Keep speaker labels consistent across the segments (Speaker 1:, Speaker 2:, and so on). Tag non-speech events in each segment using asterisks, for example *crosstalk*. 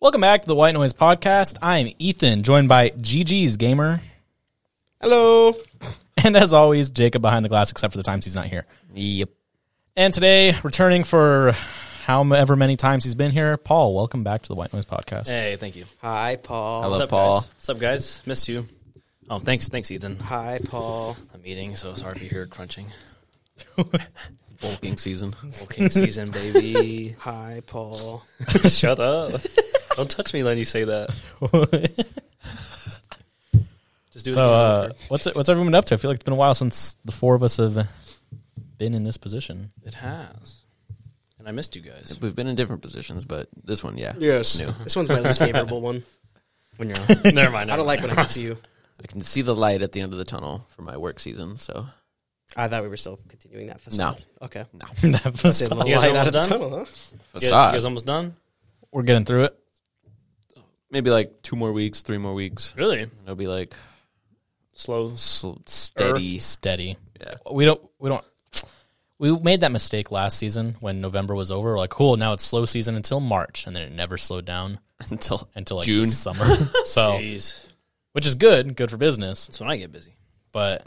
Speaker 1: Welcome back to the White Noise Podcast. I am Ethan, joined by GG's Gamer,
Speaker 2: Hello.
Speaker 1: and as always, Jacob behind the glass, except for the times he's not here.
Speaker 2: Yep.
Speaker 1: And today, returning for however many times he's been here, Paul, welcome back to the White Noise Podcast.
Speaker 3: Hey, thank you.
Speaker 2: Hi, Paul.
Speaker 3: I
Speaker 2: Hello.
Speaker 3: love
Speaker 2: What's up,
Speaker 3: Paul.
Speaker 2: guys?
Speaker 3: What's up, guys? Missed you. Oh, thanks, thanks, Ethan.
Speaker 2: Hi, Paul.
Speaker 3: I'm eating, so sorry if you hear crunching.
Speaker 4: bulking season. *laughs*
Speaker 3: Bulking season, baby.
Speaker 2: *laughs* Hi, Paul.
Speaker 3: *laughs* Shut up! Don't touch me when you say
Speaker 2: *laughs*
Speaker 3: that. Just do it.
Speaker 1: so, uh, what's it, what's everyone up to? I feel like it's been a while since the four of us have been in this position. *laughs*
Speaker 3: it has, and I missed you guys.
Speaker 4: We've been in different positions, but this one, yeah,
Speaker 2: Yes.
Speaker 4: new.
Speaker 2: This one's my least
Speaker 3: *laughs*
Speaker 2: favorable one.
Speaker 3: When you're on. never mind.
Speaker 2: I don't like when I can see you.
Speaker 4: I can see the light at the end of the tunnel for my work season. So
Speaker 2: I thought we were still continuing that facade. No. Okay.
Speaker 1: That
Speaker 2: Did
Speaker 1: was-
Speaker 2: a little
Speaker 3: You guys
Speaker 2: light
Speaker 3: almost
Speaker 2: out of the
Speaker 3: done?
Speaker 2: tunnel, huh?
Speaker 3: You guys,
Speaker 4: facade.
Speaker 3: you guys almost done.
Speaker 1: We're getting through it.
Speaker 4: Maybe like two more weeks, three more weeks.
Speaker 3: Really
Speaker 4: It'll be like
Speaker 3: slow.
Speaker 4: sl- steady.
Speaker 1: Er, Steady.
Speaker 4: Yeah.
Speaker 1: we don't we don't we made that mistake last season when November was over. We're like, cool, now it's slow season until March, and then it never slowed down
Speaker 4: until
Speaker 1: until like
Speaker 4: June.
Speaker 1: summer. *laughs* so,
Speaker 3: Jeez,
Speaker 1: which is good, good for business.
Speaker 3: that's when I get busy.
Speaker 1: But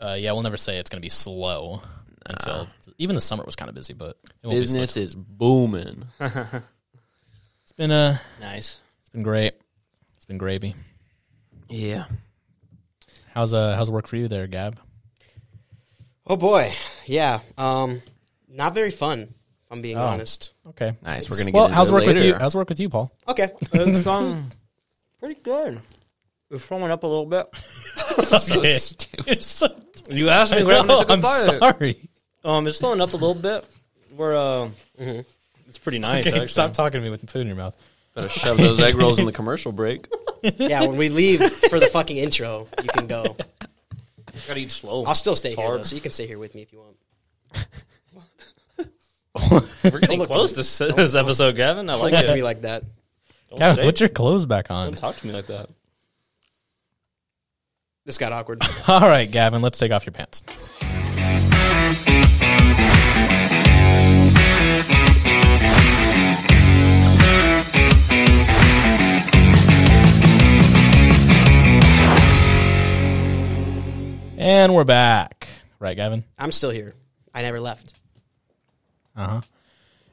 Speaker 1: uh, yeah, we'll never say it's going to be slow until even the summer was kind of busy, but it won't Be
Speaker 4: business
Speaker 1: slow.
Speaker 4: is booming.
Speaker 1: It's been uh,
Speaker 3: Nice.
Speaker 1: it's been great. It's been gravy.
Speaker 4: Yeah,
Speaker 1: How's uh how's work for you there, Gab?
Speaker 2: Oh boy. Yeah. Um not very fun, if I'm
Speaker 3: Oh.
Speaker 2: being honest.
Speaker 1: Okay,
Speaker 4: nice. We're gonna
Speaker 1: Well,
Speaker 4: get
Speaker 1: how's
Speaker 4: into
Speaker 1: work
Speaker 4: it later.
Speaker 1: with you? How's work with you,
Speaker 4: *laughs*
Speaker 1: Paul?
Speaker 2: Okay.
Speaker 3: It's gone pretty good. We're throwing up a little bit.
Speaker 1: Okay. You're so-
Speaker 3: You asked me where I'm
Speaker 1: No,
Speaker 3: gonna take a
Speaker 1: *laughs* I'm
Speaker 3: bite.
Speaker 1: sorry.
Speaker 3: Um, it's slowing up a little bit. We're uh,
Speaker 1: *laughs*
Speaker 3: it's pretty nice.
Speaker 1: Okay,
Speaker 3: actually.
Speaker 1: stop talking to me with food in your mouth.
Speaker 4: Better shove those egg rolls in the commercial break.
Speaker 2: yeah, when we leave for the fucking intro, you
Speaker 3: *laughs*
Speaker 2: can go.
Speaker 3: Gotta eat slow.
Speaker 2: I'll still stay here,
Speaker 3: hard.
Speaker 2: though, so you can stay here with me if you want.
Speaker 3: We're getting close to s- this episode, Gavin. I like
Speaker 2: Don't look at me
Speaker 3: it.
Speaker 2: like that.
Speaker 3: Don't,
Speaker 1: Gab,
Speaker 3: say-
Speaker 1: put your clothes back on.
Speaker 3: don't *laughs* talk to me like that.
Speaker 2: This got awkward.
Speaker 1: *laughs* All right, Gavin, let's take off your pants. And we're back. Right, Gavin?
Speaker 2: I'm still here. I never left.
Speaker 1: Uh huh.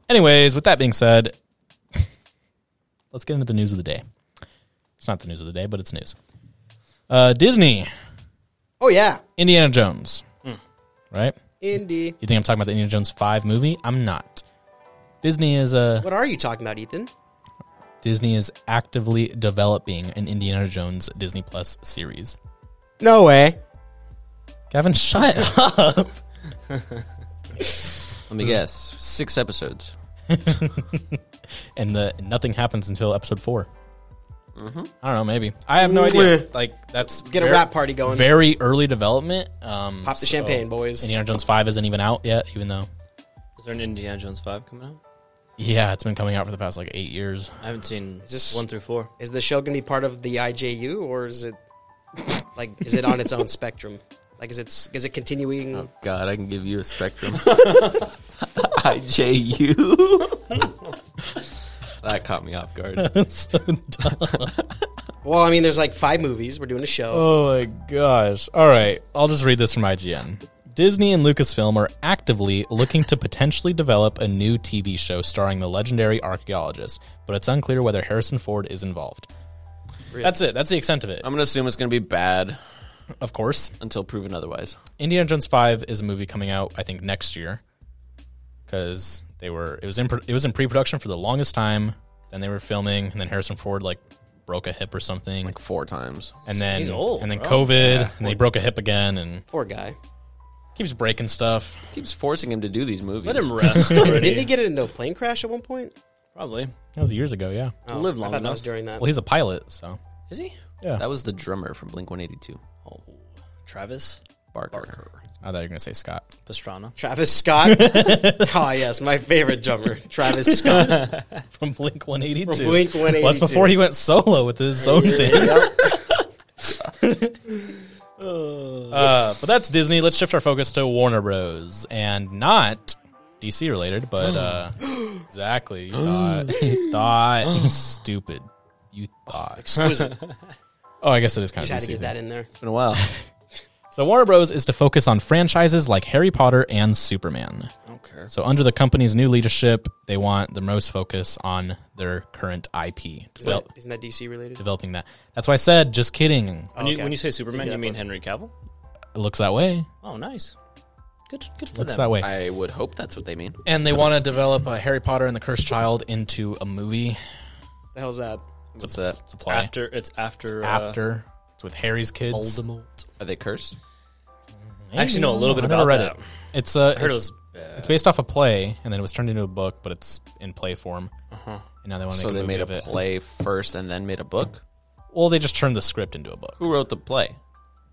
Speaker 1: Anyways, with that being said, *laughs* let's get into the news of the day. It's not the news of the day, but it's news. Uh, Disney,
Speaker 2: Oh yeah.
Speaker 1: Indiana Jones, right?
Speaker 2: Indy.
Speaker 1: You think I'm talking about the Indiana Jones 5 movie? I'm not. Disney is a
Speaker 2: What are you talking about, Ethan?
Speaker 1: Disney is actively developing an Indiana Jones Disney Plus series.
Speaker 2: No way.
Speaker 1: Gavin, *laughs* shut up.
Speaker 4: Let me guess, six episodes.
Speaker 1: And the nothing happens until episode 4. I don't know, maybe. I have no idea. Like that's
Speaker 2: Mm-hmm. eh. Get a
Speaker 1: very-
Speaker 2: rap party going.
Speaker 1: Very early development. Um,
Speaker 2: Pop the champagne, boys.
Speaker 1: Indiana Jones 5 isn't even out yet, even though,
Speaker 3: Is there an Indiana Jones five coming out?
Speaker 1: yeah, it's been coming out for the past like eight years. *laughs*
Speaker 3: I haven't seen
Speaker 2: this-
Speaker 3: one through four.
Speaker 2: Is the show going to be part of the IJU or is it like is it on its own spectrum? Like is it is it continuing?
Speaker 4: Oh God, I can give you a
Speaker 3: *laughs*
Speaker 4: spectrum. *laughs* IJU. that caught me off guard.
Speaker 1: so dumb.
Speaker 2: Well, I mean, there's like five movies. We're doing a show.
Speaker 1: Oh my gosh. All right. I'll just read this from IGN. Disney and Lucasfilm are actively looking to potentially develop a new TV show starring the legendary archaeologist, but it's unclear whether Harrison Ford is involved. That's it. That's the extent of it.
Speaker 3: Um,
Speaker 4: I'm gonna assume it's gonna be bad
Speaker 1: of course.
Speaker 4: until proven otherwise.
Speaker 1: Indiana Jones 5 is a movie coming out I think next year cuz they were it was in pro- it was in pre-production for the longest time, then they were filming and then Harrison Ford like broke a hip or something
Speaker 4: Like four times.
Speaker 1: and then
Speaker 3: he's old,
Speaker 1: and then
Speaker 3: bro.
Speaker 1: COVID and they broke a hip again and
Speaker 2: Poor guy.
Speaker 1: keeps breaking stuff.
Speaker 4: Keeps forcing him to do these movies.
Speaker 3: Let
Speaker 4: *laughs*
Speaker 3: him rest
Speaker 2: Didn't
Speaker 3: already.
Speaker 2: he get into a plane crash at one point?
Speaker 3: Probably.
Speaker 1: That was years ago, yeah.
Speaker 2: Oh,
Speaker 3: Live long
Speaker 2: I thought that
Speaker 3: enough.
Speaker 2: was during that.
Speaker 1: Well, he's a pilot, so
Speaker 3: Is he?
Speaker 1: yeah.
Speaker 4: That was the drummer from Blink 182,
Speaker 3: Oh, Travis
Speaker 4: Barker.
Speaker 1: I thought you were gonna say Scott. *laughs*
Speaker 3: Pastrana.
Speaker 2: Travis
Speaker 3: *laughs*
Speaker 2: Scott. Ah, yes, my favorite drummer,
Speaker 3: *laughs*
Speaker 2: Travis Scott.
Speaker 1: From Blink 182.
Speaker 2: From Blink
Speaker 1: Well, that's
Speaker 2: 182.
Speaker 1: before he went solo with
Speaker 2: *laughs*
Speaker 1: his own thing. uh, but that's Disney. Let's shift our focus to Warner Bros. and not DC related,
Speaker 2: *gasps*
Speaker 1: but uh, exactly. You thought, *laughs* you thought,
Speaker 2: *gasps*
Speaker 1: you stupid. You thought.
Speaker 2: Exquisite.
Speaker 1: Oh, I guess it is kind
Speaker 2: Just
Speaker 1: of
Speaker 2: had
Speaker 1: DC.
Speaker 2: to
Speaker 1: thing.
Speaker 2: get that in there.
Speaker 4: Been a while.
Speaker 1: So Warner Bros. is to focus on franchises like Harry Potter and Superman.
Speaker 3: I don't care.
Speaker 1: So under the company's new leadership, they want the most focus on their current IP,
Speaker 2: Isn't,
Speaker 1: devel-
Speaker 2: that, isn't that DC related?
Speaker 1: developing that. That's why I said, just kidding.
Speaker 3: When, you,
Speaker 2: Okay.
Speaker 3: when you say Superman,
Speaker 2: Yeah,
Speaker 3: you mean
Speaker 2: but-
Speaker 3: Henry Cavill?
Speaker 1: It looks that way.
Speaker 3: Oh, nice. Good, good for
Speaker 1: Looks
Speaker 3: them.
Speaker 1: that way.
Speaker 4: I would hope that's what they mean.
Speaker 1: And they want to develop a Harry Potter and the Cursed Child into a movie.
Speaker 2: The hell's that?
Speaker 4: What's that?
Speaker 1: It's a play.
Speaker 3: After it's after uh,
Speaker 1: After. It's with Harry's kids.
Speaker 4: Are they cursed?
Speaker 3: Actually, know a little bit
Speaker 1: I never
Speaker 3: about
Speaker 1: read
Speaker 3: that.
Speaker 1: it. It's a.
Speaker 3: I heard
Speaker 1: it's,
Speaker 3: it was bad.
Speaker 1: it's based off a play, and then it was turned into a book, but it's in play form.
Speaker 3: Uh-huh.
Speaker 1: And now they want to
Speaker 4: So
Speaker 1: make
Speaker 4: they
Speaker 1: a movie
Speaker 4: made a
Speaker 1: of it.
Speaker 4: play first and then made a book.
Speaker 1: Well, they just turned the script into a book.
Speaker 4: Who wrote the play?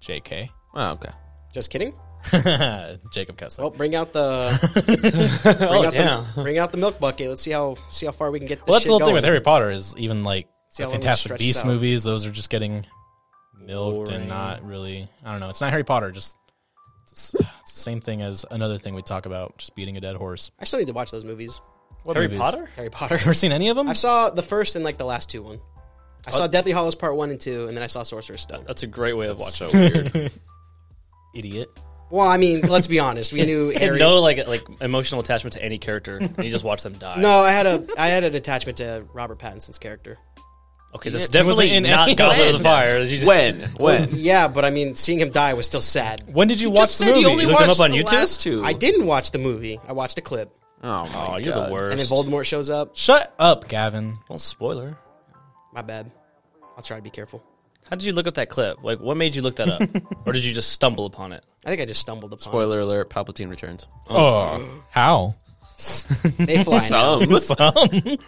Speaker 1: J.K.
Speaker 4: Oh, okay.
Speaker 2: Just kidding.
Speaker 1: *laughs* Jacob Kessler.
Speaker 2: Well, bring
Speaker 1: *laughs*
Speaker 2: out the bring out the bring out the milk bucket. Let's see how see how far we can get. This
Speaker 1: Oh, Well, that's
Speaker 2: shit
Speaker 1: the whole thing
Speaker 2: going.
Speaker 1: with Harry Potter is even like
Speaker 2: See
Speaker 1: the
Speaker 2: how long it
Speaker 1: Fantastic
Speaker 2: stretches
Speaker 1: Beast
Speaker 2: out.
Speaker 1: movies; those are just getting milked and
Speaker 3: Boring.
Speaker 1: not really. I don't know. It's not Harry Potter. Just it's, it's the same thing as another thing we talk about: just beating a dead horse.
Speaker 2: I still need to watch those movies.
Speaker 1: What
Speaker 3: Harry
Speaker 1: movies?
Speaker 3: Potter?
Speaker 2: Harry Potter.
Speaker 1: *laughs*
Speaker 2: *laughs*
Speaker 1: Ever seen any of them?
Speaker 2: I saw the first and like the last two one. I
Speaker 1: Oh.
Speaker 2: saw Deathly Hollows Part One and Two, and then I saw Sorcerer's Stone.
Speaker 3: That's a great way of watching.
Speaker 4: So weird.
Speaker 1: Idiot.
Speaker 2: Well, I mean, let's be
Speaker 1: *laughs*
Speaker 2: honest. We
Speaker 3: *laughs*
Speaker 2: knew
Speaker 3: I had
Speaker 2: Harry.
Speaker 3: no like like emotional attachment to any character, and you just watch
Speaker 1: *laughs*
Speaker 3: them die.
Speaker 2: No, I had a I had an attachment to Robert Pattinson's character.
Speaker 3: okay, that's
Speaker 1: It wasn't
Speaker 3: definitely
Speaker 1: in any
Speaker 3: not Goblet
Speaker 1: way.
Speaker 3: of the Fire. You just-
Speaker 4: when? When?
Speaker 2: Yeah, but I mean, seeing him die was still sad.
Speaker 1: When did you, watch the movie?
Speaker 3: only You looked them up on
Speaker 4: the
Speaker 3: YouTube?
Speaker 4: last two.
Speaker 2: I didn't watch the movie. I watched a clip,
Speaker 4: Oh, my
Speaker 3: Oh, you're
Speaker 4: God.
Speaker 3: the worst.
Speaker 2: and then Voldemort shows up.
Speaker 1: Shut up, Gavin.
Speaker 3: Well, spoiler.
Speaker 2: My bad. I'll try to be careful.
Speaker 3: How did you look up that clip? Like, what made you look that up,
Speaker 1: *laughs*
Speaker 3: or did you just stumble upon it?
Speaker 2: I think I just stumbled upon. it.
Speaker 4: Spoiler alert: Palpatine returns.
Speaker 1: Oh, how? *laughs*
Speaker 2: They fly. now.
Speaker 4: Some.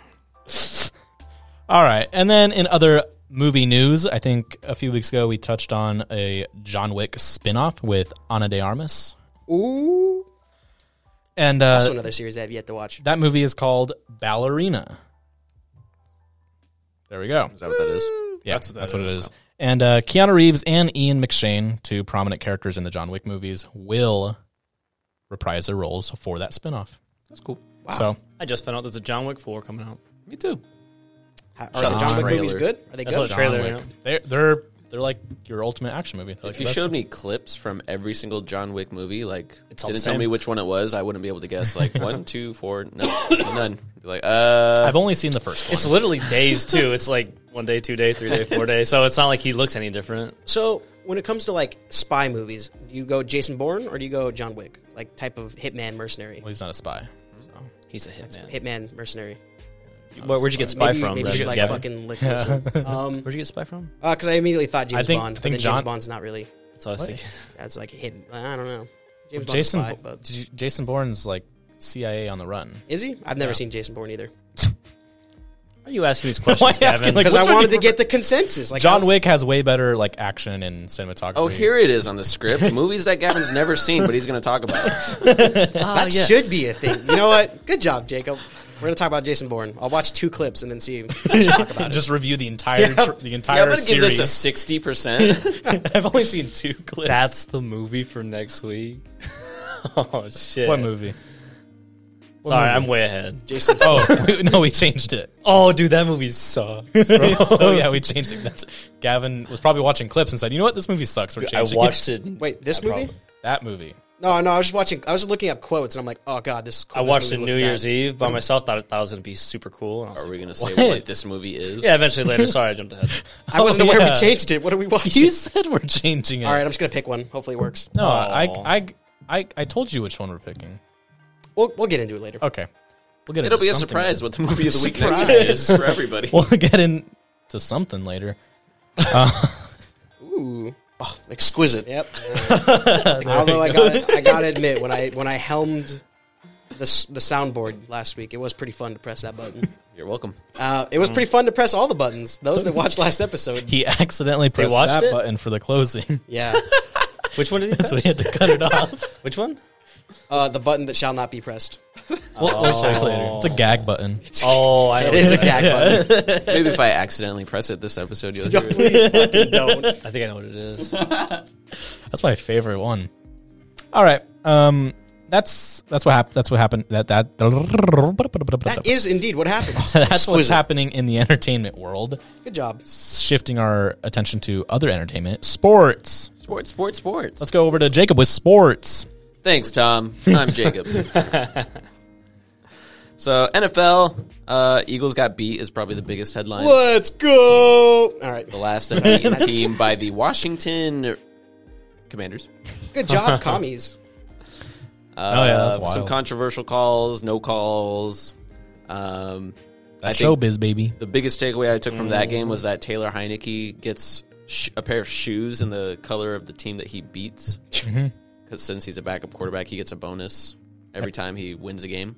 Speaker 1: All right. And then in other movie news, I think a few weeks ago we touched on a John Wick spin-off with Ana de Armas.
Speaker 2: Ooh.
Speaker 1: And uh,
Speaker 2: Also, another series I have yet to watch.
Speaker 1: That movie is called Ballerina. There we go.
Speaker 4: Is that what that is?
Speaker 1: Yeah, that's what, it is. And uh, Keanu Reeves and Ian McShane, two prominent characters in the John Wick movies, will reprise their roles for that spinoff.
Speaker 4: That's cool.
Speaker 1: So
Speaker 3: I just found out there's a John Wick four coming out.
Speaker 4: Me too.
Speaker 2: How-
Speaker 4: Shut
Speaker 2: Are the
Speaker 4: up.
Speaker 2: John Wick
Speaker 4: Trailer.
Speaker 2: movies good? Are they
Speaker 3: That's
Speaker 2: good?
Speaker 3: a trailer.
Speaker 1: Wick.
Speaker 3: yeah.
Speaker 1: they're they're they're like your ultimate action movie. They're like
Speaker 4: If you
Speaker 1: the best
Speaker 4: showed me clips from every single John Wick movie, like
Speaker 3: It's all
Speaker 4: didn't
Speaker 3: the
Speaker 4: tell
Speaker 3: same.
Speaker 4: me which one it was, I wouldn't be able to guess. Like one, two, four, no, none. Be like, uh,
Speaker 1: I've only seen the first one.
Speaker 3: It's literally days too. It's like one day, two day, three day, four day. So it's not like he looks any different.
Speaker 2: So, when it comes to like spy movies, do you go Jason Bourne or do you go John Wick? Like type of hitman mercenary.
Speaker 1: Well, he's not a spy.
Speaker 3: He's a hitman.
Speaker 2: Hitman mercenary.
Speaker 3: Where, would you get spy
Speaker 2: maybe,
Speaker 3: from?
Speaker 2: Maybe you
Speaker 3: then,
Speaker 2: should like
Speaker 3: Gavin?
Speaker 2: fucking lick listen. Um,
Speaker 3: Where'd you get spy from?
Speaker 2: because I immediately thought James
Speaker 1: I think-
Speaker 2: Bond,
Speaker 1: I
Speaker 2: but
Speaker 1: think
Speaker 2: then
Speaker 1: John-
Speaker 2: James Bond's not really.
Speaker 3: That's all I was
Speaker 1: What?
Speaker 3: thinking.
Speaker 2: That's like hidden. I don't know. James
Speaker 1: Jason
Speaker 2: Bond's a spy,
Speaker 1: Bo-
Speaker 2: but
Speaker 1: did you- Jason Bourne's like CIA on the run.
Speaker 2: is he? I've never seen Jason Bourne either.
Speaker 3: Why are you asking
Speaker 2: *laughs*
Speaker 3: these questions,
Speaker 1: you asking,
Speaker 3: Gavin?
Speaker 1: like,
Speaker 2: Because
Speaker 1: Which
Speaker 2: I
Speaker 1: one
Speaker 2: wanted
Speaker 1: do you
Speaker 2: to get the consensus. Like I
Speaker 1: John
Speaker 2: was-
Speaker 1: Wick has way better like action and cinematography.
Speaker 4: oh, here it is on
Speaker 1: *laughs*
Speaker 4: the script. Movies that Gavin's never seen, but he's going to talk about.
Speaker 2: That should be a thing. You know what? Oh, *laughs* Good job, Jacob. We're gonna talk about Jason Bourne. I'll watch two clips and then see. *laughs*
Speaker 1: just review the entire tr- the entire
Speaker 4: Yeah, I'm going to give
Speaker 1: series.
Speaker 4: this a sixty percent.
Speaker 1: *laughs* I've only seen two clips.
Speaker 3: *laughs* That's the movie for next week. *laughs* oh shit!
Speaker 1: what movie?
Speaker 3: Sorry, I'm way ahead.
Speaker 2: Jason.
Speaker 1: Oh we- no, we changed
Speaker 3: *laughs*
Speaker 1: it.
Speaker 3: Oh, dude, that movie
Speaker 2: *laughs*
Speaker 3: sucks. Bro. *laughs*
Speaker 1: so yeah, we changed it. That's Gavin was probably watching clips and said, "You know what? This movie sucks." We're
Speaker 3: Dude, I
Speaker 1: changing
Speaker 3: watched it.
Speaker 2: Wait, this
Speaker 3: That
Speaker 2: movie?
Speaker 3: problem.
Speaker 1: *laughs* that movie.
Speaker 2: No, no. I was just watching. I was just looking up quotes, and I'm like, oh god, this. Is cool.
Speaker 3: I
Speaker 2: This
Speaker 3: watched it
Speaker 2: movie
Speaker 3: New
Speaker 2: looks bad.
Speaker 3: Year's Eve by myself. Thought, thought it was gonna be super cool. and I was
Speaker 4: Are
Speaker 3: like,
Speaker 4: we going to say
Speaker 1: What?
Speaker 4: what? this movie is?
Speaker 3: yeah, eventually later. Sorry, I jumped
Speaker 2: *laughs*
Speaker 3: ahead.
Speaker 1: *laughs*
Speaker 2: I wasn't
Speaker 1: Oh,
Speaker 2: aware
Speaker 1: yeah.
Speaker 2: we changed it.
Speaker 3: *laughs*
Speaker 2: What are we watching?
Speaker 1: You said we're changing it.
Speaker 2: All right, I'm just gonna pick one. Hopefully, it works.
Speaker 1: No, I,
Speaker 3: Aw.
Speaker 1: I I I told you which one we're picking.
Speaker 2: We'll we'll get into it
Speaker 3: Oh.
Speaker 2: later.
Speaker 1: Okay, we'll get
Speaker 4: It'll
Speaker 1: into
Speaker 4: be a
Speaker 1: something
Speaker 4: surprise
Speaker 1: later.
Speaker 4: what the movie of the week next
Speaker 2: Surprise.
Speaker 4: week is for everybody.
Speaker 1: We'll *laughs* get into something later.
Speaker 2: Ooh, oh, exquisite.
Speaker 3: *laughs*
Speaker 2: Yep.
Speaker 1: we
Speaker 2: Although I got I gotta admit when I when I helmed the s- the soundboard last week, it was pretty fun to press that button.
Speaker 4: You're welcome.
Speaker 2: Uh,
Speaker 3: Mm.
Speaker 2: it was pretty fun to press all the buttons. Those that watched last
Speaker 3: *laughs*
Speaker 2: episode,
Speaker 1: He *laughs* accidentally pressed
Speaker 3: watched
Speaker 1: that
Speaker 3: it?
Speaker 1: button for the closing, *laughs*
Speaker 2: yeah,
Speaker 3: Which one did
Speaker 2: *laughs*
Speaker 3: he?
Speaker 1: so we had to cut it off.
Speaker 3: Which one?
Speaker 2: uh, the button that shall not be pressed.
Speaker 1: We'll, we'll check later. It's a gag button.
Speaker 3: Oh, I
Speaker 2: It is
Speaker 1: *laughs*
Speaker 2: a gag button.
Speaker 4: Maybe if I accidentally press it this episode, you'll hear it.
Speaker 3: I think I know what it is.
Speaker 1: That's my favorite one. All right. Um, that's that's what happened. That's what happened. That that *laughs*
Speaker 2: *laughs* That is indeed what happened.
Speaker 1: that's what's
Speaker 2: Exquisite.
Speaker 1: happening in the entertainment world.
Speaker 2: Good job.
Speaker 1: Shifting our attention to other entertainment, sports.
Speaker 4: Sports, sports, sports.
Speaker 1: Let's go over to Jacob with sports.
Speaker 4: Thanks, Tom. I'm
Speaker 1: *laughs*
Speaker 4: Jacob. so NFL, uh, Eagles got beat is probably the biggest headline.
Speaker 2: Let's go. All right.
Speaker 4: The
Speaker 1: *laughs*
Speaker 4: last unbeaten team by the Washington Commanders.
Speaker 1: *laughs*
Speaker 2: Good job, commies.
Speaker 4: Uh,
Speaker 1: Oh, yeah, that's
Speaker 4: Some
Speaker 1: wild.
Speaker 4: controversial calls, no calls. Um, I think
Speaker 1: Showbiz, baby.
Speaker 4: the biggest takeaway I took from that game
Speaker 1: Mm.
Speaker 4: was that Taylor Heineke gets sh- a pair of shoes in the color of the team that he beats. Because
Speaker 1: Mm-hmm.
Speaker 4: since he's a backup quarterback, he gets a bonus every time he wins a game.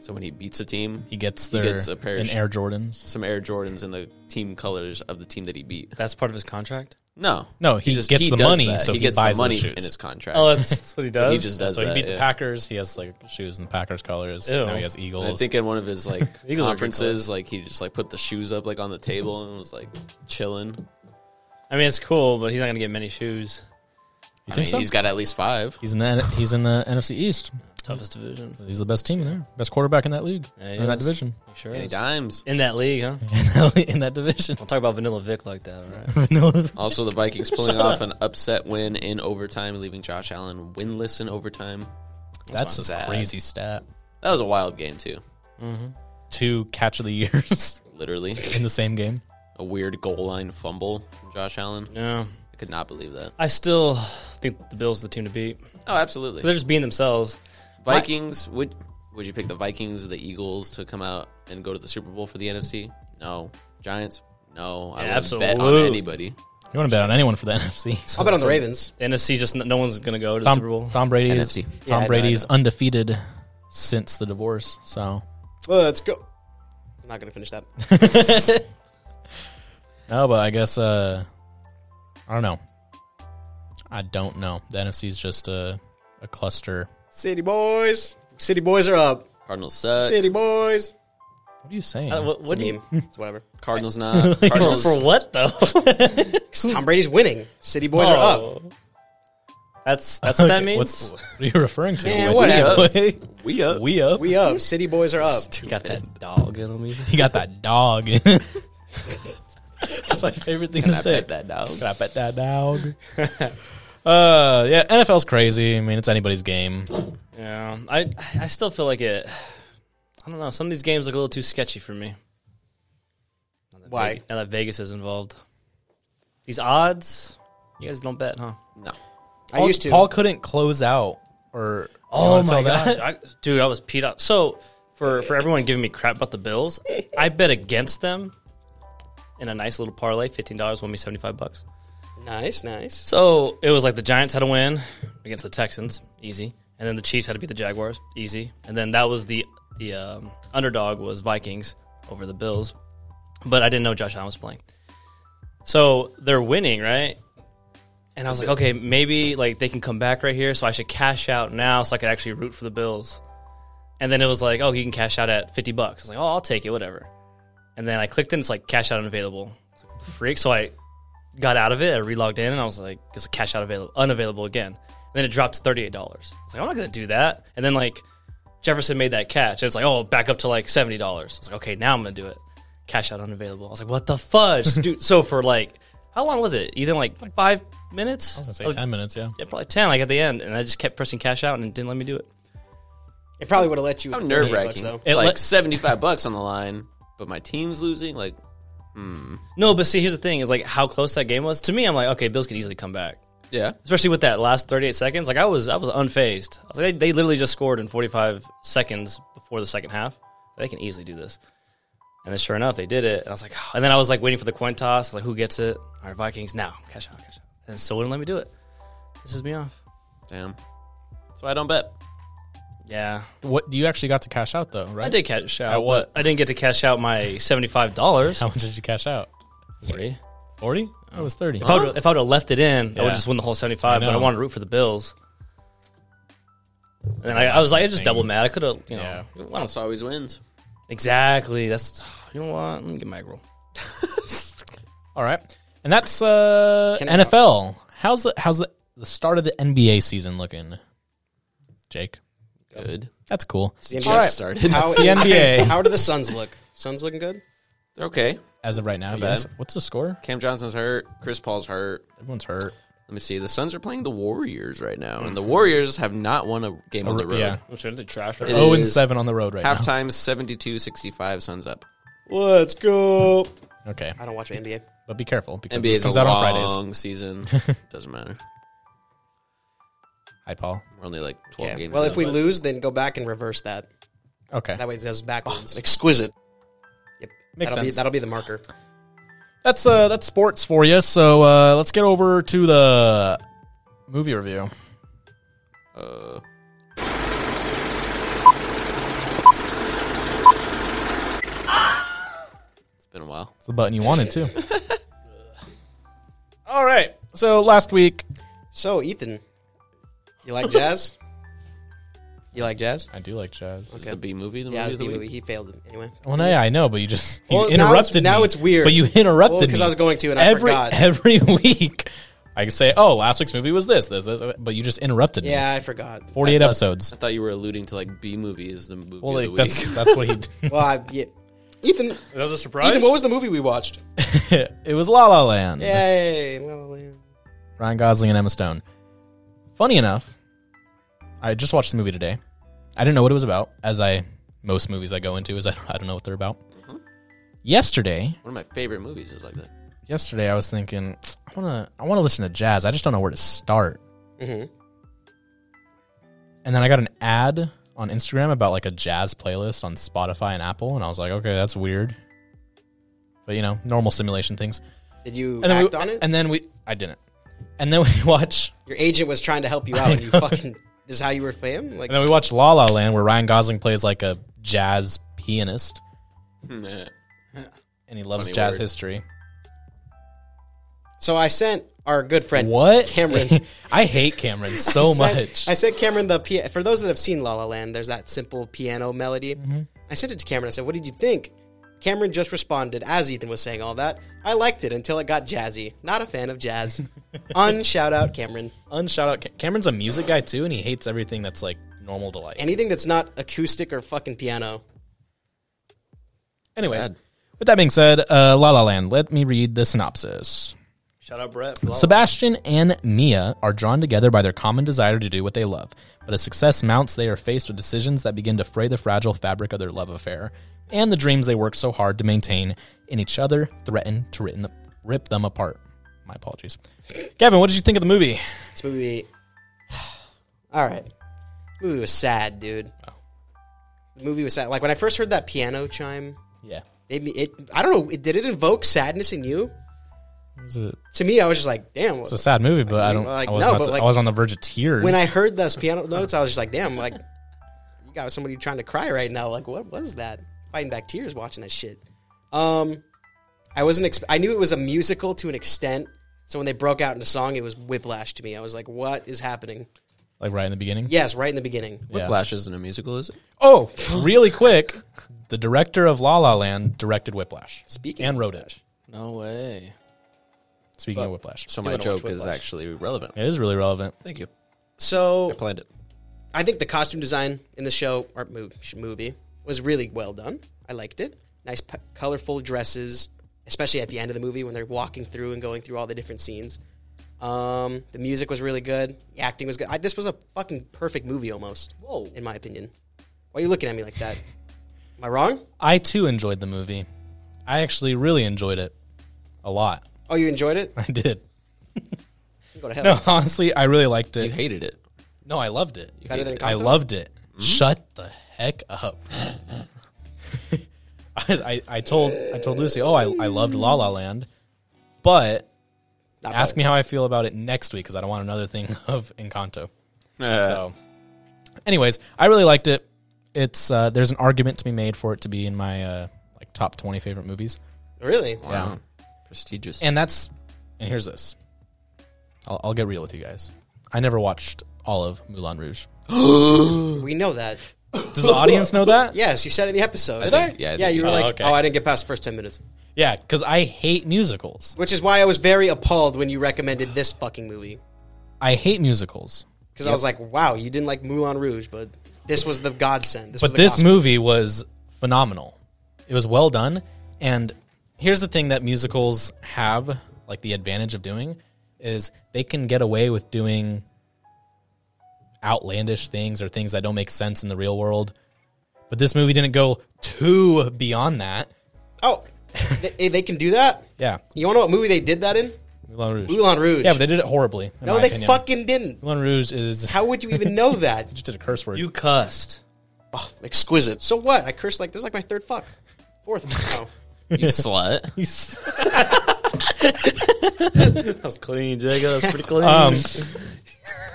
Speaker 4: So when he beats a team,
Speaker 1: He gets their
Speaker 4: gets a pair of
Speaker 1: an
Speaker 4: sh-
Speaker 1: Air Jordans.
Speaker 4: some Air Jordans in the team colors of the team that he beat.
Speaker 3: That's part of his contract.
Speaker 4: No,
Speaker 1: No, he gets the
Speaker 4: does
Speaker 1: money,
Speaker 4: that.
Speaker 1: so he
Speaker 4: gets
Speaker 1: buys
Speaker 4: the
Speaker 1: those
Speaker 4: money
Speaker 1: shoes.
Speaker 4: in his contract.
Speaker 3: Oh, that's, that's what he does.
Speaker 4: he just does
Speaker 1: So he
Speaker 4: that.
Speaker 1: beat the
Speaker 4: yeah.
Speaker 1: Packers. He has like shoes in the Packers colors.
Speaker 3: Ew.
Speaker 1: Now he has
Speaker 4: And
Speaker 1: *laughs*
Speaker 4: I
Speaker 1: Eagles.
Speaker 4: think in one of his like
Speaker 3: Eagles are good
Speaker 4: conferences, like he just like put the shoes up like on the table and was like chilling.
Speaker 3: I mean, it's cool, but he's not gonna get many shoes.
Speaker 1: you
Speaker 4: I
Speaker 1: think
Speaker 4: mean,
Speaker 1: so?
Speaker 4: he's got at least five.
Speaker 1: He's in the he's in the NFC East.
Speaker 3: Toughest division.
Speaker 1: He's the best team in there. Best quarterback in that league.
Speaker 3: Yeah, he
Speaker 1: in that
Speaker 3: is.
Speaker 1: division. *laughs*
Speaker 3: He sure
Speaker 4: Any
Speaker 3: is.
Speaker 4: dimes.
Speaker 3: In that league, huh?
Speaker 1: in that division. *laughs*
Speaker 3: Don't talk about Vanilla Vic like that, all right? *laughs*
Speaker 4: Also, the Vikings pulling off an upset win in overtime, leaving Josh Allen winless in overtime.
Speaker 1: That's
Speaker 4: not
Speaker 1: a
Speaker 4: sad.
Speaker 1: crazy stat.
Speaker 4: That was a wild game too.
Speaker 1: Two catch of the years *laughs*
Speaker 4: Literally,
Speaker 1: in the same game.
Speaker 4: a weird goal line fumble from Josh Allen.
Speaker 3: Yeah.
Speaker 4: I could not believe that.
Speaker 3: I still think the Bills are the team to beat.
Speaker 4: Oh, absolutely.
Speaker 3: They're just being themselves.
Speaker 4: Vikings would would you pick the Vikings or the Eagles to come out and go to the Super Bowl for the NFC? No. Giants? No. I
Speaker 3: Yeah,
Speaker 4: would bet on
Speaker 3: absolute.
Speaker 4: anybody.
Speaker 1: You want to bet on anyone for the
Speaker 3: *laughs*
Speaker 1: NFC?
Speaker 2: I'll bet on the Ravens.
Speaker 3: The NFC just no one's gonna go to the Super Bowl.
Speaker 1: Tom, Tom Brady's
Speaker 4: NFC.
Speaker 2: Yeah, I
Speaker 1: Tom
Speaker 2: know, I
Speaker 1: Brady's
Speaker 2: know.
Speaker 1: undefeated since the divorce.
Speaker 3: *laughs*
Speaker 1: So
Speaker 2: Let's go. I'm not going to finish that.
Speaker 1: no, but I guess uh, I don't know. I don't know. The NFC's just a a cluster.
Speaker 2: City boys. City boys are up.
Speaker 4: Cardinals
Speaker 1: Uh,
Speaker 4: suck.
Speaker 2: City boys.
Speaker 1: What are you saying? *laughs*
Speaker 3: Uh, what, what do
Speaker 2: It's a
Speaker 3: you,
Speaker 2: meme. It's whatever.
Speaker 4: Cardinals not. Cardinals
Speaker 3: *laughs* for what though?
Speaker 2: Tom Brady's winning. City boys are up.
Speaker 3: Oh. That's that's what that
Speaker 1: *laughs* Okay,
Speaker 3: means.
Speaker 1: what's- what are you referring to?
Speaker 2: Man,
Speaker 1: What's- *laughs*
Speaker 4: We up.
Speaker 1: we up.
Speaker 2: We up. City boys are up.
Speaker 3: You got that dog in on me.
Speaker 1: He got that dog. That's my favorite thing
Speaker 4: Can
Speaker 1: to
Speaker 4: I
Speaker 1: say.
Speaker 4: bet that dog?
Speaker 1: Can I bet that dog? uh, yeah, NFL's crazy. I mean, it's anybody's game.
Speaker 3: Yeah, I I still feel like it. I don't know. Some of these games look a little too sketchy for me.
Speaker 2: Why?
Speaker 3: Now that Vegas is involved, these odds. You guys don't bet, huh?
Speaker 4: No.
Speaker 2: I used to.
Speaker 1: Paul couldn't close out, or
Speaker 3: Oh
Speaker 1: you wanna tell *laughs* that?
Speaker 3: I, dude, I was peed up. So for for everyone giving me crap about the Bills, I bet against them in a nice little parlay. Fifteen dollars won me seventy five bucks.
Speaker 2: Nice, nice.
Speaker 3: So it was like the Giants had to win against the Texans, easy, and then the Chiefs had to beat the Jaguars, easy, and then that was the the um, underdog was Vikings over the Bills, but I didn't know Josh Allen was playing, so they're winning right, and I was like, okay, maybe like they can come back right here, so I should cash out now so I could actually root for the Bills, and then it was like, oh, you can cash out at fifty bucks. I was like, oh, I'll take it, whatever, and then I clicked in, it's like cash out unavailable. It's like, what the freak. So I got out of it. I relogged in and I was like, it's a cash out available, unavailable again. And then it dropped to thirty eight dollars. It's like I'm not gonna do that. And then like Jefferson made that catch. And it's like oh back up to like seventy dollars. It's like okay now I'm gonna do it. Cash out unavailable. I was like what
Speaker 1: *laughs*
Speaker 3: the fudge, dude. So for like how long was it? Either like five minutes.
Speaker 1: I was gonna say ten minutes. Yeah,
Speaker 3: Yeah, probably ten. Like at the end, and I just kept pressing cash out and it didn't let me do it.
Speaker 2: It probably would have let you. with
Speaker 4: I'm
Speaker 2: the 38
Speaker 4: nerve wracking.
Speaker 2: bucks,
Speaker 4: It's
Speaker 1: It
Speaker 4: like
Speaker 1: let-
Speaker 4: 75 bucks on the line, but my team's losing. Like,
Speaker 3: No, but see, here's the thing: is like how close that game was. To me, I'm like, okay, Bills could easily come back.
Speaker 4: yeah.
Speaker 3: especially with that last 38 seconds like i was i was unfazed i was like they, they literally just scored in 45 seconds before the second half they can easily do this and then sure enough they did it and i was like *sighs* and then i was like waiting for the coin toss I was like who gets it all right vikings now cash out cash out and it still wouldn't let me do it this is me off
Speaker 4: Damn. That's why I don't bet.
Speaker 3: yeah
Speaker 1: what you actually got to cash out though, right?
Speaker 3: i did cash out
Speaker 1: At what?
Speaker 3: but i didn't get to cash out my $75
Speaker 1: How much did you cash out?
Speaker 3: Free.
Speaker 1: Forty? I was thirty.
Speaker 3: if i would have left it in i would
Speaker 1: Yeah.
Speaker 3: have just won the whole 75 but i
Speaker 1: know.
Speaker 3: wanted to root for the bills and I, I was like, I just double mad. I could have, you know,
Speaker 1: Yeah.
Speaker 3: I don't
Speaker 4: Dallas always wins.
Speaker 3: Exactly. That's you know what. Let me get my roll.
Speaker 1: All right, and that's uh,
Speaker 2: Can I-
Speaker 1: NFL. How's the how's the the start of the NBA season looking? Jake.
Speaker 4: Good.
Speaker 1: That's cool.
Speaker 4: Just
Speaker 2: All right.
Speaker 4: started.
Speaker 2: How,
Speaker 1: The
Speaker 2: *laughs*
Speaker 1: NBA
Speaker 2: how do the Suns look? Suns looking good?
Speaker 4: They're okay.
Speaker 1: as of right now.
Speaker 4: bad.
Speaker 1: Yes. What's the score?
Speaker 4: Cam Johnson's hurt. Chris Paul's hurt.
Speaker 1: Everyone's hurt.
Speaker 4: Let me see. The Suns are playing the Warriors right now, and the Warriors have not won a game on the road.
Speaker 1: Yeah.
Speaker 3: I'm sure they trash.
Speaker 4: It
Speaker 1: Oh and
Speaker 4: is
Speaker 1: seven on the road right now.
Speaker 4: Halftime 72-65 Suns up.
Speaker 2: Let's go.
Speaker 1: Okay,
Speaker 2: I don't watch NBA.
Speaker 1: but be careful because
Speaker 4: NBA
Speaker 1: this
Speaker 4: is
Speaker 1: comes
Speaker 4: a
Speaker 1: out on Fridays.
Speaker 4: long season. Doesn't matter.
Speaker 1: Hi, Paul.
Speaker 4: We're only like twelve
Speaker 2: Okay.
Speaker 4: games.
Speaker 2: Well,
Speaker 4: in,
Speaker 2: if we
Speaker 4: but
Speaker 2: lose, then go back and reverse that.
Speaker 1: Okay,
Speaker 2: That way it goes backwards.
Speaker 4: Oh, exquisite.
Speaker 2: Yep.
Speaker 1: Makes
Speaker 2: that'll Be,
Speaker 1: sense.
Speaker 2: that'll be the marker.
Speaker 1: that's uh that's sports for you. So uh, let's get over to the movie review.
Speaker 4: Uh, it's been a while.
Speaker 1: It's the button you wanted
Speaker 2: *laughs*
Speaker 1: too. All right. So last week
Speaker 2: So, Ethan, you like jazz? you like jazz?
Speaker 1: I do like jazz.
Speaker 4: Is the B movie the
Speaker 2: Yeah,
Speaker 4: movie
Speaker 2: it's
Speaker 4: of the
Speaker 2: B-movie.
Speaker 4: week? Oh,
Speaker 2: He failed it anyway.
Speaker 1: Well, no, yeah, I know, but you just you
Speaker 2: Well, now
Speaker 1: interrupted.
Speaker 2: it's- now
Speaker 1: me.
Speaker 2: it's weird.
Speaker 1: But you interrupted
Speaker 2: Well, 'cause
Speaker 1: me.
Speaker 2: I was going to and I
Speaker 1: every
Speaker 2: forgot.
Speaker 1: *laughs* every week. I can say, "Oh, last week's movie was this, this, this," but you just interrupted me.
Speaker 2: Yeah, I forgot.
Speaker 1: Forty-eight episodes.
Speaker 4: I thought you were alluding to like B movie is the movie
Speaker 1: Well,
Speaker 4: of the
Speaker 1: like,
Speaker 4: week.
Speaker 1: that's that's what he. did.
Speaker 2: Well, I, yeah. Ethan,
Speaker 3: That was a surprise.
Speaker 2: Ethan, what was the movie we watched?
Speaker 1: *laughs* it was La La Land.
Speaker 2: Yay! La La Land.
Speaker 1: Ryan Gosling and Emma Stone. Funny enough, I just watched the movie today. I didn't know what it was about, as I most movies I go into is I don't, I don't know what they're about. Yesterday,
Speaker 4: One of my favorite movies is like that.
Speaker 1: yesterday I was thinking I wanna I wanna listen to jazz. I just don't know where to start. And then I got an ad on Instagram about like a jazz playlist on Spotify and Apple, and I was like, okay, that's weird. But you know, normal simulation things.
Speaker 2: Did you
Speaker 1: And then
Speaker 2: act
Speaker 1: we,
Speaker 2: on it?
Speaker 1: And then we I didn't. And then *laughs* we watch
Speaker 2: Your agent was trying to help you out, and you fucking. This is how you were paying? Like,
Speaker 1: and then we watch La La Land where Ryan Gosling plays like a jazz pianist
Speaker 4: *laughs* Nah.
Speaker 1: and he loves
Speaker 4: Funny
Speaker 1: jazz
Speaker 4: word.
Speaker 1: history.
Speaker 2: so I sent our good friend
Speaker 1: What?
Speaker 2: Cameron.
Speaker 1: *laughs* I hate Cameron so
Speaker 2: *laughs* I sent-
Speaker 1: much.
Speaker 2: I sent Cameron the pia- for those that have seen La La Land. There's that simple piano melody.
Speaker 1: Mm-hmm.
Speaker 2: I sent it to Cameron. I said, "What did you think?" Cameron just responded as Ethan was saying all that. I liked it until it got jazzy. Not a fan
Speaker 1: *laughs*
Speaker 2: of jazz. Unshout out Cameron.
Speaker 1: Unshout out Cam- Cameron's a music guy too, and he hates everything that's like normal to like.
Speaker 2: Anything that's not acoustic or fucking piano.
Speaker 1: Anyways, with that being said, uh, La La Land, let me read the synopsis.
Speaker 3: Shout out Brett. For La La
Speaker 1: Sebastian and Mia are drawn together by their common desire to do what they love, but as success mounts, they are faced with decisions that begin to fray the fragile fabric of their love affair, and the dreams they work so hard to maintain, and each other threaten to rip them, rip them apart. My apologies. Kevin, what did you think of the movie?
Speaker 2: This movie. *sighs* All right. This movie was sad, dude.
Speaker 1: Oh.
Speaker 2: The movie was sad. Like when I first heard that piano chime,
Speaker 1: Yeah.
Speaker 2: it, it I don't know, it, did it invoke sadness in you?
Speaker 1: It was a,
Speaker 2: To me, I was just like, damn.
Speaker 1: it's a sad movie, but I don't.
Speaker 2: Like,
Speaker 1: I, was
Speaker 2: no,
Speaker 1: about
Speaker 2: but
Speaker 1: to-
Speaker 2: like-
Speaker 1: I was on the verge of tears.
Speaker 2: when I heard those piano notes, I was just like, damn, like you got somebody trying to cry right now. Like, what was that? Fighting back tears watching that shit. Um, I wasn't. Exp- I knew it was a musical to an extent. So when they broke out into song, it was whiplash to me. I was like, what is happening?
Speaker 1: like right in the beginning.
Speaker 2: Yes, right in the beginning.
Speaker 1: Yeah.
Speaker 4: Whiplash isn't a musical, is it?
Speaker 1: Oh, really quick. The director of La La Land directed Whiplash.
Speaker 2: Speaking
Speaker 1: and
Speaker 2: of
Speaker 1: wrote it.
Speaker 3: No way.
Speaker 1: Speaking of Whiplash,
Speaker 4: So my
Speaker 3: Doing a
Speaker 4: joke
Speaker 3: watch
Speaker 4: is
Speaker 3: Whiplash.
Speaker 4: actually relevant.
Speaker 1: it is really relevant.
Speaker 4: Thank you.
Speaker 2: So
Speaker 4: I planned it.
Speaker 2: I think the costume design in the show or movie, movie was really well done. I liked it. Nice, p- colorful dresses, especially at the end of the movie when they're walking through and going through all the different scenes. Um, the music was really good. The acting was good. I, this was a fucking perfect movie almost.
Speaker 3: Whoa.
Speaker 2: In my opinion. Why are you looking at me like that? Am I wrong?
Speaker 1: I too enjoyed the movie. I actually really enjoyed it a lot. *laughs*
Speaker 2: Oh, you enjoyed it?
Speaker 1: I did.
Speaker 2: Go to hell.
Speaker 1: No, *laughs* honestly, I really liked
Speaker 4: You
Speaker 1: it.
Speaker 4: hated it.
Speaker 1: No, I loved it.
Speaker 2: Better than
Speaker 1: I
Speaker 2: Encanto?
Speaker 1: loved it. Shut the heck up. *laughs* I, I, I told I told Lucy, oh, I, I loved La La Land, but
Speaker 2: Not
Speaker 1: ask
Speaker 2: bad.
Speaker 1: me how I feel about it next week because I don't want another thing *laughs* of Encanto. So, anyways, I really liked it. It's uh, there's an argument to be made for it to be in my uh, like top 20 favorite movies.
Speaker 2: Really?
Speaker 4: wow. prestigious.
Speaker 1: And that's and here's this. I'll, I'll get real with you guys. I never watched all of Moulin Rouge.
Speaker 2: We know that.
Speaker 1: Does the audience know
Speaker 2: *laughs*
Speaker 1: that?
Speaker 2: Yes, you said it in the episode.
Speaker 1: Did I?
Speaker 4: Yeah, I
Speaker 2: Yeah,
Speaker 4: did.
Speaker 2: you were
Speaker 1: Oh,
Speaker 2: like,
Speaker 1: okay.
Speaker 2: oh, I didn't get past the first 10 minutes.
Speaker 1: Yeah, because I hate musicals.
Speaker 2: Which is why I was very appalled when you recommended this fucking movie.
Speaker 1: I hate musicals.
Speaker 2: because I was like, wow, you didn't like Moulin Rouge, but this was the godsend. This was
Speaker 1: But
Speaker 2: the
Speaker 1: this
Speaker 2: gospel.
Speaker 1: movie was phenomenal. It was well done. And here's the thing that musicals have, like the advantage of doing, is they can get away with doing outlandish things or things that don't make sense in the real world. But this movie didn't go too beyond that.
Speaker 2: Oh, they, they can do that.
Speaker 1: Yeah.
Speaker 2: You want to know what movie they did that in?
Speaker 1: Moulin Rouge.
Speaker 2: Moulin Rouge.
Speaker 1: Yeah, but they did it horribly. in
Speaker 2: no,
Speaker 1: my
Speaker 2: they
Speaker 1: opinion.
Speaker 2: fucking didn't.
Speaker 1: Moulin Rouge is
Speaker 2: How would you even know that?
Speaker 1: *laughs* just did a curse word.
Speaker 3: You cussed.
Speaker 2: Oh, exquisite. So what? I curse like this is like my third fuck,
Speaker 1: *laughs*
Speaker 2: fourth. No,
Speaker 4: You slut.
Speaker 3: *laughs* That was clean, Jacob. That's pretty clean.
Speaker 1: Um,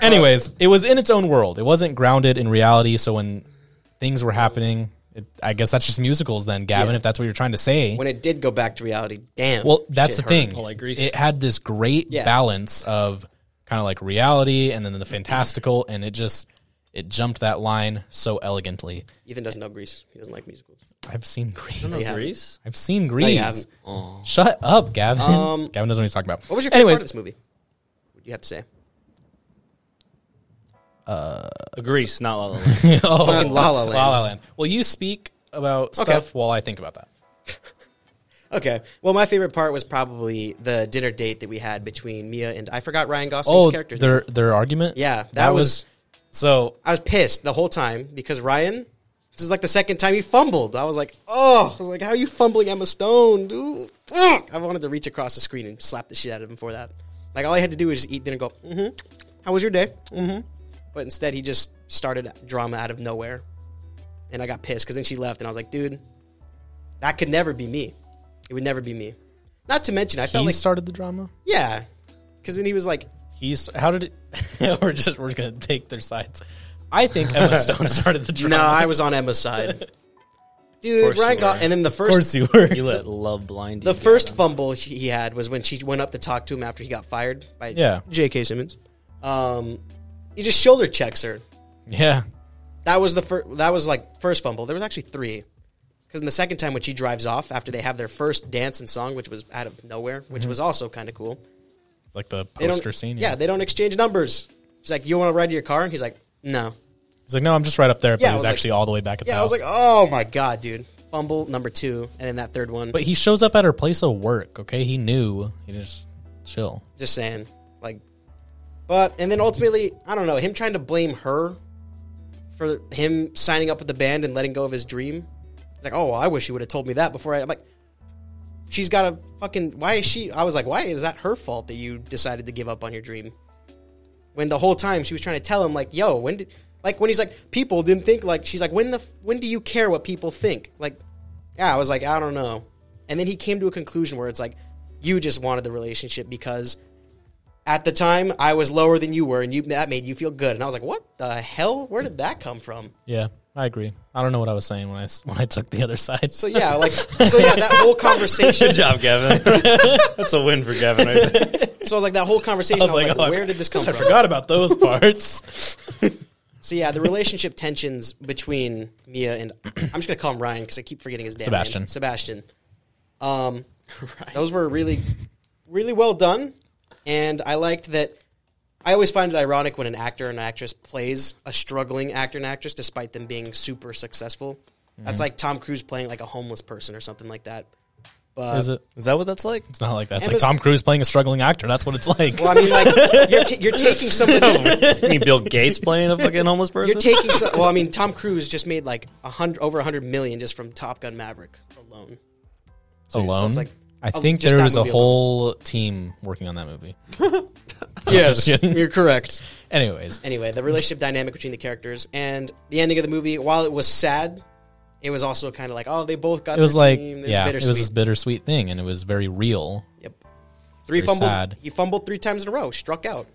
Speaker 1: *laughs* anyways, it was in its own world. It wasn't grounded in reality. So when things were happening, it, I guess that's just musicals then, Gavin,
Speaker 2: Yeah.
Speaker 1: if that's what you're trying to say.
Speaker 2: when it did go back to reality, damn.
Speaker 1: well, that's the
Speaker 2: shit hurt.
Speaker 1: thing.
Speaker 3: Paul like Grease.
Speaker 1: it had this great
Speaker 2: Yeah.
Speaker 1: balance of kind of like reality and then the fantastical, and it just it jumped that line so elegantly.
Speaker 2: Ethan doesn't know Grease. He doesn't like musicals.
Speaker 1: I've seen Grease.
Speaker 3: No grease?
Speaker 1: I've seen
Speaker 2: you
Speaker 1: Grease.
Speaker 2: haven't.
Speaker 1: Shut up, Gavin.
Speaker 2: Um,
Speaker 1: Gavin doesn't know what he's talking about.
Speaker 2: What was your favorite part
Speaker 1: anyways?
Speaker 2: of this movie? What do you have to say?
Speaker 3: A Uh, grease, not La La Land. *laughs*
Speaker 1: oh,
Speaker 2: Fucking La La Land.
Speaker 1: Well, you speak about
Speaker 2: Okay.
Speaker 1: stuff while I think about that.
Speaker 2: Okay. Well, my favorite part was probably the dinner date that we had between Mia and I forgot Ryan Gosling's
Speaker 1: oh,
Speaker 2: character.
Speaker 1: their their argument.
Speaker 2: Yeah, that
Speaker 1: so.
Speaker 2: I was pissed the whole time because Ryan. This is like the second time he fumbled. I was like, oh, I was like, how are you fumbling Emma Stone, dude? Fuck. I wanted to reach across the screen and slap the shit out of him for that. Like all I had to do was just eat dinner and go, mm-hmm. How was your day? Mm-hmm. But instead, he just started drama out of nowhere, and I got pissed because then she left, and I was like, dude, that could never be me. It would never be me. Not to mention, I
Speaker 1: He
Speaker 2: felt like
Speaker 1: started the drama.
Speaker 2: yeah, because then he was like,
Speaker 1: He st- how did it? *laughs* we're just we're gonna take their sides. I think
Speaker 2: *laughs*
Speaker 1: Emma Stone started the drama.
Speaker 2: no, I was on Emma's
Speaker 1: *laughs*
Speaker 2: side, dude.
Speaker 3: course
Speaker 2: Ryan
Speaker 3: you
Speaker 2: got,
Speaker 3: were.
Speaker 2: and then the
Speaker 1: of
Speaker 2: first
Speaker 1: course you were.
Speaker 3: You let love blind you.
Speaker 2: The first fumble he he had was when she went up to talk to him after he got fired by
Speaker 1: Yeah.
Speaker 2: J.K. Simmons. Um, he just shoulder checks her.
Speaker 1: *laughs* Yeah,
Speaker 2: That was the first. That was like first fumble. There was actually three. Because in the second time when she drives off after they have their first dance and song, which was out of nowhere, which was also kind of cool.
Speaker 1: like the
Speaker 2: They don't-
Speaker 1: poster Mm-hmm. scene.
Speaker 2: Yeah. they don't exchange numbers. She's like, "You want to ride to your car?" And he's like, "No."
Speaker 1: he's like, no, I'm just right up there, but
Speaker 2: Yeah, I
Speaker 1: he was,
Speaker 2: was like-
Speaker 1: actually all the way back at the
Speaker 2: Yeah, I
Speaker 1: house.
Speaker 2: was like, "Oh my god, dude!" Fumble number two, and then that third one.
Speaker 1: but he shows up at her place of work. Okay, he knew. He just chill.
Speaker 2: Just saying. Like but and then ultimately, I don't know, him trying to blame her for him signing up with the band and letting go of his dream. It's like, "Oh, I wish you would have told me that before I I'm like she's got a fucking why is she I was like, "Why is that her fault that you decided to give up on your dream?" When the whole time she was trying to tell him like, "Yo, when did like when he's like, "People didn't think like she's like, "When the f- when do you care what people think?" Like yeah, I was like, I don't know. And then he came to a conclusion where it's like, you just wanted the relationship because at the time I was lower than you were, and you that made you feel good. And I was like, what the hell? Where did that come from?
Speaker 1: Yeah, I agree. I don't know what I was saying when I s- when I took the other side.
Speaker 2: So yeah, like so yeah, that whole
Speaker 1: *laughs*
Speaker 2: conversation.
Speaker 3: Good job, *laughs* Gavin. That's a win for Gavin right there.
Speaker 2: So I was like, that whole conversation. I was, like,
Speaker 1: oh, I-
Speaker 2: where did this come
Speaker 1: I
Speaker 2: from?
Speaker 1: forgot about those parts.
Speaker 2: So yeah, the relationship *laughs* tensions between Mia and *clears throat* I'm just gonna call him Ryan because I keep forgetting his damn
Speaker 1: Sebastian.
Speaker 2: name. Sebastian. Um, those were really, really well done, and I liked that. I always find it ironic when an actor and actress plays a struggling actor and actress, despite them being super successful.
Speaker 1: Mm-hmm.
Speaker 2: That's like Tom Cruise playing like a homeless person or something like that.
Speaker 1: *laughs*
Speaker 2: But
Speaker 1: Is it?
Speaker 3: Is that what that's like?
Speaker 1: It's not like that. It's
Speaker 2: And
Speaker 1: like
Speaker 2: it's-
Speaker 1: Tom Cruise playing a struggling actor. That's what it's like.
Speaker 2: well, I mean, like you're,
Speaker 1: *laughs*
Speaker 2: you're taking somebody's
Speaker 3: You mean Bill Gates playing a fucking homeless person? *laughs*
Speaker 2: You're taking some, well,
Speaker 1: *laughs*
Speaker 2: I mean, Tom Cruise just made like a hundred over a hundred million just from Top Gun Maverick alone.
Speaker 1: alone.
Speaker 2: like-
Speaker 1: I
Speaker 2: oh,
Speaker 1: think
Speaker 2: just
Speaker 1: there
Speaker 2: that
Speaker 1: was a
Speaker 2: movie
Speaker 1: whole team working on that movie.
Speaker 2: Yes, *laughs* you're correct.
Speaker 1: Anyways,
Speaker 2: Anyway, the relationship dynamic between the characters and the ending of the movie, while it was sad, it was also kind of like, oh, they both got.
Speaker 1: it was
Speaker 2: their
Speaker 1: like
Speaker 2: team. There's
Speaker 1: yeah, it was
Speaker 2: bittersweet.
Speaker 1: this bittersweet thing, and it was very
Speaker 2: *laughs*
Speaker 1: real.
Speaker 2: Yep. Three
Speaker 1: Very
Speaker 2: fumbles.
Speaker 1: sad.
Speaker 2: He fumbled three times in a row. Struck out.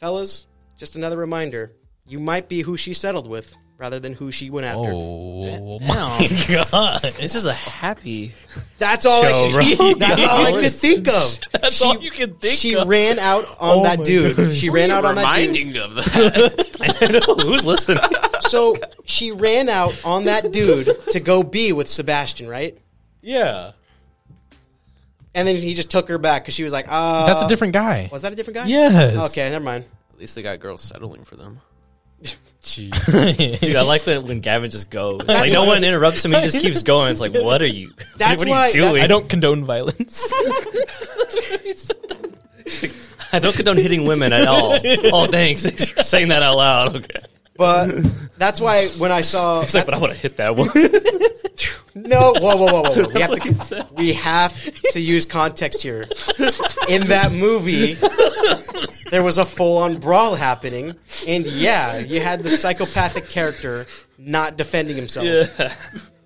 Speaker 2: Fellas, just another reminder: you might be who she settled with rather than who she went after.
Speaker 1: Oh my god!
Speaker 3: This is a happy.
Speaker 2: That's all.
Speaker 1: Yo,
Speaker 2: I,
Speaker 1: bro.
Speaker 2: *laughs* that's all I could think of.
Speaker 1: *laughs* That's
Speaker 2: She-
Speaker 1: all you can think
Speaker 2: she
Speaker 1: of.
Speaker 2: ran out on
Speaker 1: Oh my
Speaker 2: that dude. She ran out on that dude.
Speaker 4: Reminding of that.
Speaker 1: *laughs*
Speaker 3: Who's listening?
Speaker 2: So she ran out on that dude to go be with Sebastian, right?
Speaker 1: yeah,
Speaker 2: And then he just took her back because she was like, "Ah,
Speaker 1: that's a different guy.
Speaker 2: Was that a different guy?
Speaker 1: Yes.
Speaker 2: Okay, never mind.
Speaker 4: At least they got girls settling for them.
Speaker 3: *laughs* Dude, I like that when Gavin just goes. like no one interrupts him. He just keeps going. It's like, what are you? *laughs*
Speaker 2: That's
Speaker 3: what are
Speaker 2: why-
Speaker 3: you
Speaker 2: that's-
Speaker 3: doing?
Speaker 1: I don't condone violence.
Speaker 3: I don't condone hitting women at all. oh, thanks. *laughs* Thanks for saying that out loud. Okay.
Speaker 2: But that's why when
Speaker 1: *laughs*
Speaker 2: I saw
Speaker 3: It's like, but I want to hit that one. *laughs*
Speaker 2: no, whoa, whoa, whoa, whoa, whoa. we have to we have to use context here. In that movie, there was a full-on brawl happening, and yeah, you had the psychopathic character not defending himself.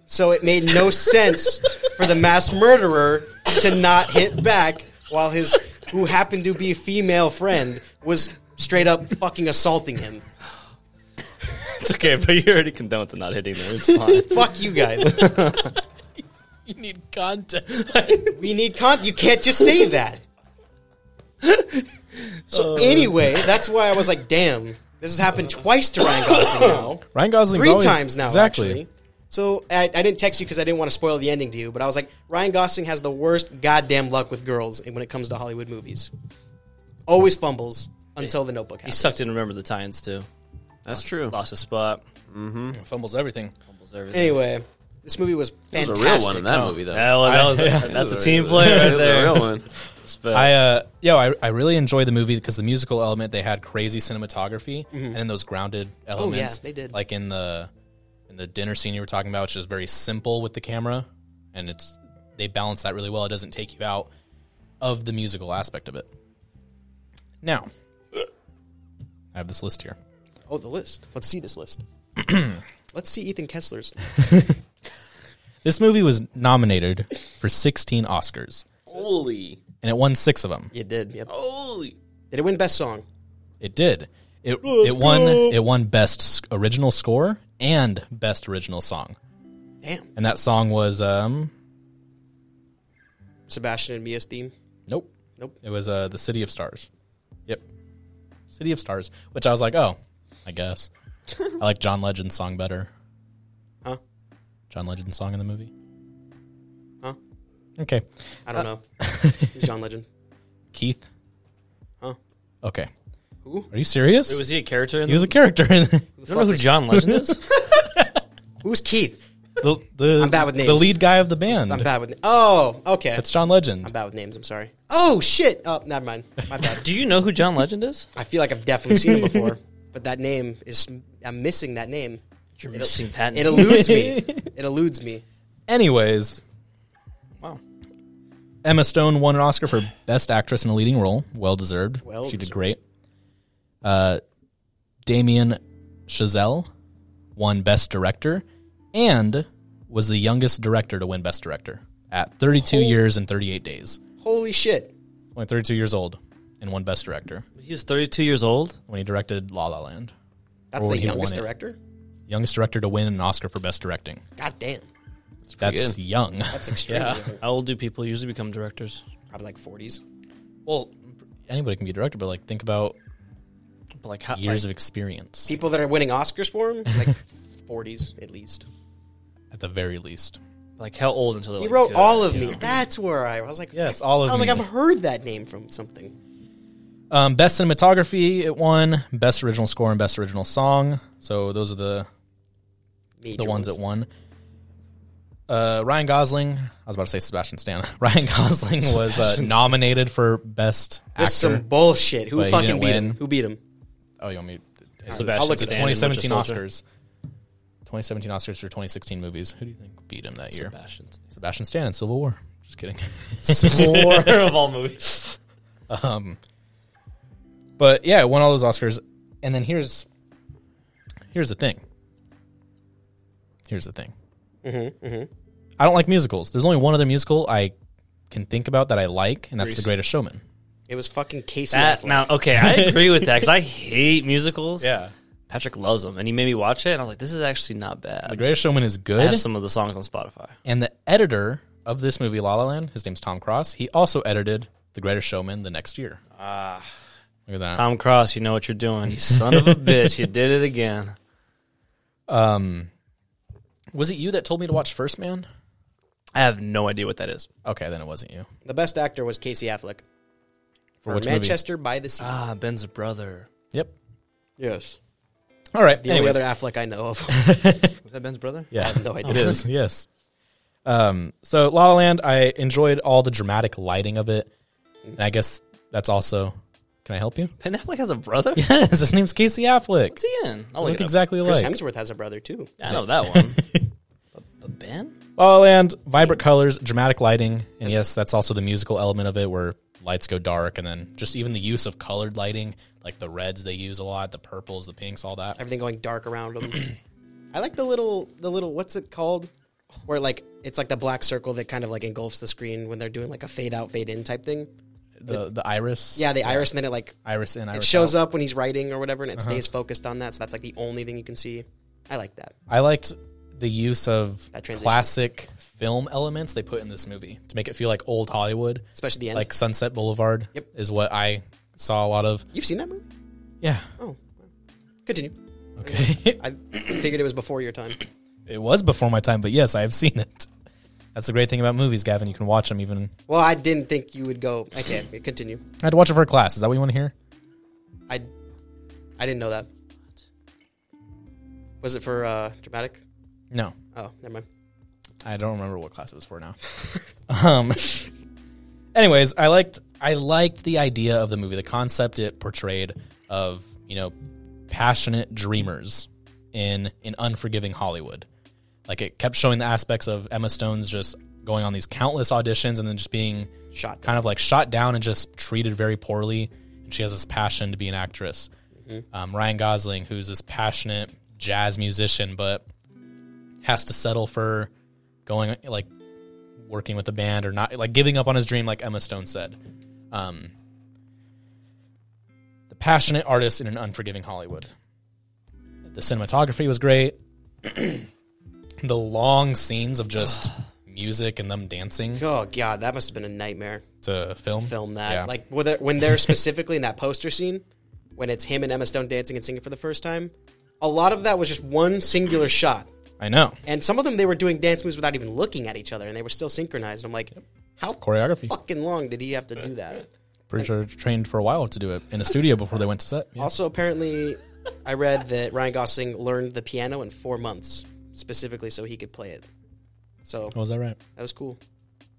Speaker 2: So it made no sense for the mass murderer to not hit back while his who happened to be a female friend was straight up fucking assaulting him.
Speaker 3: It's okay, but you already condoned to not hitting them. It's fine.
Speaker 2: *laughs* Fuck you guys.
Speaker 1: you need context.
Speaker 2: We need con. You can't just say that. So
Speaker 1: Uh.
Speaker 2: anyway, that's why I was like, "Damn, this has happened twice to Ryan Gosling now,
Speaker 1: Ryan Gosling's
Speaker 2: three
Speaker 1: always-
Speaker 2: times now,
Speaker 1: Exactly.
Speaker 2: actually." So I, I didn't text you because I didn't want to spoil the ending to you, but I was like, Ryan Gosling has the worst goddamn luck with girls when it comes to Hollywood movies. Always fumbles until The Notebook
Speaker 3: He
Speaker 2: happens.
Speaker 3: sucked in. Remember the Titans too.
Speaker 4: That's true.
Speaker 3: Lost his spot.
Speaker 1: Fumbles everything.
Speaker 3: Fumbles everything.
Speaker 2: Anyway, this movie was
Speaker 4: There's
Speaker 2: fantastic.
Speaker 4: a real one in that movie, though.
Speaker 3: That was, that
Speaker 4: *laughs*
Speaker 3: was
Speaker 1: I-
Speaker 3: that's a
Speaker 4: There's
Speaker 3: team
Speaker 4: real-
Speaker 3: play right
Speaker 4: there's
Speaker 3: there.
Speaker 4: A real one.
Speaker 3: But
Speaker 1: I uh yeah, I, I really enjoy the movie because the musical element they had crazy cinematography and then those grounded elements.
Speaker 2: Mm-hmm. Oh, they did.
Speaker 1: Like in the in the dinner scene you were talking about, which is very simple with the camera and it's they balance that really well. It doesn't take you out of the musical aspect of it. Now I have this list here.
Speaker 2: Oh, the list. Let's see this *clears throat* list. Let's see Ethan Kessler's.
Speaker 1: This movie was nominated for 16 Oscars
Speaker 4: Holy,
Speaker 1: and it won 6 of them.
Speaker 2: You did. Yep.
Speaker 4: holy!
Speaker 2: Did it win Best Song?
Speaker 1: It did. It it won it won best S- original score and best original song.
Speaker 2: Damn.
Speaker 1: And that song was um
Speaker 2: Sebastian and Mia's theme.
Speaker 1: nope.
Speaker 2: Nope.
Speaker 1: It was uh the City of Stars. Yep. City of Stars, which I was like, "Oh, I guess." I like John Legend's song better.
Speaker 2: Huh?
Speaker 1: John Legend's song in the movie.
Speaker 2: Huh?
Speaker 1: Okay.
Speaker 2: I don't know. He's John *laughs* Legend.
Speaker 1: Keith.
Speaker 2: Huh?
Speaker 1: Okay.
Speaker 2: Who?
Speaker 1: Are you serious?
Speaker 3: was he a character? In
Speaker 1: he was a character in
Speaker 2: *laughs*
Speaker 1: the,
Speaker 3: you don't know who John Legend is?
Speaker 2: Who's Keith?
Speaker 1: the, the
Speaker 2: I'm bad with
Speaker 1: The
Speaker 2: names.
Speaker 1: lead guy of the band.
Speaker 2: I'm bad with. Oh, okay.
Speaker 1: It's John Legend.
Speaker 2: I'm bad with names. I'm sorry. Oh shit. Oh, never *laughs* mind. My bad.
Speaker 3: Do you know who John Legend is?
Speaker 2: I feel like I've definitely seen him before, but that name is. I'm missing that name.
Speaker 3: You're missing that.
Speaker 2: It
Speaker 1: *laughs*
Speaker 2: eludes me. It eludes me.
Speaker 1: Anyways,
Speaker 3: wow.
Speaker 1: Emma Stone won an Oscar for Best Actress in a Leading Role. Well deserved.
Speaker 2: Well
Speaker 1: she did
Speaker 2: deserved.
Speaker 1: great. Uh, Damien Chazelle won Best Director and was the youngest director to win Best Director at 32 years and 38 days.
Speaker 2: Holy shit.
Speaker 1: Only 32 years old and won Best Director
Speaker 3: He was 32 years old.
Speaker 1: when he directed La La Land.
Speaker 2: That's
Speaker 1: Or
Speaker 2: the
Speaker 1: he won
Speaker 2: youngest
Speaker 1: it.
Speaker 2: director.
Speaker 1: Youngest director to win an Oscar for Best Directing.
Speaker 2: God damn.
Speaker 1: That's
Speaker 4: good.
Speaker 1: young. *laughs*
Speaker 2: That's extremely. young.
Speaker 3: How old do people usually become directors?
Speaker 2: Probably like 40s.
Speaker 1: well, anybody can be a director, but like think about
Speaker 3: Like how,
Speaker 1: years
Speaker 3: like,
Speaker 1: of experience
Speaker 2: People that are winning Oscars for him,
Speaker 1: *laughs*
Speaker 2: like 40s at least.
Speaker 1: at the very least.
Speaker 3: like how old until they're
Speaker 2: He
Speaker 3: like, uh,
Speaker 2: wrote
Speaker 3: good, *laughs*
Speaker 2: all of
Speaker 3: you
Speaker 2: me.
Speaker 3: know?
Speaker 2: That's where I, I was like,
Speaker 1: uh, Yes, all of
Speaker 2: I was
Speaker 1: me.
Speaker 2: like, I've heard that name from something.
Speaker 1: Um, best cinematography, it won. Best original score and best original song. So those are the the ones that won. Uh, Ryan Gosling. I was about to say Sebastian Stan. *laughs* Ryan
Speaker 3: *laughs*
Speaker 1: Gosling was uh, nominated for best actor.
Speaker 2: This is some bullshit. Who
Speaker 1: But he
Speaker 2: fucking
Speaker 1: didn't
Speaker 2: beat him?
Speaker 1: win.
Speaker 2: Who beat him?
Speaker 1: oh, you want me? It's
Speaker 3: Sebastian
Speaker 1: I'll look at
Speaker 3: Stan
Speaker 1: the
Speaker 3: and Winter
Speaker 1: 2017
Speaker 3: Soldier.
Speaker 1: Oscars. 2017 Oscars for 2016 movies. Who do you think beat him that year?
Speaker 3: Sebastian Stan.
Speaker 1: Sebastian Stan in Civil War. Just kidding. *laughs*
Speaker 3: of all
Speaker 2: *laughs*
Speaker 3: movies.
Speaker 1: But yeah, it won all those Oscars. And then here's here's the thing. Here's the thing. I don't like musicals. There's only one other musical I can think about that I like, and that's The Greatest Showman.
Speaker 2: It was fucking Casey.
Speaker 3: That,
Speaker 2: Affleck.
Speaker 3: now, okay,
Speaker 2: *laughs*
Speaker 3: I agree with that because I hate musicals.
Speaker 1: Yeah,
Speaker 3: Patrick loves them, and he made me watch it, and I was like, this is actually not
Speaker 1: The
Speaker 3: bad.
Speaker 1: Greatest Showman is
Speaker 3: I
Speaker 1: good.
Speaker 3: have some of the songs on Spotify.
Speaker 1: and the editor of this movie, La La Land, his name's Tom Cross. He also edited The Greatest Showman the next year. Ah, look at that.
Speaker 3: Tom Cross, you know what you're doing. You son *laughs* of a bitch. You did it again.
Speaker 1: was it you that told me to watch First Man?
Speaker 3: I have no idea what that is.
Speaker 1: Okay, then it wasn't you.
Speaker 2: the best actor was Casey Affleck
Speaker 1: For
Speaker 2: for
Speaker 1: which movie?
Speaker 3: Uh,
Speaker 2: Manchester by the Sea.
Speaker 3: Ah, Ben's brother.
Speaker 1: Yep.
Speaker 4: Yes.
Speaker 1: All right.
Speaker 2: The
Speaker 1: anyways.
Speaker 2: only other Affleck I know of. *laughs*
Speaker 3: Was that Ben's brother?
Speaker 1: yeah.
Speaker 2: have no idea.
Speaker 1: It is. *laughs* yes. Um, so La La Land, I enjoyed all the dramatic lighting of it, and I guess that's also. Can I help you? *laughs*
Speaker 3: Ben Affleck has a brother.
Speaker 1: Yes, his name's Casey Affleck.
Speaker 3: What's he in? I'll
Speaker 1: Look
Speaker 3: look it up.
Speaker 1: exactly
Speaker 2: Chris
Speaker 1: alike.
Speaker 2: Hemsworth has a brother too.
Speaker 3: I know that *laughs* one. but, but Ben,
Speaker 1: La La Land, vibrant colors, dramatic lighting, and yes, that's also the musical element of it, where lights go dark, and then just even the use of colored lighting, like the reds they use a lot, the purples, the pinks, all that.
Speaker 2: Everything going dark around him. *clears throat* I like the little the little what's it called? Where like it's like the black circle that kind of like engulfs the screen when they're doing like a fade out, fade in type thing.
Speaker 1: The the iris,
Speaker 2: Yeah, the iris, and then it like
Speaker 1: iris in,
Speaker 2: it
Speaker 1: iris
Speaker 2: shows up when he's writing or whatever, and it stays focused on that. So that's like the only thing you can see. I like that.
Speaker 1: I liked the use of
Speaker 2: That transition.
Speaker 1: classic film elements they put in this movie to make it feel like old Hollywood,
Speaker 2: Especially the end.
Speaker 1: like Sunset Boulevard
Speaker 2: Yep.
Speaker 1: is what I saw a lot of.
Speaker 2: You've seen that movie?
Speaker 1: Yeah.
Speaker 2: Oh, continue.
Speaker 1: Okay. *laughs*
Speaker 2: I *clears throat* figured it was before your time.
Speaker 1: it was before my time, but yes, I have seen it. That's the great thing about movies, Gavin. You can watch them even.
Speaker 2: Well, I didn't think you would go. Okay, continue.
Speaker 1: I had to watch it for a class. Is that what you want to hear?
Speaker 2: I, I didn't know that. Was it for uh, dramatic?
Speaker 1: No.
Speaker 2: Oh, never mind.
Speaker 1: I don't remember what class it was for now. *laughs* um, anyways, I liked I liked the idea of the movie, the concept it portrayed of you know passionate dreamers in an unforgiving Hollywood. Like it kept showing the aspects of Emma Stone's just going on these countless auditions and then just being
Speaker 2: Shot.
Speaker 1: kind of like shot down and just treated very poorly. And she has this passion to be an actress. Um, Ryan Gosling, who's this passionate jazz musician, but has to settle for going like working with a band or not like giving up on his dream, like Emma Stone said. Um, the passionate artist in an unforgiving Hollywood. The cinematography was great. *clears throat* the long scenes of
Speaker 2: *sighs*
Speaker 1: just music and them dancing
Speaker 2: Oh god, that must have been a nightmare.
Speaker 1: to film.
Speaker 2: Film that.
Speaker 1: Yeah.
Speaker 2: Like whether when they're specifically in that poster scene, when it's him and Emma Stone dancing and singing for the first time, a lot of that was just one singular shot.
Speaker 1: I know.
Speaker 2: And some of them they were doing dance moves without even looking at each other, and they were still synchronized. I'm like, how
Speaker 1: Choreography.
Speaker 2: fucking long did he have to do that?
Speaker 1: Pretty sure trained for a while to do it in a studio before they went to set. Yeah.
Speaker 2: Also, apparently, I read that Ryan Gosling learned the piano in four months specifically so he could play it. So
Speaker 1: Oh, is that right?
Speaker 2: that was cool.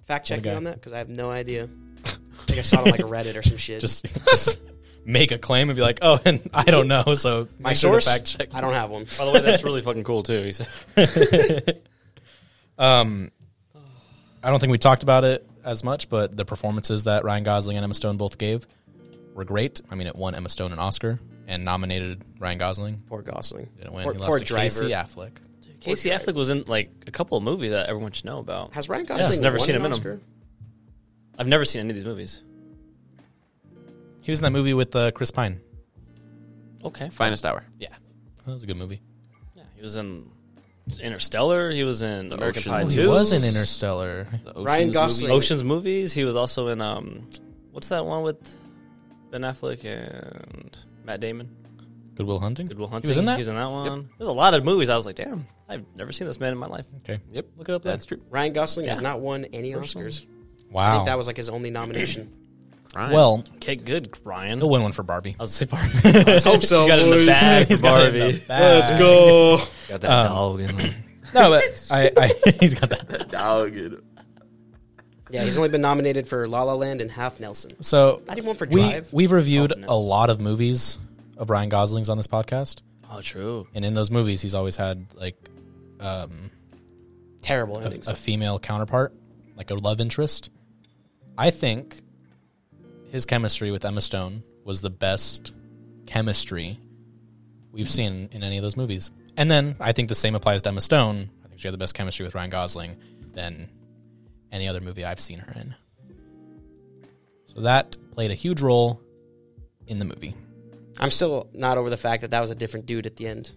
Speaker 2: Fact check me
Speaker 1: guy.
Speaker 2: on that because I have no idea. I think I saw it on like
Speaker 1: *laughs*
Speaker 2: Reddit or some shit.
Speaker 1: Just, just *laughs* make a claim and be like, oh, *laughs* and I don't know. So
Speaker 2: my
Speaker 1: make sure to
Speaker 2: source.
Speaker 1: fact check. Oh.
Speaker 2: I don't have one.
Speaker 3: by the way, that's really fucking cool too. He said,
Speaker 1: Um, I don't think we talked about it as much, but the performances that Ryan Gosling and Emma Stone both gave were great. I mean, it won Emma Stone an Oscar and nominated Ryan Gosling.
Speaker 2: Poor Gosling.
Speaker 1: Didn't win.
Speaker 2: Poor-
Speaker 1: he
Speaker 2: poor
Speaker 1: lost to Casey Affleck.
Speaker 3: Casey Affleck was in like a couple of movies that everyone should know about.
Speaker 2: Has Ryan Gosling
Speaker 3: never
Speaker 2: won
Speaker 3: seen
Speaker 2: an
Speaker 3: him in 'em.
Speaker 2: Oscar?
Speaker 3: I've never seen any of these movies.
Speaker 1: He was in that movie with uh, Chris Pine.
Speaker 3: Okay,
Speaker 4: Finest hour.
Speaker 1: Yeah, that was a good movie.
Speaker 3: yeah, he was in Interstellar. He was in American
Speaker 4: Ocean.
Speaker 3: Pie
Speaker 4: Oh,
Speaker 1: He
Speaker 4: he
Speaker 3: Two.
Speaker 1: was in Interstellar.
Speaker 4: The
Speaker 2: Ryan
Speaker 4: Ocean's
Speaker 2: Gosling.
Speaker 4: movie.
Speaker 3: Ocean's movies. He was also in um, what's that one with Ben Affleck and Matt Damon?
Speaker 1: Goodwill Hunting.
Speaker 3: Goodwill Hunting.
Speaker 1: He was in that.
Speaker 3: He was in that one. There's a lot of movies. I was like, damn, I've never seen this man in my life.
Speaker 1: okay.
Speaker 4: Yep.
Speaker 1: Look it up.
Speaker 4: That's true.
Speaker 2: Ryan Gosling has
Speaker 3: Yeah.
Speaker 2: not won any
Speaker 3: Personal.
Speaker 2: Oscars. I
Speaker 1: Wow.
Speaker 2: think that was like his only nomination.
Speaker 4: Ryan.
Speaker 1: well,
Speaker 3: Okay, good,
Speaker 1: *laughs*
Speaker 3: Ryan.
Speaker 1: he'll win one for Barbie.
Speaker 3: I was say Barbie. Let's
Speaker 2: hope so,
Speaker 3: He's got it in
Speaker 2: boys.
Speaker 3: the bag
Speaker 1: *laughs*
Speaker 3: for
Speaker 1: He's got it in the
Speaker 3: Barbie.
Speaker 1: bag. Let's
Speaker 3: go. Got that
Speaker 1: Um,
Speaker 3: dog in him.
Speaker 1: No, but I, I *laughs* he's got that.
Speaker 2: yeah, he's only been nominated for La La Land and Half Nelson.
Speaker 1: So
Speaker 2: Not even one for
Speaker 1: we
Speaker 2: Drive.
Speaker 1: we've reviewed
Speaker 3: Often
Speaker 1: a lot of movies of Ryan Gosling's on this podcast,
Speaker 3: Oh, true.
Speaker 1: and in those movies, he's always had like um,
Speaker 2: Terrible
Speaker 1: a,
Speaker 2: endings.
Speaker 1: a female counterpart, like a love interest. I think his chemistry with Emma Stone was the best chemistry we've seen in any of those movies. And then I think the same applies to Emma Stone. I think she had the best chemistry with Ryan Gosling than any other movie I've seen her in. So that played a huge role in the movie. *laughs*
Speaker 2: I'm still not over the fact that that was a different dude at the end.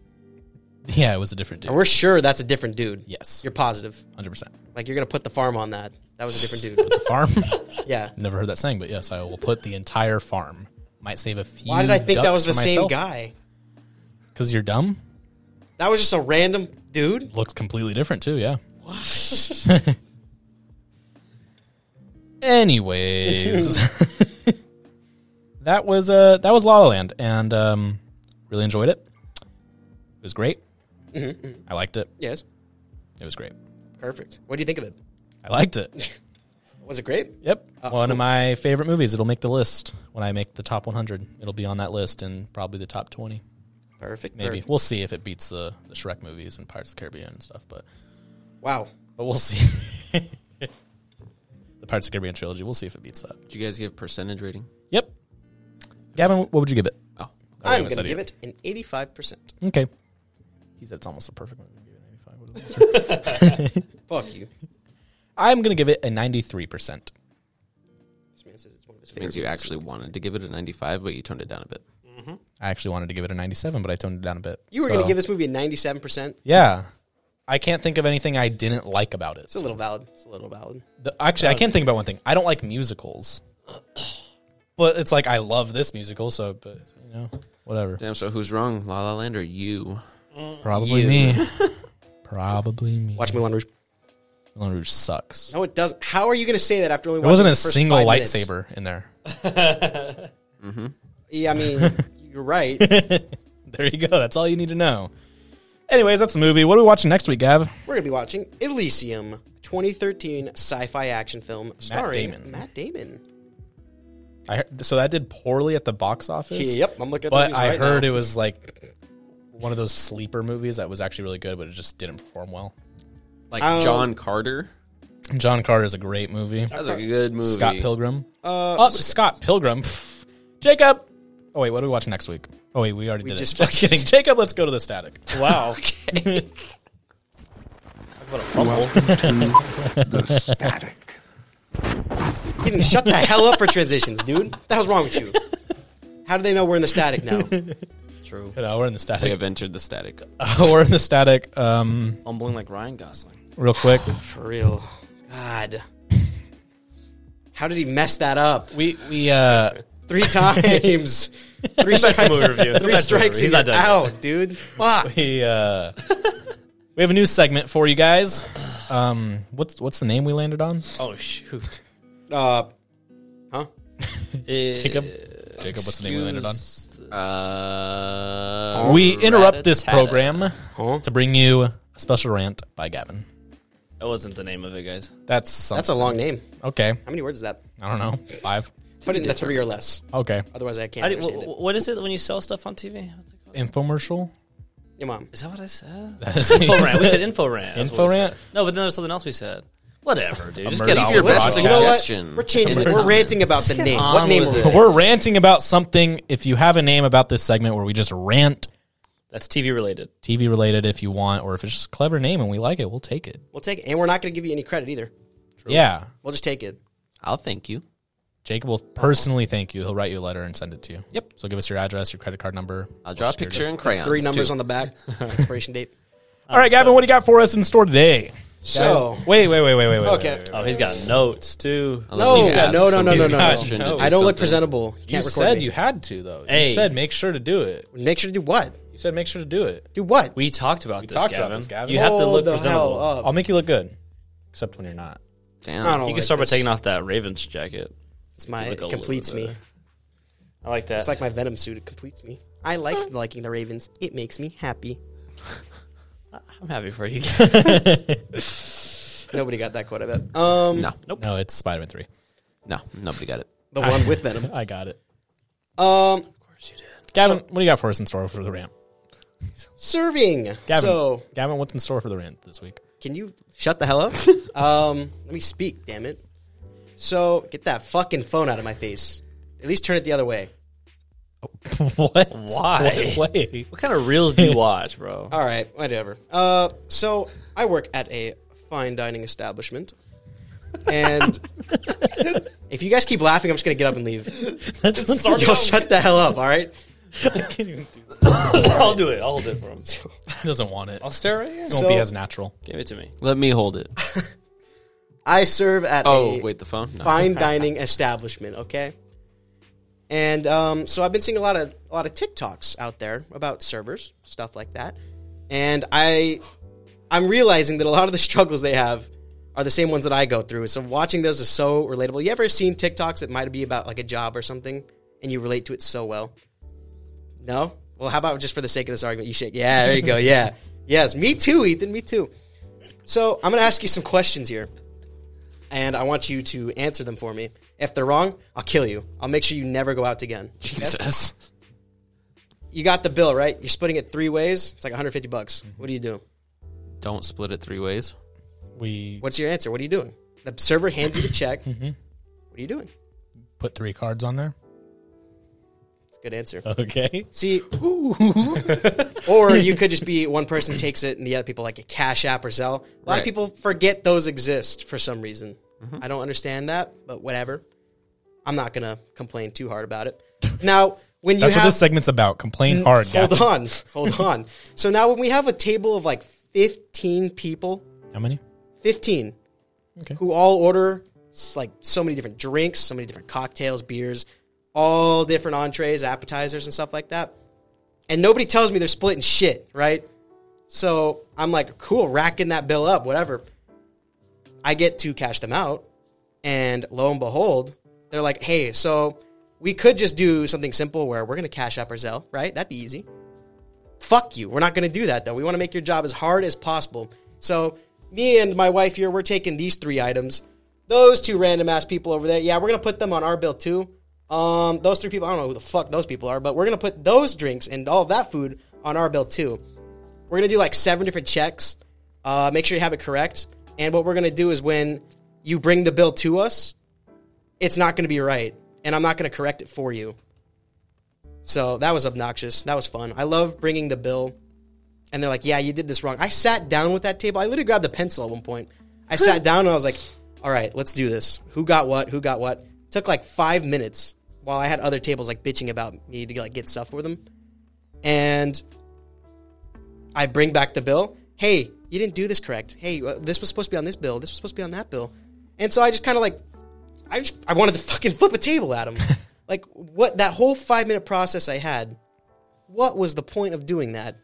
Speaker 1: Yeah, it was a different
Speaker 2: And
Speaker 1: dude.
Speaker 2: we're sure that's a different dude.
Speaker 1: Yes,
Speaker 2: You're positive.
Speaker 1: 100%.
Speaker 2: Like you're gonna put the farm on that. That was a different dude.
Speaker 1: The *laughs* farm?
Speaker 2: yeah.
Speaker 1: Never heard that saying, but yes, I will put the entire farm. Might save a few.
Speaker 2: Why did I think that was the
Speaker 1: guy?
Speaker 2: same guy?
Speaker 1: Because you're dumb?
Speaker 2: That was just a random dude.
Speaker 1: Looks completely different, too, yeah. *laughs*
Speaker 2: *laughs*
Speaker 1: Anyways, that was uh, that was La La Land, and um, really enjoyed it. It was great.
Speaker 2: Mm-hmm,
Speaker 1: I liked it.
Speaker 2: Yes.
Speaker 1: It was great.
Speaker 2: Perfect. What do you think of it?
Speaker 1: I liked it.
Speaker 2: Was it great?
Speaker 1: Yep, one of my favorite movies. It'll make the list when I make the top 100. It'll be on that list and probably the top 20.
Speaker 2: Perfect.
Speaker 1: Maybe
Speaker 2: perfect.
Speaker 1: we'll see if it beats the, the Shrek movies and Pirates of the Caribbean and stuff, but
Speaker 2: Wow.
Speaker 1: but we'll see. *laughs* the Pirates of the Caribbean trilogy. We'll see if it beats that.
Speaker 4: Did you guys give percentage rating?
Speaker 1: Yep. Gavin, what would you give it?
Speaker 4: Oh,
Speaker 1: Oh, we
Speaker 2: I'm
Speaker 1: haven't
Speaker 2: going to
Speaker 1: said
Speaker 2: give
Speaker 1: yet.
Speaker 2: it an 85%.
Speaker 1: Okay. He said it's almost a perfect movie.
Speaker 2: Fuck you.
Speaker 1: I'm gonna give it a 93. percent
Speaker 2: This man says it's one of his
Speaker 4: it means
Speaker 2: favorites.
Speaker 4: you actually wanted to give it a 95, but you toned it down a bit.
Speaker 1: I actually wanted to give it a 97, but I toned it down a bit.
Speaker 2: You were
Speaker 1: So,
Speaker 2: going to give this movie a 97%.
Speaker 1: Yeah. I can't think of anything I didn't like about it.
Speaker 2: It's a little valid. It's a little valid.
Speaker 1: The- actually, I can't think about one thing. I don't like musicals, but it's like I love this musical, so but you know, whatever.
Speaker 4: Damn, so who's wrong? La La Land or you?
Speaker 1: Probably *laughs* me. Probably me.
Speaker 2: Watch Moulin Rouge.
Speaker 1: Moulin Rouge sucks.
Speaker 2: No, it doesn't. How are you going to say that after only
Speaker 1: There
Speaker 2: watching
Speaker 1: wasn't
Speaker 2: the
Speaker 1: a
Speaker 2: first
Speaker 1: single
Speaker 2: five minutes?
Speaker 1: lightsaber in there. *laughs*
Speaker 2: Yeah, I mean,
Speaker 1: *laughs*
Speaker 2: you're right.
Speaker 1: There you go. That's all you need to know. Anyways, that's the movie. What are we watching next week, Gav?
Speaker 2: We're going to be watching Elysium, 2013 sci-fi action film starring
Speaker 1: Damon.
Speaker 2: Matt Damon.
Speaker 1: I heard, so that did poorly at the box office.
Speaker 2: Yep, I'm looking at the
Speaker 1: But
Speaker 2: movies
Speaker 1: I
Speaker 2: right
Speaker 1: heard
Speaker 2: now.
Speaker 1: it was like one of those sleeper movies that was actually really good, but it just didn't perform well.
Speaker 4: Like
Speaker 2: Um,
Speaker 4: John Carter?
Speaker 1: John Carter is a great movie.
Speaker 4: That's a good movie.
Speaker 1: Scott Pilgrim.
Speaker 2: Uh,
Speaker 1: oh, Scott Pilgrim. *laughs* Pff. Jacob. Oh wait, what are we watching next week? Oh wait, we already did it. *laughs*
Speaker 2: just
Speaker 1: Just
Speaker 2: fucking-
Speaker 1: kidding. Jacob, let's go to the static.
Speaker 3: Wow.
Speaker 2: *laughs*
Speaker 5: the static.
Speaker 2: Kidding, shut the hell up for transitions, dude. What the hell's wrong with you? How do they know we're in the
Speaker 3: *laughs*
Speaker 2: static now?
Speaker 3: True.
Speaker 1: No, we're in the
Speaker 4: We
Speaker 1: static.
Speaker 4: have entered the static.
Speaker 1: *laughs* we're in the static. Um,
Speaker 3: Fumbling like Ryan Gosling.
Speaker 1: real quick,
Speaker 2: For real. God. How did he mess that up?
Speaker 1: we we uh,
Speaker 3: *laughs*
Speaker 2: Three times. Three
Speaker 3: Back to
Speaker 2: strikes.
Speaker 3: movie review. Back to
Speaker 2: Three
Speaker 3: movie
Speaker 2: strikes.
Speaker 3: review.
Speaker 2: He's
Speaker 3: He's not
Speaker 2: not
Speaker 3: done yet.
Speaker 2: out,
Speaker 3: *laughs*
Speaker 2: dude. Fuck.
Speaker 1: we uh, we have a new segment for you guys. Um, what's what's the name we landed on?
Speaker 3: Oh shoot.
Speaker 2: Uh,
Speaker 3: Oh.
Speaker 2: huh?
Speaker 1: Jacob.
Speaker 3: Uh,
Speaker 1: Jacob, what's the name we landed on?
Speaker 4: Uh,
Speaker 1: We interrupt this
Speaker 4: Rat-a-tat-a.
Speaker 1: program to bring you a special rant by Gavin.
Speaker 3: That wasn't the name of it, guys.
Speaker 1: That's something.
Speaker 2: That's a long name.
Speaker 1: okay.
Speaker 2: How many words is that?
Speaker 1: I don't know. Five.
Speaker 2: Put it in the three or less.
Speaker 1: Okay.
Speaker 2: Otherwise, I can't
Speaker 3: I didn't-
Speaker 2: understand
Speaker 3: wh- wh- what is it when you sell stuff on TV? What's it called?
Speaker 1: Infomercial.
Speaker 2: it. Your mom.
Speaker 3: Is that what I said?
Speaker 1: That is what you
Speaker 3: info rant. We
Speaker 1: said.
Speaker 3: said *laughs* info rant. That's
Speaker 1: Info
Speaker 3: what we
Speaker 1: rant?
Speaker 3: said. No, but then there was something else we said. Whatever, dude. Just
Speaker 1: Emergency
Speaker 3: get on
Speaker 4: your
Speaker 3: with it.
Speaker 4: best
Speaker 1: broadcast.
Speaker 2: You know what?
Speaker 4: suggestion
Speaker 2: We're changing
Speaker 4: in
Speaker 2: it.
Speaker 4: the
Speaker 2: We're ranting
Speaker 4: comments.
Speaker 2: about the name. What
Speaker 3: on
Speaker 2: name
Speaker 3: with
Speaker 2: are we
Speaker 3: it.
Speaker 1: But
Speaker 2: at?
Speaker 1: we're ranting about something. If you have a name about this segment where we just rant
Speaker 3: That's TV related.
Speaker 1: TV related, if you want, or if it's just a clever name and we like it, we'll take it.
Speaker 2: We'll take it. And we're not going to give you any credit either.
Speaker 1: Yeah.
Speaker 2: We'll just take it.
Speaker 4: I'll thank you.
Speaker 1: Jacob will personally thank you. He'll write you a letter and send it to you.
Speaker 4: Yep.
Speaker 1: So give us your address, your credit card number.
Speaker 2: Uh,
Speaker 4: I'll draw a picture in crayons.
Speaker 2: Three numbers on the back. Expiration date.
Speaker 1: All right, Gavin, what do you got for us in store today?
Speaker 2: So.
Speaker 1: Wait, wait, wait, wait, wait, wait.
Speaker 2: *laughs* Okay.
Speaker 1: wait, wait, wait.
Speaker 3: Oh, he's got notes too.
Speaker 2: No, no, no, no, no, no,
Speaker 1: no.
Speaker 2: I don't look presentable. You
Speaker 1: You
Speaker 2: can't record
Speaker 1: said
Speaker 2: me.
Speaker 1: you had to though.
Speaker 3: Hey.
Speaker 1: You said make sure to do it.
Speaker 2: Make sure to do what?
Speaker 1: You said make sure to do it.
Speaker 2: Do what?
Speaker 3: We talked about this,
Speaker 1: talked about
Speaker 3: Gavin.
Speaker 1: this, Gavin.
Speaker 3: You have to
Speaker 2: Hold
Speaker 3: look
Speaker 2: the
Speaker 3: presentable.
Speaker 2: hell up.
Speaker 1: I'll make you look good, except when you're not.
Speaker 4: Damn.
Speaker 2: I don't
Speaker 3: You can
Speaker 2: like
Speaker 3: start by
Speaker 2: this.
Speaker 3: taking off that Ravens jacket.
Speaker 2: It's
Speaker 3: look
Speaker 2: my
Speaker 3: a
Speaker 2: it
Speaker 3: little
Speaker 2: completes me.
Speaker 3: better. I like that.
Speaker 2: It's like my Venom suit. It completes me. I like liking the Ravens. It makes me happy.
Speaker 3: I'm happy for you.
Speaker 2: Nobody got that quote. I bet. Um,
Speaker 4: No,
Speaker 1: No, it's Spider Man three.
Speaker 4: no, nobody got it.
Speaker 2: the one
Speaker 1: *laughs*
Speaker 2: with Venom.
Speaker 1: I got it.
Speaker 2: *laughs* Um,
Speaker 1: Gavin, what do you got for us in store for the rant?
Speaker 2: serving.
Speaker 1: Gavin,
Speaker 2: So
Speaker 1: Gavin, what's in store for the rant this week?
Speaker 2: can you shut the hell up? um, let me speak. Damn it. So get that fucking phone out of my face. At least turn it the other way.
Speaker 1: *laughs* what?
Speaker 3: Why?
Speaker 1: *laughs* What way?
Speaker 3: what kind of reels *laughs* do you watch, bro?
Speaker 2: All right, whatever. Uh, so I work at a fine dining establishment, and *laughs* if you guys keep laughing, I'm just gonna get up and leave.
Speaker 1: That's
Speaker 2: Yo, shut the hell up! All right.
Speaker 3: I'll do it. I'll hold it for him.
Speaker 1: he doesn't want it.
Speaker 3: I'll stare right here.
Speaker 1: It won't be
Speaker 2: So-
Speaker 1: as natural.
Speaker 3: Give it to me.
Speaker 4: Let me hold it.
Speaker 2: I serve
Speaker 4: *laughs*
Speaker 2: at
Speaker 4: Oh,
Speaker 2: a
Speaker 4: wait, the phone. No.
Speaker 2: fine dining establishment. Okay. And um, so I've been seeing a lot of a lot of TikToks out there about servers, stuff like that, and I I'm realizing that a lot of the *laughs* struggles they have are the same ones that I go through. So watching those is so relatable. You ever seen TikToks that might be about like a job or something, and you relate to it so well. No? Well, how about just for the sake of this argument, you shake? Yeah, there you go. Yeah. Yes, me too, Ethan. Me too. So I'm going to ask you some questions here, and I want you to answer them for me. If they're wrong, I'll kill you. I'll make sure you never go out again.
Speaker 4: *laughs* Jesus.
Speaker 2: You got the bill, right? You're splitting it three ways. It's like 150 bucks.
Speaker 1: Mm-hmm.
Speaker 2: What do you do?
Speaker 4: Don't split it three ways.
Speaker 1: We
Speaker 2: What's your answer? What are you doing? The server hands you the check.
Speaker 1: Mm-hmm.
Speaker 2: What are you doing?
Speaker 1: put three cards on there.
Speaker 2: It's a good
Speaker 1: Uh,
Speaker 2: answer.
Speaker 1: *laughs* Okay.
Speaker 2: See, or you could just be one person takes it and the other people like a Cash App or Zelle. A lot of
Speaker 4: Right.
Speaker 2: people forget those exist for some reason.
Speaker 1: Mm-hmm.
Speaker 2: I don't understand that, but whatever. I'm not gonna complain too hard about it. Now, when you
Speaker 1: That's
Speaker 2: have
Speaker 1: what this segment's about. Complain hard,
Speaker 2: hold
Speaker 1: Gavin.
Speaker 2: on, hold on. So now when we have a table of like 15 people,
Speaker 1: How many?
Speaker 2: 15
Speaker 1: Okay.
Speaker 2: who all order s- like so many different drinks so many different cocktails beers all different entrees appetizers and stuff like that and nobody tells me they're splitting shit right so i'm like cool racking that bill up whatever i get to cash them out and lo and behold they're like hey so we could just do something simple where we're gonna cash up our zelle right that'd be easy fuck you. We're not going to do that though. We want to make your job as hard as possible. So me and my wife here, we're taking these three items. Those two random ass people over there, yeah, we're gonna put them on our bill too. Um, those three people, I don't know who the fuck those people are, but we're gonna put those drinks and all of that food on our bill too. We're gonna do like seven different checks. Uh, make sure you have it correct. And what we're gonna do is when you bring the bill to us, it's not gonna be right, and I'm not gonna correct it for you. So that was obnoxious. That was fun. I love bringing the bill, and they're like, "Yeah, you did this wrong." I sat down with that table. I literally grabbed the pencil at one point. I sat down and I was like, "All right, let's do this. Who got what? Who got what?" took like five minutes while I had other tables like bitching about me to like get stuff for them, and I bring back the bill. Hey, you didn't do this correct. Hey, uh, this was supposed to be on this bill. This was supposed to be on that bill. And so I just kind of like I just I wanted to fucking flip a table at him. like what that whole five minute process I had, what was the point of doing that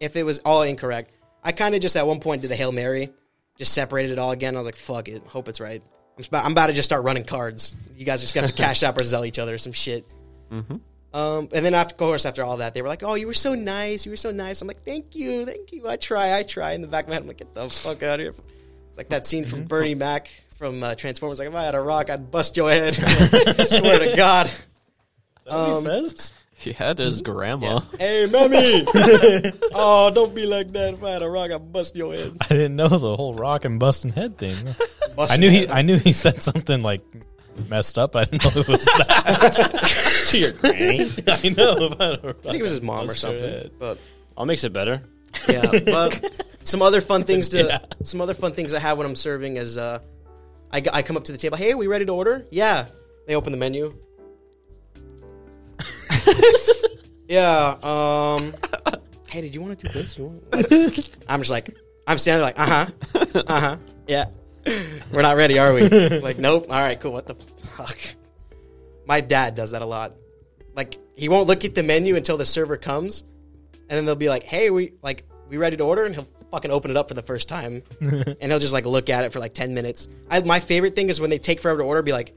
Speaker 2: if it was all incorrect? I kind of just at one point did the hail mary, just separated it all again. I was like, fuck it, hope it's right. I'm just about, I'm about to just start running cards. You guys just got to cash out or sell each other or some shit. Um, and then after, of course, after all that, they were like, "Oh, you were so nice. You were so nice." I'm like, "Thank you, thank you. I try, I try." In the back of my head, I'm like, "Get the fuck out of here!" It's like that scene
Speaker 1: Mm-hmm.
Speaker 2: from Bernie Mac from uh, Transformers. Like, if I had a rock, I'd bust
Speaker 1: *laughs*
Speaker 2: your head. *laughs* Swear to God.
Speaker 1: Um, says?
Speaker 4: Yeah, it
Speaker 3: Mm-hmm.
Speaker 1: *laughs*
Speaker 4: is grandma.
Speaker 2: Hey, mommy. oh, don't be like that. If I had a rock, I'd bust
Speaker 3: *laughs*
Speaker 2: your head.
Speaker 1: I didn't know the whole rock and busting head *laughs* thing.
Speaker 2: Bust
Speaker 1: I knew
Speaker 2: your
Speaker 1: he.
Speaker 2: head.
Speaker 1: I knew he said something like messed up. I didn't know it was that. to your granny. *laughs* I know. About a
Speaker 2: I think it was his mom or
Speaker 1: Bust your
Speaker 2: something.
Speaker 1: head.
Speaker 2: But
Speaker 3: I'll mix it better.
Speaker 2: yeah, but some other
Speaker 1: *laughs*
Speaker 2: fun things to
Speaker 1: yeah.
Speaker 2: some other fun things I have when I'm serving is uh, I, I come up to the table. Hey, we ready to order? Yeah. They open
Speaker 1: *laughs*
Speaker 2: the menu. yeah. Um. Hey, did you want to do this? You
Speaker 1: *laughs*
Speaker 2: want- I'm just like I'm standing there like uh huh uh huh yeah. *laughs* We're not ready, are we? Like nope. All right, cool. What the fuck? My dad does that a lot. Like he won't look at the menu until the server comes and then they'll be like, "Hey, we like we ready to order?" and he'll fucking open it up for the first time, and he'll just like look at it for like ten minutes. I, my favorite thing is when they take forever to order, be like,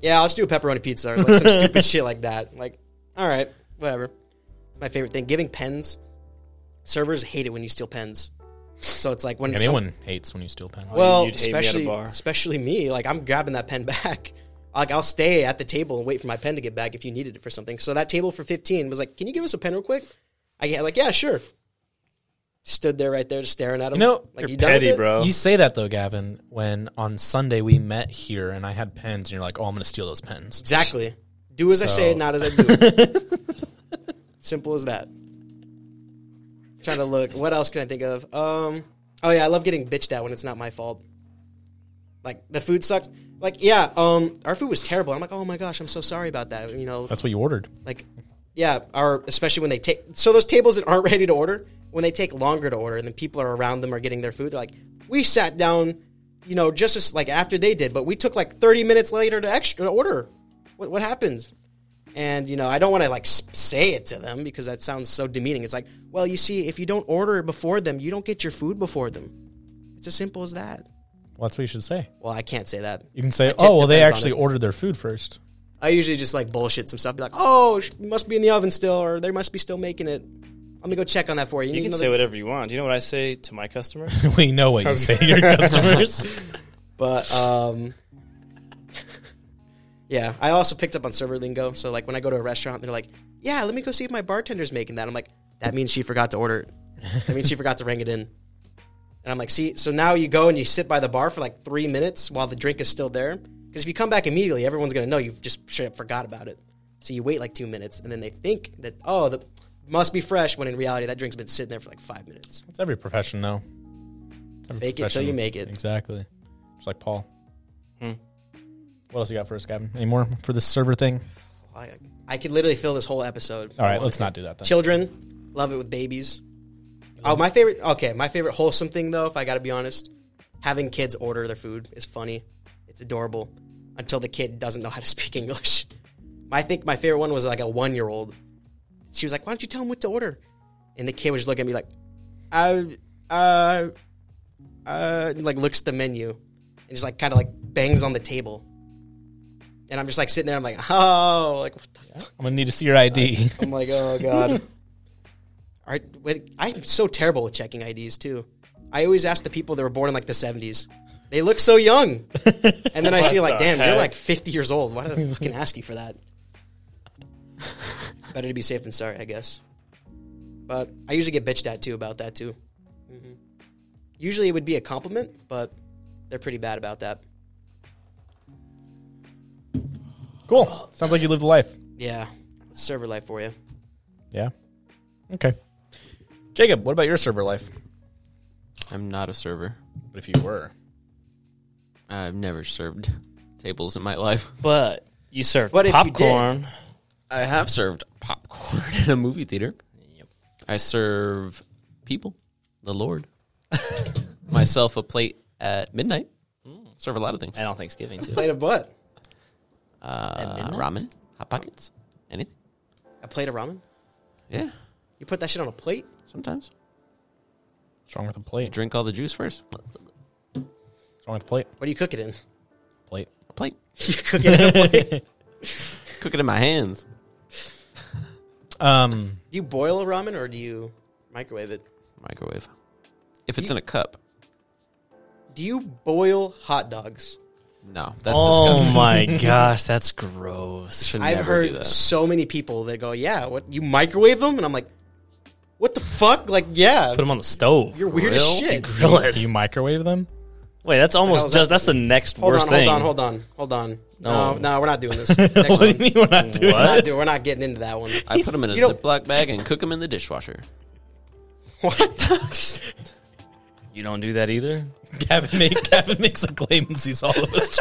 Speaker 2: "Yeah, let's do a pepperoni pizza" or like some stupid shit like that. Like, all right, whatever. My favorite thing, giving pens. Servers hate it when you steal pens, so it's like when some-
Speaker 1: Anyone hates when you steal pens.
Speaker 2: well,
Speaker 3: You'd hate me at a
Speaker 2: especially
Speaker 3: bar.
Speaker 2: especially me. Like I'm grabbing that pen *laughs* back. Like I'll stay at the table and wait for my pen to get back if you needed it for something. So that table for 15 was like, "Can you give us a pen real quick?" I get like, "Yeah, sure." Stood there right there, just staring at him.
Speaker 1: You know,
Speaker 2: like
Speaker 3: You're
Speaker 2: done with
Speaker 3: petty,
Speaker 2: it?"
Speaker 3: bro.
Speaker 1: You say that though, Gavin. When on Sunday we met here and I had pens, and you're like, "Oh, I'm going to steal those pens."
Speaker 2: Exactly. Do as I say,
Speaker 1: So-
Speaker 2: not as I do. Simple as that. trying to look. What else can I think of? Um. Oh yeah, I love getting bitched at when it's not my fault. Like the food sucks. Like yeah, um, our food was terrible. I'm like, oh my gosh, I'm so sorry about that. You know,
Speaker 1: That's what you ordered.
Speaker 2: like yeah or especially when they take so those tables that aren't *laughs* ready to order when they take longer to order and then people are around them are getting their food they're like we sat down you know just as like after they did but we took like 30 minutes later to extra to order what, what happened and you know i don't want to like s- say it to them because that sounds so demeaning it's like well you see if you don't order before them you don't get your food before them it's as simple as that
Speaker 1: Well, that's what you should say.
Speaker 2: well i can't say that
Speaker 1: You can say,
Speaker 2: tip
Speaker 1: "Oh, well, they
Speaker 2: depends on
Speaker 1: actually
Speaker 2: it.
Speaker 1: ordered their food first. *laughs*
Speaker 2: I usually just like bullshit some stuff. Be like, oh, sh- must be in the oven still, or they must be still making it. I'm gonna go check on that for you.
Speaker 3: You
Speaker 2: need
Speaker 3: can
Speaker 2: another-
Speaker 3: say whatever you want. You know what I say to my *laughs* customers?
Speaker 1: we know what you say to *laughs* your customers.
Speaker 2: But um, yeah, I also picked up on server lingo. So like when I go to a restaurant, they're like, "Yeah, let me go see if my bartender's making that." I'm like, "That means she forgot to order it. That means she forgot to ring it in." And I'm like, "See, so now you go and you sit by the bar for like three minutes while the drink is still there. Because if you come back immediately, everyone's gonna know you've just straight up forgot about it. So you wait like two minutes, and then they think that oh, the must be fresh. When in reality, that drink's been sitting there for like five minutes.
Speaker 1: It's every profession, though. Every
Speaker 2: Fake it till you make it. Hmm.
Speaker 1: Exactly. Just like Paul. What else you got for us, Gavin? Any more for this server thing?
Speaker 2: I, I could literally fill this whole episode.
Speaker 1: All right, let's not do that then.
Speaker 2: Children, love it with babies. Oh, my favorite. Okay, my favorite wholesome thing though, if I got to be honest, having kids order their food is funny. It's adorable until the kid doesn't know how to *laughs* speak English. I think my favorite one was like a one year old. She was like, "Why don't you tell him what to order?" And the kid was just looking at me like, "Uh, uh, uh," and, like looks at the menu and just like kind of like bangs on the table. And I'm just like sitting there. I'm like, "Oh, like what the fuck?"
Speaker 1: I'm gonna need to see your ID.
Speaker 2: I'm like, oh god. All *laughs* right, wait, I'm so terrible with checking IDs too. I always ask the people that were born in like the 70s. They look so *laughs* young, and then I see like,
Speaker 3: the
Speaker 2: damn, you're
Speaker 3: heck?
Speaker 2: like 50 years old. Why did *laughs* I fucking ask you for that? Better to be safe than sorry, I guess. But I usually get bitched at too about that too. Mm-hmm. Usually it would be a compliment, but they're pretty bad about that.
Speaker 1: *laughs* cool. Sounds like you lived a life.
Speaker 2: Yeah, server life for you.
Speaker 1: Yeah. Okay. Jacob, what about your server life?
Speaker 4: I'm not a server.
Speaker 1: But if you were,
Speaker 4: I've never served tables in my life.
Speaker 3: But you serve
Speaker 2: But if you did-
Speaker 3: popcorn.
Speaker 4: I have served popcorn *laughs* in a movie theater. I serve people, the Lord, *laughs* myself a plate at midnight.
Speaker 2: Mm.
Speaker 4: Serve a lot of things.
Speaker 3: And on Thanksgiving too.
Speaker 2: Plate of what?
Speaker 4: Uh, ramen, hot pockets, anything.
Speaker 2: A plate of ramen?
Speaker 4: Yeah,
Speaker 2: You put that shit on a plate?
Speaker 4: sometimes
Speaker 1: what's wrong with the plate?
Speaker 4: drink all the juice first.
Speaker 1: What's wrong with the plate?
Speaker 2: What do you cook it in?
Speaker 1: Plate.
Speaker 4: A plate, *laughs*
Speaker 2: you cook it in a plate?
Speaker 4: cook it in my hands.
Speaker 1: *laughs* Um,
Speaker 2: Do you boil a ramen or do you microwave it?
Speaker 4: Microwave. If it's in a cup,
Speaker 2: Do you boil hot dogs?
Speaker 4: no, that's
Speaker 3: *laughs* Oh
Speaker 4: disgusting.
Speaker 3: my gosh, that's gross.
Speaker 4: Should
Speaker 2: I've
Speaker 4: never do
Speaker 2: heard
Speaker 4: that.
Speaker 2: so many people that go, "Yeah, what you microwave them?" And I'm like, "What the fuck?" Like, yeah,
Speaker 3: Put them on the stove.
Speaker 2: you're weird as
Speaker 4: grill?
Speaker 2: shit.
Speaker 3: Grill it.
Speaker 1: do you microwave
Speaker 3: *laughs*
Speaker 1: them?
Speaker 3: Wait, that's
Speaker 2: hell
Speaker 3: almost
Speaker 2: is that?
Speaker 3: just that's the next
Speaker 2: Hold on,
Speaker 3: worst thing.
Speaker 2: hold on, hold on, hold on. No,
Speaker 3: No.
Speaker 2: no, we're not
Speaker 3: *laughs*
Speaker 2: doing this. Next
Speaker 1: What do
Speaker 2: one.
Speaker 1: you mean we're not doing
Speaker 2: We're, not
Speaker 3: What?
Speaker 2: do- we're not getting into that one.
Speaker 4: I put them in a
Speaker 2: You don't-
Speaker 4: Ziploc bag and cook them in the dishwasher.
Speaker 2: What?
Speaker 3: You don't do that either.
Speaker 1: Gavin, make, Gavin makes a claim and sees all of us.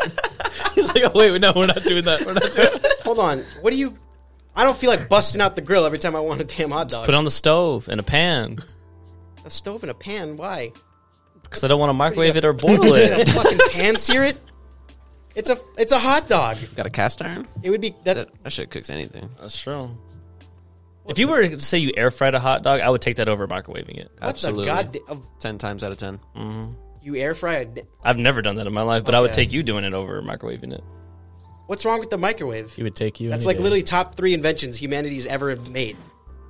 Speaker 1: *laughs* He's like, oh, wait, no, we're not doing that. We're not doing
Speaker 2: hold on. What do you? I don't feel like busting out the grill every time I want a damn hot dog.
Speaker 3: Put it on the stove in a pan
Speaker 2: a stove in a pan. Why?
Speaker 3: because I don't want to microwave it or boil
Speaker 2: *laughs* A
Speaker 3: it.
Speaker 2: fucking pan sear it. It's a it's a hot dog.
Speaker 4: Got a cast iron?
Speaker 2: It would be that.
Speaker 4: That, that shit cooks anything.
Speaker 3: That's true. If you were to say you air fried a hot dog, I would take that over microwaving it.
Speaker 2: What
Speaker 4: Absolutely.
Speaker 2: the goddamn?
Speaker 4: Ten times out of ten.
Speaker 2: You air fry a. di-
Speaker 3: I've never done that in my life, but I would
Speaker 2: Okay.
Speaker 3: take you doing it over microwaving it. *laughs*
Speaker 2: What's wrong with the microwave?
Speaker 1: He would take you.
Speaker 2: That's
Speaker 1: any
Speaker 2: like
Speaker 1: day.
Speaker 2: literally top three inventions humanity's ever made.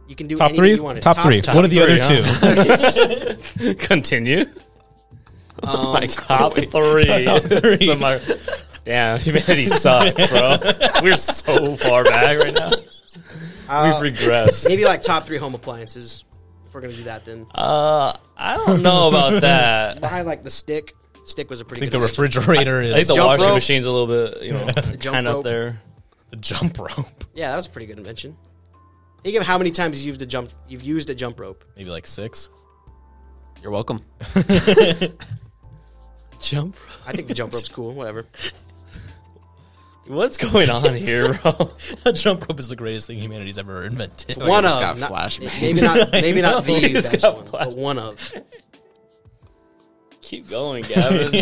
Speaker 2: You can do
Speaker 1: top
Speaker 2: anything
Speaker 1: three.
Speaker 2: you want.
Speaker 1: Top, three.
Speaker 3: top
Speaker 1: What are the
Speaker 3: three,
Speaker 1: other
Speaker 3: *laughs* huh? Continue. *laughs*
Speaker 2: *laughs* Um,
Speaker 3: Top three. *laughs*
Speaker 2: *laughs*
Speaker 3: It's the mi- Damn, humanity sucks,
Speaker 2: *laughs*
Speaker 3: bro. We're so far back right now.
Speaker 2: Uh,
Speaker 3: We've regressed.
Speaker 2: *laughs* maybe like top three home appliances. If we're gonna do that, then
Speaker 3: Uh, I don't know about that.
Speaker 2: I like the stick. Stick was a pretty
Speaker 1: I think
Speaker 2: good.
Speaker 1: the refrigerator
Speaker 3: I think
Speaker 1: is
Speaker 3: the
Speaker 1: the,
Speaker 2: Jump
Speaker 3: washing
Speaker 2: rope.
Speaker 3: machine's a little bit, you know,
Speaker 2: *laughs* Jump
Speaker 3: kind of
Speaker 2: rope.
Speaker 3: up there.
Speaker 1: jump rope.
Speaker 2: yeah, that was a pretty good invention. Think of how many times you've used a jump. You've used a jump rope.
Speaker 1: Maybe like six.
Speaker 4: You're welcome.
Speaker 3: Jump.
Speaker 2: I think the jump rope's cool.
Speaker 4: *laughs*
Speaker 2: Whatever.
Speaker 4: Oh,
Speaker 3: What's going on
Speaker 2: *laughs*
Speaker 3: here, bro?
Speaker 1: *laughs* A jump rope is the greatest thing humanityty's ever invented.
Speaker 3: *laughs*
Speaker 4: like
Speaker 2: one
Speaker 4: I
Speaker 2: of
Speaker 4: just got
Speaker 2: not-
Speaker 4: flashbang.
Speaker 2: maybe
Speaker 1: *laughs*
Speaker 2: not maybe not
Speaker 1: know.
Speaker 2: the
Speaker 1: I just
Speaker 2: best
Speaker 1: got
Speaker 2: one, but
Speaker 1: flash-
Speaker 2: one of.
Speaker 3: Keep going, Gavin.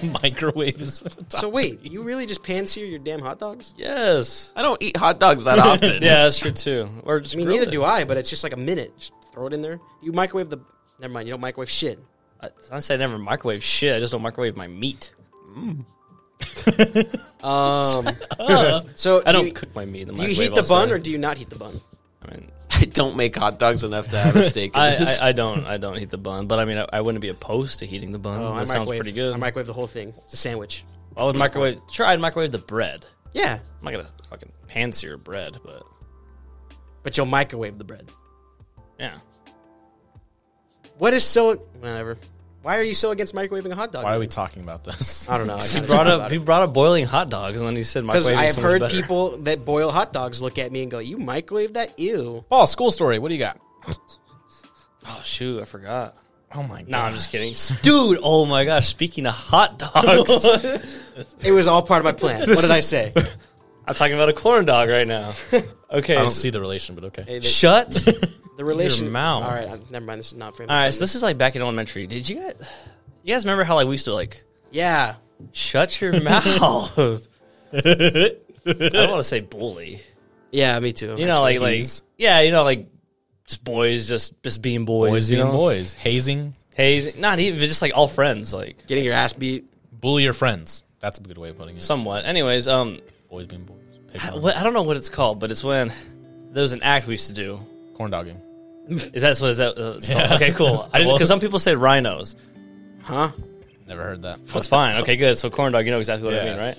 Speaker 1: *laughs* the microwave is top
Speaker 2: So wait, you really just pan sear your damn hot dogs?
Speaker 4: *laughs*
Speaker 3: Yes.
Speaker 4: I don't eat hot dogs
Speaker 3: *laughs*
Speaker 4: that often.
Speaker 3: Yeah, that's true too. Or just
Speaker 2: I mean,
Speaker 3: grill
Speaker 2: neither
Speaker 3: it.
Speaker 2: do I, but it's just like a minute. Just throw it in there. You microwave the. Never mind. You don't microwave shit.
Speaker 3: I, I say I never microwave shit. I just don't microwave my meat. *laughs*
Speaker 2: Um, *laughs* so
Speaker 3: I don't
Speaker 2: do you,
Speaker 3: cook my meat in the
Speaker 2: do you
Speaker 3: microwave.
Speaker 2: heat the
Speaker 3: also.
Speaker 2: bun or do you not heat the bun?
Speaker 3: I mean,
Speaker 4: I don't make hot dogs enough to have a steak. In
Speaker 3: *laughs* I,
Speaker 4: this.
Speaker 3: I, I don't I don't heat the bun, but I mean I, I wouldn't be opposed to heating the bun.
Speaker 2: Oh, I
Speaker 3: Oh, that sounds
Speaker 2: microwave-
Speaker 3: pretty good.
Speaker 2: I microwave the whole thing. It's a sandwich.
Speaker 3: I would microwave. Sure, I'd microwave the bread.
Speaker 2: Yeah,
Speaker 3: I'm not gonna fucking pan sear bread, but
Speaker 2: but you'll microwave the bread.
Speaker 3: yeah.
Speaker 2: What is so whatever? Why are you so against microwaving a hot dog?
Speaker 1: *laughs* Why are we talking about this?
Speaker 2: I
Speaker 3: *laughs*
Speaker 2: don't know. I
Speaker 3: He brought
Speaker 2: *laughs*
Speaker 3: up he brought up boiling hot dogs, and then he said
Speaker 2: because
Speaker 3: microwave.
Speaker 2: I've
Speaker 3: so much
Speaker 2: heard
Speaker 3: better.
Speaker 2: people that boil hot dogs look at me and go, "You microwave that? Ew."
Speaker 1: *laughs* Paul, school story. What do you got?
Speaker 3: Oh shoot, I forgot.
Speaker 1: Oh my god.
Speaker 3: No, I'm just kidding, dude. Oh my gosh, speaking of
Speaker 2: *laughs*
Speaker 3: hot dogs,
Speaker 2: It was all part of my
Speaker 3: *laughs*
Speaker 2: plan. what did I say?
Speaker 3: I'm talking about a corn dog right *laughs* now. Okay,
Speaker 1: I don't
Speaker 3: so-
Speaker 1: see the relation, but okay.
Speaker 3: *laughs* shut.
Speaker 2: The relation.
Speaker 3: mouth.
Speaker 2: All right, uh, never mind. This is not for him.
Speaker 3: All right, so this is like back in elementary. Did you guys, you guys remember how like we used to like
Speaker 2: yeah,
Speaker 3: shut *laughs* your mouth? I don't want to say bully.
Speaker 2: yeah, me too.
Speaker 3: You know, like like
Speaker 1: Tease.
Speaker 3: yeah, you know, like just boys, just just being boys,
Speaker 1: Boys
Speaker 3: you
Speaker 1: being
Speaker 3: know?
Speaker 1: boys, hazing,
Speaker 3: Hey, not even just like all friends, like
Speaker 2: getting your ass beat.
Speaker 1: bully your friends. That's a good way of putting it.
Speaker 3: somewhat. Anyways, um,
Speaker 1: boys being boys. Pick on
Speaker 3: what, I don't know what it's called, but it's when there was an act we used to do.
Speaker 1: corn dogging.
Speaker 3: Is that what is that? Uh, *laughs* it's called?
Speaker 1: Yeah.
Speaker 3: Okay, cool. I didn't because some people say rhinos.
Speaker 2: Huh?
Speaker 1: Never heard that.
Speaker 3: That's fine. Okay, good. So corn dog, you know exactly what I
Speaker 1: Yeah.
Speaker 3: mean, right?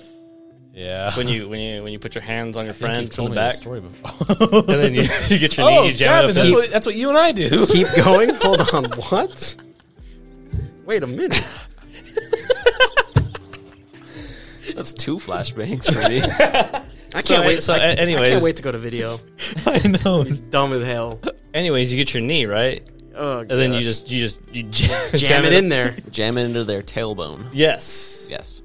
Speaker 1: Yeah.
Speaker 3: When you when you when you put your hands on your
Speaker 1: I think
Speaker 3: friend
Speaker 1: you've
Speaker 3: from
Speaker 1: told
Speaker 3: the
Speaker 1: me
Speaker 3: back,
Speaker 1: this story *laughs* before.
Speaker 3: and then you, *laughs* you get your
Speaker 1: *laughs* oh,
Speaker 3: knee, you jam
Speaker 1: Gavin,
Speaker 3: it up.
Speaker 1: that's,
Speaker 3: That's-
Speaker 1: what, that's what you and I *laughs* do.
Speaker 2: Keep going. *laughs* Hold on. What? Wait a minute.
Speaker 4: That's two flashbangs for
Speaker 3: *laughs*
Speaker 4: me.
Speaker 2: I can't
Speaker 3: So,
Speaker 2: wait.
Speaker 3: so,
Speaker 2: I,
Speaker 3: a-
Speaker 2: I
Speaker 3: anyways.
Speaker 2: can't wait to go to video.
Speaker 1: I know.
Speaker 2: Dumb as hell.
Speaker 3: Anyways, you get your knee right,
Speaker 2: Oh,
Speaker 3: and then you just you just you *laughs* jam,
Speaker 2: jam it
Speaker 3: up.
Speaker 2: in there.
Speaker 4: Jam it into their tailbone.
Speaker 3: Yes.
Speaker 4: Yes,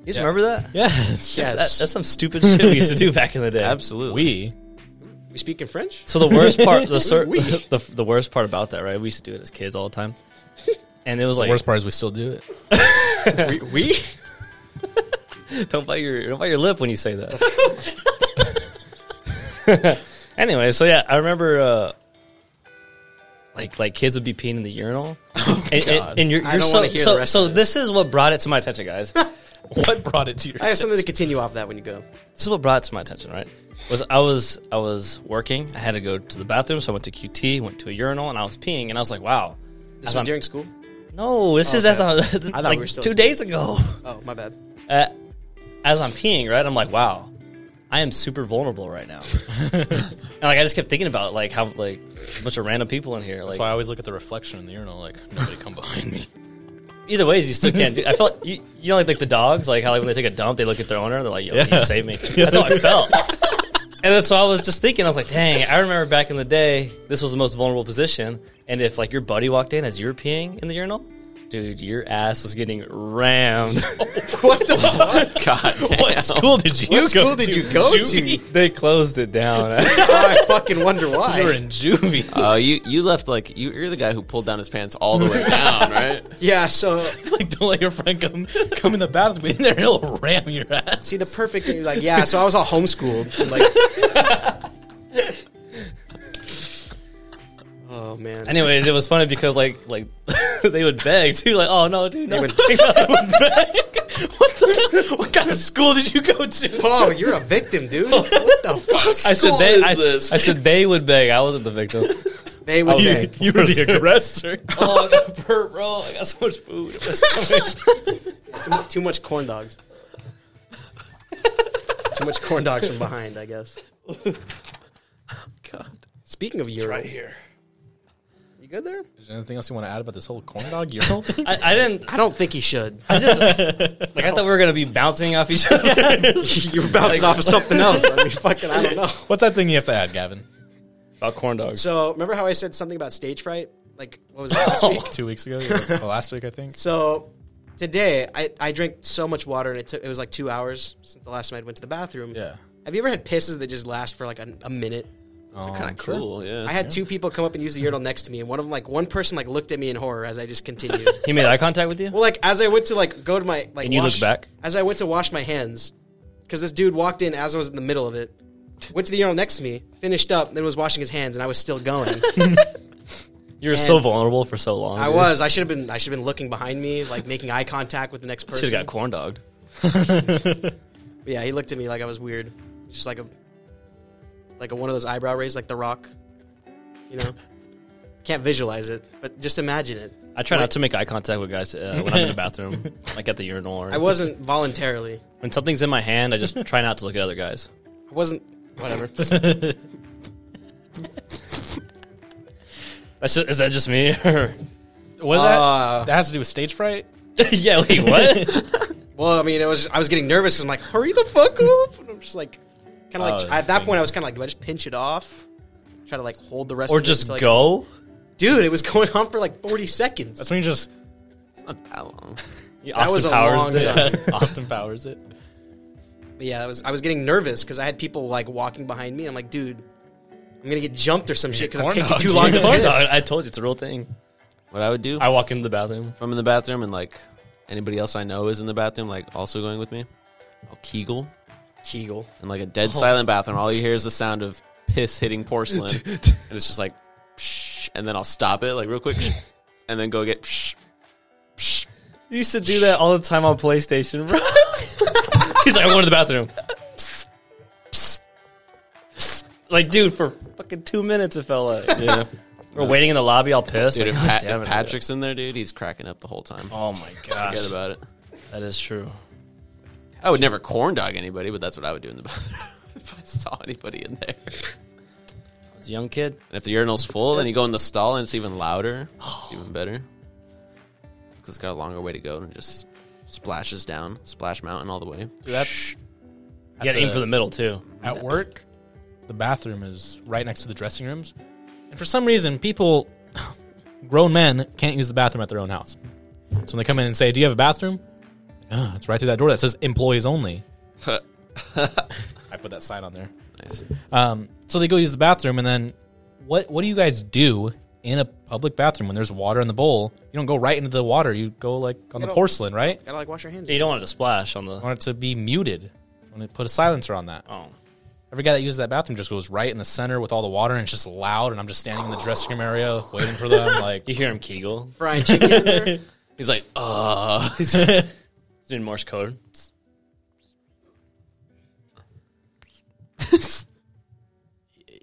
Speaker 3: You guys remember that?
Speaker 1: Yes.
Speaker 2: Yeah.
Speaker 3: That- that's some stupid shit we used to
Speaker 2: *laughs*
Speaker 3: do back in the day.
Speaker 4: absolutely.
Speaker 1: We.
Speaker 2: We speak in French.
Speaker 3: So the worst part,
Speaker 2: *laughs*
Speaker 3: the, cer-
Speaker 2: We.
Speaker 3: the the worst part about that, right? We used to do it as kids all the
Speaker 2: *laughs*
Speaker 3: time, and it was like,
Speaker 1: Worst part is we still do it.
Speaker 2: we, we?
Speaker 3: don't bite your don't bite your lip when you say that.
Speaker 2: *laughs*
Speaker 3: anyway, so yeah, I remember uh, like like kids would be peeing in the urinal, and, and, and you're,
Speaker 2: Oh I
Speaker 3: you're
Speaker 2: don't
Speaker 3: so
Speaker 2: wanna hear
Speaker 3: so
Speaker 2: the rest
Speaker 3: so
Speaker 2: of
Speaker 3: this is what brought it to my attention,
Speaker 2: *laughs*
Speaker 3: guys.
Speaker 1: What brought it to your?
Speaker 2: I have something to continue off that when you go.
Speaker 3: this is what brought it to my attention, right? Was I was I was working. I had to go to the bathroom, so I went to QT, went to a urinal, and I was peeing, and I was like, "Wow,
Speaker 2: This
Speaker 3: As
Speaker 2: was
Speaker 3: I'm-
Speaker 2: during school.
Speaker 3: no, this is
Speaker 2: Okay.
Speaker 3: as *laughs* I, am
Speaker 2: we
Speaker 3: like
Speaker 2: were still
Speaker 3: two
Speaker 2: in
Speaker 3: days ago."
Speaker 2: Oh, my bad.
Speaker 3: Uh, as I'm peeing, right, I'm like, "Wow, I am super vulnerable right
Speaker 1: *laughs*
Speaker 3: now." and like I just kept thinking about like how like a bunch of random people in here. Like
Speaker 1: That's why I always look at the reflection in the urinal, like nobody come behind me.
Speaker 3: either ways, you still can't do. I felt you, you know like like the dogs, like how like when they take a dump, they look at their owner, they're like, "Yo,
Speaker 1: *laughs*
Speaker 3: can
Speaker 1: Yeah.
Speaker 3: you save me." That's how I felt. And then, so I was just thinking, I was like, dang, I remember back in the day, this was the most vulnerable position. And if like your buddy walked in as you were peeing in the urinal, dude, your ass was getting rammed.
Speaker 2: What *laughs* the fuck?
Speaker 4: God damn.
Speaker 1: *laughs* What school did you
Speaker 2: What
Speaker 1: go
Speaker 2: school
Speaker 1: to?
Speaker 2: did you go
Speaker 1: Juvie?
Speaker 3: they closed it
Speaker 1: *laughs*
Speaker 3: down.
Speaker 2: I fucking wonder why.
Speaker 1: You were in juvie. *laughs*
Speaker 4: Oh, you you left like you, you're the guy who pulled down his pants all
Speaker 3: *laughs*
Speaker 4: the way down, right?
Speaker 2: yeah, so
Speaker 1: like don't let your friend come come *laughs* *laughs* in the bathroom. In there, he'll ram your ass.
Speaker 2: see the perfect thing, like yeah, so I was all homeschooled. and, like Oh man.
Speaker 3: Anyways, it was funny because like like *laughs* they would beg too, like, oh no, dude, no.
Speaker 1: *laughs*
Speaker 3: *laughs*
Speaker 2: would-
Speaker 1: what the? What kind of school did you go to?
Speaker 2: Paul, you're a victim, *laughs* dude. What the fuck?
Speaker 3: I said
Speaker 4: school
Speaker 3: they
Speaker 4: is
Speaker 3: I,
Speaker 4: this?
Speaker 3: I said they would beg. I wasn't the
Speaker 1: *laughs*
Speaker 3: victim.
Speaker 2: They would beg.
Speaker 1: you were
Speaker 3: *laughs*
Speaker 1: the aggressor.
Speaker 3: oh, I got burnt, bro. I got so much food.
Speaker 1: *laughs*
Speaker 3: in my stomach.
Speaker 2: Too, mu- too much corn *laughs* dogs. too much corn dogs from behind, I guess.
Speaker 4: God.
Speaker 2: Speaking of urinals, you good there?
Speaker 1: Is there anything else you want to add about this whole corn dog *laughs* urinal thing?
Speaker 3: I, I didn't.
Speaker 2: I don't think he should.
Speaker 3: I just like I thought we were gonna be bouncing off each other. *laughs*
Speaker 2: *laughs* You're bouncing off of something else. I mean, fucking, I don't know.
Speaker 1: What's that thing you have to add, Gavin?
Speaker 3: About corn dogs.
Speaker 2: *laughs* So remember how I said something about stage fright? Like what was it *laughs* last week?
Speaker 1: Two weeks *laughs* ago, or last week, I think.
Speaker 2: So today I, I drank so much water and it took it was like two hours since the last time I went to the bathroom.
Speaker 1: Yeah.
Speaker 2: Have you ever had pisses that just last for like a, a minute?
Speaker 3: Oh,
Speaker 4: kind of cool, yeah.
Speaker 2: I had two people come up and use the urinal next to me, and one of them like one person like looked at me in horror as I
Speaker 3: *laughs*
Speaker 2: just continued.
Speaker 3: he made eye contact with you.
Speaker 2: well, like as I went to like go to my like
Speaker 3: And you look
Speaker 2: wash-
Speaker 3: back?
Speaker 2: as I went to wash my hands because this dude walked in as I was in the middle of it, went to the urinal next to me, finished up, then was washing his hands, and I was still
Speaker 3: *laughs*
Speaker 2: going.
Speaker 3: you were so
Speaker 2: and-
Speaker 3: vulnerable for so long.
Speaker 2: I was. I should have been. I should have been looking behind me, like making eye contact with the next person.
Speaker 3: She's got corn dogged.
Speaker 2: But yeah, he looked at me like I was weird. Just like a like a one of those eyebrow raises, like The Rock.
Speaker 3: *laughs*
Speaker 2: You know, can't visualize it, but just imagine it.
Speaker 3: I try not to make eye contact with guys uh, when I'm
Speaker 2: *laughs*
Speaker 3: in the bathroom, like at the urinal. Or *laughs*
Speaker 2: I wasn't voluntarily.
Speaker 3: when something's in my hand, I just try not to look at other guys.
Speaker 2: I wasn't. Whatever.
Speaker 3: That's just, is that just me? or-
Speaker 1: What is
Speaker 2: Uh,
Speaker 1: that? That has to do with stage fright.
Speaker 3: *laughs* yeah, wait,
Speaker 2: *laughs*
Speaker 3: what?
Speaker 2: well, I mean, it was. I was getting nervous because I'm like, hurry the fuck up. And I'm just like, kind of
Speaker 3: Oh,
Speaker 2: like at that
Speaker 3: thing.
Speaker 2: point, I was kind of like, do I just pinch it off? Try to like hold the rest,
Speaker 3: or
Speaker 2: of it
Speaker 3: just
Speaker 2: until, like-
Speaker 3: go?
Speaker 2: dude. It was *laughs* going on for like 40 seconds.
Speaker 1: That's when you just
Speaker 4: It's not that long.
Speaker 3: Yeah,
Speaker 2: That was a
Speaker 3: *laughs*
Speaker 2: long time.
Speaker 1: *laughs* Austin Powers it.
Speaker 2: But yeah, I was I was getting nervous because I had people like walking behind me. I'm like, dude, I'm gonna get jumped or some shit because I'm
Speaker 1: corn
Speaker 2: taking
Speaker 1: dog,
Speaker 2: too long to
Speaker 1: dude.
Speaker 3: Corn
Speaker 2: piss.
Speaker 3: dog. I told you it's a real thing.
Speaker 4: What I would do
Speaker 3: I walk into the bathroom.
Speaker 4: if I'm in the bathroom and like anybody else I know is in the bathroom, like also going with me, I'll Kegel
Speaker 2: Kegel.
Speaker 4: in like a dead
Speaker 3: Oh.
Speaker 4: silent bathroom. All you hear is the sound of piss hitting
Speaker 3: *laughs*
Speaker 4: porcelain, and it's just like, psh, and then I'll stop it like real
Speaker 3: *laughs*
Speaker 4: quick, *laughs* and then go get. Psh, psh.
Speaker 3: You used to do that all the time on PlayStation, bro. *laughs* He's like, I went to the bathroom. Psst, psst, psst. Like, dude, for fucking two minutes it felt like.
Speaker 4: Yeah,
Speaker 3: We're waiting in the lobby, I'll piss.
Speaker 4: *laughs* dude. If,
Speaker 3: like, gosh
Speaker 4: Pat-
Speaker 3: damn
Speaker 4: if
Speaker 3: it.
Speaker 4: Patrick's in there, dude, he's cracking up the whole time.
Speaker 3: Oh *laughs* my gosh.
Speaker 4: Forget about it.
Speaker 3: That is true.
Speaker 4: I would never corn dog anybody, but that's what I would do in the *laughs* bathroom if I saw anybody in there. And
Speaker 3: I was a young kid.
Speaker 4: if the urinal's full, then you go in the stall and it's even louder. It's even better. Because it's got a longer way to go and it just splashes down, splash mountain all the way. *laughs*
Speaker 1: Dude, that's
Speaker 3: You gotta aim for the middle, too.
Speaker 1: at work. The bathroom is right next to the dressing rooms, and for some reason, people, *sighs* grown men, can't use the bathroom at their own house. So when they come in and say, "Do you have a bathroom?" "Yeah, it's right through that door that says employees only. I put that sign on there.
Speaker 4: nice.
Speaker 1: Um, so they go use the bathroom, and then what? What do you guys do in a public bathroom when there's water in the bowl? You don't go right into the water. You go like on the
Speaker 2: don't-
Speaker 1: porcelain, right?
Speaker 2: Gotta like wash your hands. *laughs*
Speaker 3: You don't want it to splash on
Speaker 1: I
Speaker 3: the.
Speaker 1: want it to be muted. I want to put a silencer on that.
Speaker 3: Oh.
Speaker 1: Every guy that uses that bathroom just goes right in the center with all the water, and it's just loud. And I'm just standing in the dressing room area waiting for them. Like *laughs*
Speaker 3: You hear him kegel.
Speaker 2: Frying chicken
Speaker 3: *laughs*
Speaker 2: in there.
Speaker 4: He's like, uh.
Speaker 3: He's doing Morse code.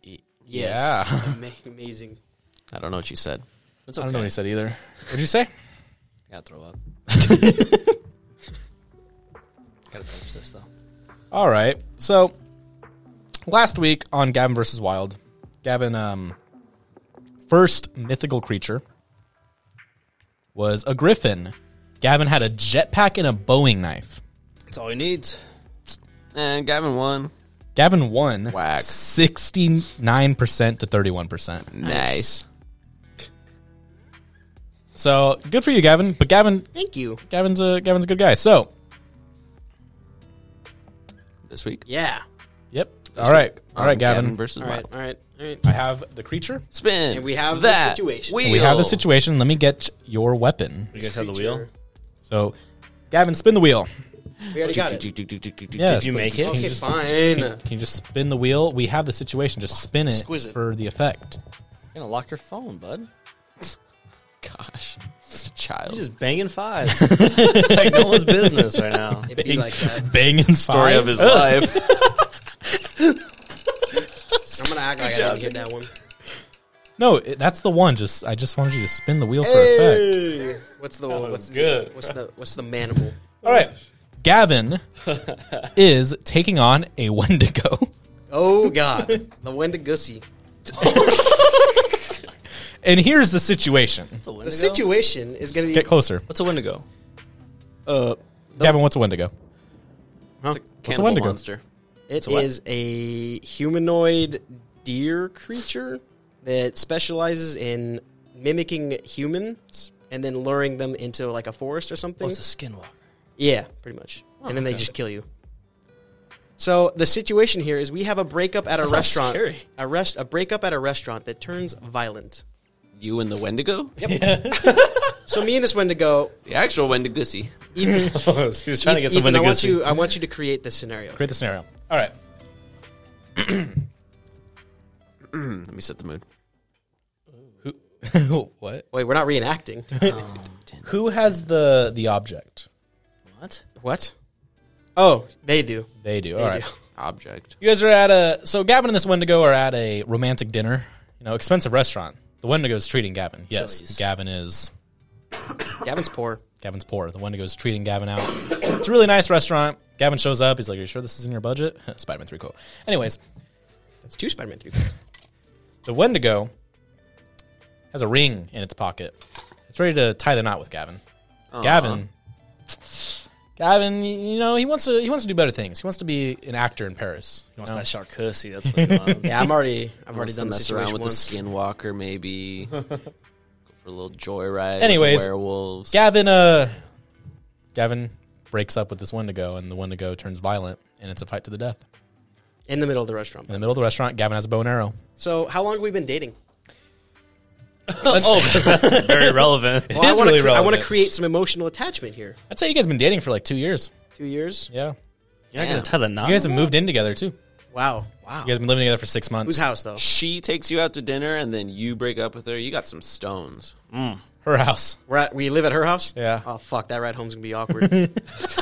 Speaker 2: Yes.
Speaker 1: Yeah.
Speaker 2: Ama- Amazing.
Speaker 4: I don't know what you said.
Speaker 3: That's
Speaker 1: I
Speaker 3: okay.
Speaker 1: don't know what he said either. What'd you say?
Speaker 3: I *laughs* gotta throw up. gotta finish this, though.
Speaker 1: All right. So last week on Gavin versus Wild, Gavin um first mythical creature was a griffin. Gavin had a jetpack and a Boeing knife.
Speaker 3: That's all he needs.
Speaker 4: And Gavin won.
Speaker 1: Gavin won
Speaker 4: Whack.
Speaker 1: 69% to 31%.
Speaker 4: Nice.
Speaker 1: So, good for you Gavin, but Gavin
Speaker 2: Thank you.
Speaker 1: Gavin's a Gavin's a good guy. So,
Speaker 4: This week.
Speaker 2: Yeah.
Speaker 1: yep. All right.
Speaker 4: This week
Speaker 1: All right,
Speaker 4: on
Speaker 1: Gavin.
Speaker 4: versus
Speaker 2: All right.
Speaker 4: Wild.
Speaker 2: All right. All right.
Speaker 1: I have the creature.
Speaker 4: Spin.
Speaker 2: And we have the
Speaker 4: that
Speaker 2: situation.
Speaker 1: We have the
Speaker 4: wheel.
Speaker 1: situation. Let me get your weapon.
Speaker 3: You guys have the wheel?
Speaker 1: So, Gavin, spin the wheel.
Speaker 2: We already got it.
Speaker 1: Yeah,
Speaker 4: Yeah.
Speaker 1: spin-
Speaker 3: you make it?
Speaker 1: can
Speaker 2: Okay,
Speaker 1: just-
Speaker 2: fine.
Speaker 1: Can you just spin the wheel? We have the situation. Just spin it
Speaker 2: Exquisite.
Speaker 1: for the effect.
Speaker 3: You're gonna lock your phone, bud.
Speaker 4: Gosh. Such a child.
Speaker 3: You're just banging fives. like no one's business right now.
Speaker 2: It'd be like that.
Speaker 1: Banging
Speaker 4: Story
Speaker 1: story
Speaker 4: of his life.
Speaker 2: I'm gonna act like I didn't get that one.
Speaker 1: No, it, that's the one. Just I just wanted you to spin the wheel for effect.
Speaker 2: Hey. What's the what's the,
Speaker 3: good.
Speaker 2: what's the what's the manimal?
Speaker 1: All right, Gavin is taking on a Wendigo, *laughs*
Speaker 2: Oh God, the Wendigoosie.
Speaker 1: and here's the situation.
Speaker 3: What's a
Speaker 2: The
Speaker 3: Wendigo?
Speaker 2: situation is gonna be
Speaker 1: Get closer,
Speaker 3: What's a Wendigo?
Speaker 1: Gavin. What's a Wendigo?
Speaker 2: Huh?
Speaker 1: a
Speaker 4: Cannibal
Speaker 1: Wendigo?
Speaker 4: monster.
Speaker 2: It
Speaker 3: what?
Speaker 2: is a humanoid deer creature that specializes in mimicking humans and then luring them into like a forest or something.
Speaker 3: Oh, it's a skinwalker.
Speaker 2: yeah, pretty much. and then they just kill you. So the situation here is we have a breakup at a
Speaker 3: sounds
Speaker 2: restaurant.
Speaker 3: scary.
Speaker 2: A rest a breakup at a restaurant that turns violent.
Speaker 4: You and the Wendigo?
Speaker 2: So me and this Wendigo,
Speaker 4: The actual Wendigoosie.
Speaker 3: *laughs*
Speaker 2: even,
Speaker 3: he was trying to get some
Speaker 2: Ethan, I
Speaker 3: Wendigo.
Speaker 2: want you I want you to create this scenario.
Speaker 1: Create the scenario. All right.
Speaker 4: Let me set the mood.
Speaker 1: Who? what?
Speaker 2: Wait, we're not reenacting.
Speaker 1: Who has the the object?
Speaker 3: What?
Speaker 2: what? Oh, they do.
Speaker 1: They do. All right.
Speaker 2: do.
Speaker 4: Object.
Speaker 1: You guys are at a so Gavin and this Wendigo are at a romantic dinner, you know, expensive restaurant. The Wendigo's treating Gavin. Yes,
Speaker 3: Chili's.
Speaker 1: Gavin is
Speaker 2: Gavin's poor.
Speaker 1: Gavin's poor. The Wendigo's treating Gavin out. it's a really nice restaurant. Gavin shows up. He's like, "Are you sure this is in your budget?" *laughs* Spider-Man three quote. Anyways,
Speaker 2: That's two Spider-Man three.
Speaker 1: the Wendigo has a ring in its pocket. It's ready to tie the knot with Gavin.
Speaker 2: Uh-huh.
Speaker 1: Gavin, Gavin, y- you know he wants to he wants to do better things. He wants to be an actor in Paris.
Speaker 3: He wants that charcuterie. That's what he wants.
Speaker 2: Yeah, I'm already. I've already
Speaker 4: Wants to
Speaker 2: done this
Speaker 4: mess around
Speaker 2: situation
Speaker 4: with
Speaker 2: once.
Speaker 4: the skinwalker, maybe. Go for a little joyride. with the
Speaker 1: Anyways,
Speaker 4: werewolves.
Speaker 1: Gavin, uh, Gavin breaks up with this Wendigo, and the Wendigo turns violent, and it's a fight to the death.
Speaker 2: in the middle of the restaurant.
Speaker 1: In the middle of the restaurant, Gavin has a bow and arrow.
Speaker 2: So, how long have we been dating?
Speaker 3: *laughs* oh, *laughs* that's very relevant.
Speaker 1: It is
Speaker 2: I wanna
Speaker 1: really
Speaker 2: cre- I want to
Speaker 1: relevant.
Speaker 2: create some emotional attachment here.
Speaker 1: I'd say you guys have been dating for like two years.
Speaker 2: Two years.
Speaker 1: Yeah, you
Speaker 3: You're not gonna tie the knot.
Speaker 1: guys have moved in together too.
Speaker 2: Wow. Wow.
Speaker 1: You guys have been living together for six months.
Speaker 2: Whose house though?
Speaker 4: she takes you out to dinner and then you break up with her. You got some stones. *laughs*
Speaker 1: Her house.
Speaker 2: We're at. We live at her house.
Speaker 1: Yeah.
Speaker 2: Oh fuck, that ride home's gonna be awkward. Can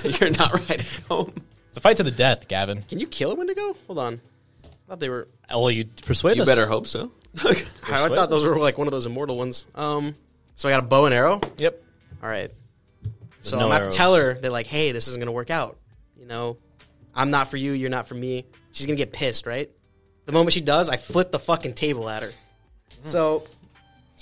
Speaker 4: You're not right at home.
Speaker 1: It's a fight to the death, Gavin.
Speaker 2: you kill a Wendigo? Hold on. I thought they were.
Speaker 3: Well, you persuade
Speaker 4: You
Speaker 3: us.
Speaker 4: better hope so.
Speaker 2: I thought those were like one of those immortal ones. Um. So I got a bow and arrow.
Speaker 1: Yep.
Speaker 2: All right. So
Speaker 3: no
Speaker 2: I'm gonna have
Speaker 3: arrows.
Speaker 2: to tell her that like, hey, this isn't gonna work out. You know, I'm not for you. You're not for me. She's gonna get pissed, right? The moment she does, I flip the fucking table at her. So,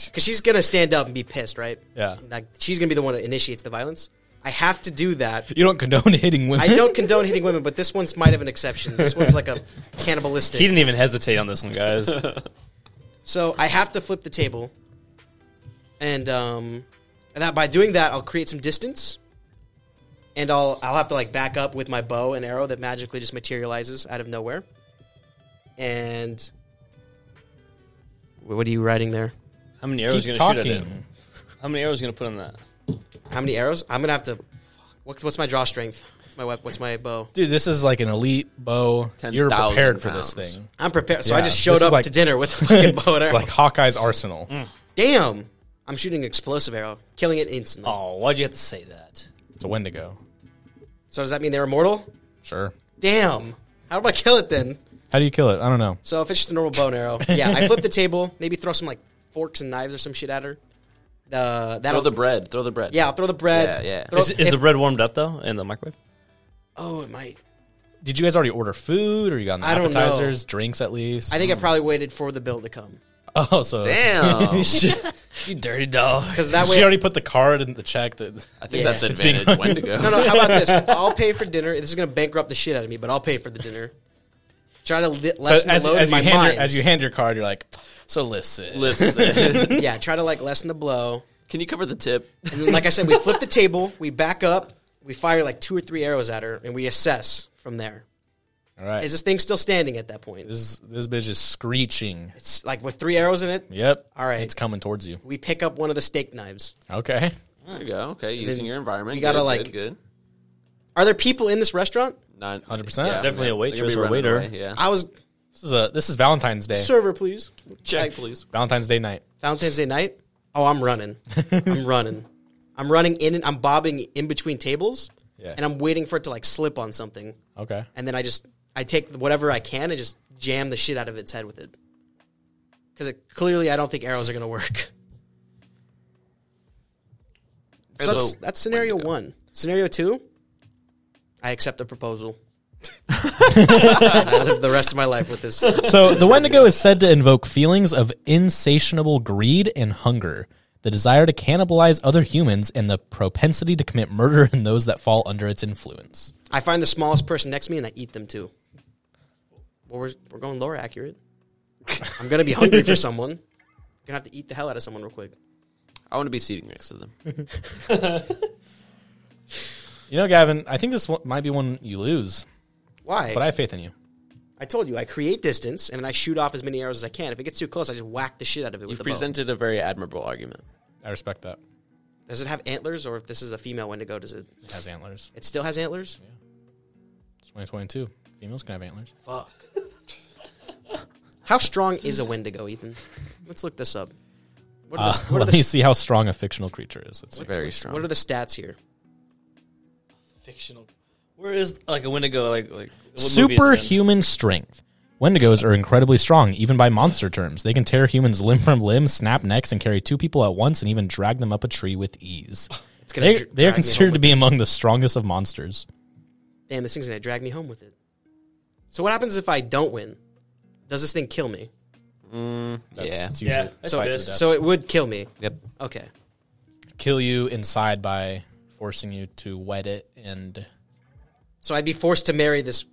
Speaker 2: because she's gonna stand up and be pissed, right?
Speaker 1: Yeah.
Speaker 2: Like she's gonna be the one that initiates the violence. I have to do that.
Speaker 1: You don't condone *laughs* hitting women.
Speaker 2: I don't condone hitting women, but this one's might have an exception. This one's like a cannibalistic.
Speaker 3: He didn't even hesitate on this one, guys.
Speaker 2: So I have to flip the table, and um, and that by doing that, I'll create some distance, and I'll I'll have to like back up with my bow and arrow that magically just materializes out of nowhere. And what are you writing there?
Speaker 3: How many
Speaker 1: Keep
Speaker 3: arrows are you gonna shoot at him?
Speaker 1: talking.
Speaker 3: How many arrows are you gonna put on that?
Speaker 2: How many arrows? I'm gonna have to. What, what's my draw strength? What's my wep- What's my bow?
Speaker 1: Dude, this is like an elite bow.
Speaker 4: 10,000
Speaker 1: You're prepared for this
Speaker 4: pounds.
Speaker 1: thing.
Speaker 2: I'm prepared. So I
Speaker 1: Yeah,
Speaker 2: just showed
Speaker 1: this is
Speaker 2: up
Speaker 1: like-
Speaker 2: to dinner with a *laughs* fucking bow
Speaker 1: *laughs*
Speaker 2: and
Speaker 1: It's
Speaker 2: arrow.
Speaker 1: like Hawkeye's arsenal.
Speaker 2: Damn, I'm shooting an explosive arrow, killing it instantly.
Speaker 3: Oh, why'd you have to say that?
Speaker 1: It's a Wendigo.
Speaker 2: So does that mean they're immortal?
Speaker 1: Sure.
Speaker 2: Damn. How do I kill it then?
Speaker 1: How do you kill it? I don't know.
Speaker 2: So if it's just a normal bow
Speaker 1: *laughs*
Speaker 2: and arrow, yeah, I flip the table, maybe throw some like forks and knives or some shit at her. Uh, that'll
Speaker 4: Throw the bread. Throw the bread.
Speaker 2: yeah, I'll throw the bread.
Speaker 4: Yeah, yeah.
Speaker 2: Throw-
Speaker 3: Is, is
Speaker 2: if-
Speaker 3: the bread warmed up though in the microwave?
Speaker 2: oh, it might.
Speaker 1: Did you guys already order food, or you got on the
Speaker 2: I don't know.
Speaker 1: appetizers, drinks at least?
Speaker 2: I think I probably waited for the bill to come
Speaker 1: *laughs* oh, so
Speaker 2: *laughs*
Speaker 4: Damn.
Speaker 1: she,
Speaker 3: You dirty dog.
Speaker 2: because that
Speaker 1: *laughs*
Speaker 2: way.
Speaker 1: she already put the card in the check that *laughs*
Speaker 4: I think
Speaker 2: Yeah.
Speaker 4: that's
Speaker 2: It's
Speaker 1: being-
Speaker 4: advantage Wendigo.
Speaker 2: *laughs* no, no. How
Speaker 1: *laughs*
Speaker 2: about this? I'll pay for dinner. This is gonna bankrupt the shit out of me, but I'll pay for the dinner. Try to li- lessen
Speaker 1: as,
Speaker 2: the load
Speaker 1: as
Speaker 2: in
Speaker 1: you
Speaker 2: my
Speaker 1: hand
Speaker 2: mind.
Speaker 1: your, as you hand your card, you're like, so listen,
Speaker 4: Listen. *laughs*
Speaker 2: yeah, try to like lessen the blow.
Speaker 4: Can you cover the tip?
Speaker 2: And then, like I said, we flip the table, we back up, we fire like two or three arrows at her, and we assess from there.
Speaker 1: all right.
Speaker 2: Is this thing still standing at that point?
Speaker 1: this this bitch is screeching.
Speaker 2: It's like with three arrows in it.
Speaker 1: Yep.
Speaker 2: All right.
Speaker 1: It's coming towards you.
Speaker 2: we pick up one of the steak knives.
Speaker 1: Okay.
Speaker 4: There you go. Okay, using your environment.
Speaker 2: you gotta,
Speaker 4: Good,
Speaker 2: like-
Speaker 4: good, good.
Speaker 2: Are there people in this restaurant?
Speaker 4: Nine-
Speaker 1: 100%. It's
Speaker 3: definitely
Speaker 4: they're
Speaker 3: a
Speaker 4: gonna
Speaker 3: waitress
Speaker 4: be
Speaker 3: or a
Speaker 4: running
Speaker 3: waiter.
Speaker 4: away,
Speaker 2: *laughs*
Speaker 4: Yeah.
Speaker 2: I was
Speaker 1: This is a this is Valentine's Day.
Speaker 2: server, please.
Speaker 4: Check, please.
Speaker 1: Valentine's Day night.
Speaker 2: Valentine's Day night. Oh, I'm running. I'm running. I'm running in and I'm bobbing in between tables,
Speaker 1: Yeah.
Speaker 2: and I'm waiting for it to like slip on something,
Speaker 1: Okay.
Speaker 2: and then I just I take whatever I can and just jam the shit out of its head with it. Because clearly, I don't think arrows are gonna work. So that's,
Speaker 4: Hello,
Speaker 2: that's scenario one. Scenario two, I accept the proposal. and I live the rest of my life with this.
Speaker 1: So the Wendigo is said to invoke feelings of insatiable greed and hunger, the desire to cannibalize other humans, and the propensity to commit murder in those that fall under its influence.
Speaker 2: I find the smallest person next to me and I eat them too. Well, we're, we're going lower accurate. I'm going to be hungry for someone. I'm going to have to eat the hell out of someone real quick.
Speaker 4: I want to be seating next to them.
Speaker 1: You know, Gavin, I think this one, might be one you lose,
Speaker 2: Why?
Speaker 1: but I have faith in you.
Speaker 2: I told you, I create distance and then I shoot off as many arrows as I can. If it gets too close, I just whack the shit out of it with
Speaker 4: You've
Speaker 2: the
Speaker 4: presented a very admirable argument.
Speaker 1: I respect that.
Speaker 2: bow. Does it have antlers or if this is a female Wendigo, does it?
Speaker 1: It has antlers.
Speaker 2: It still has antlers?
Speaker 1: It's 2022. Females can have antlers.
Speaker 2: Fuck. How strong is a Wendigo, Ethan? Let's look this up. What are
Speaker 1: Uh, *laughs*
Speaker 2: the, what are
Speaker 1: let
Speaker 2: the
Speaker 1: me see how strong a fictional creature is. Let's see.
Speaker 4: Very strong.
Speaker 2: What are the stats here?
Speaker 3: Fictional. Where is like a Wendigo? Like like what movie is it in?
Speaker 1: Superhuman strength. Wendigos are incredibly strong, even by monster terms. They can tear humans limb from limb, snap necks, and carry two people at once, and even drag them up a tree with ease.
Speaker 2: gonna
Speaker 1: They,
Speaker 2: dr-
Speaker 1: they are
Speaker 2: drag me home
Speaker 1: considered to
Speaker 2: with
Speaker 1: be among the strongest of monsters.
Speaker 2: Damn, this thing's gonna drag me home with it. So what happens if I don't win? Does this thing kill me?
Speaker 1: That's-
Speaker 4: yeah.
Speaker 1: it's
Speaker 3: Yeah,
Speaker 1: usually-
Speaker 3: that's
Speaker 2: so,
Speaker 3: what it
Speaker 2: it,
Speaker 3: is.
Speaker 2: so it would kill me.
Speaker 4: Yep.
Speaker 2: Okay.
Speaker 1: kill you inside by forcing you to wet it and
Speaker 2: So I'd be forced to marry this.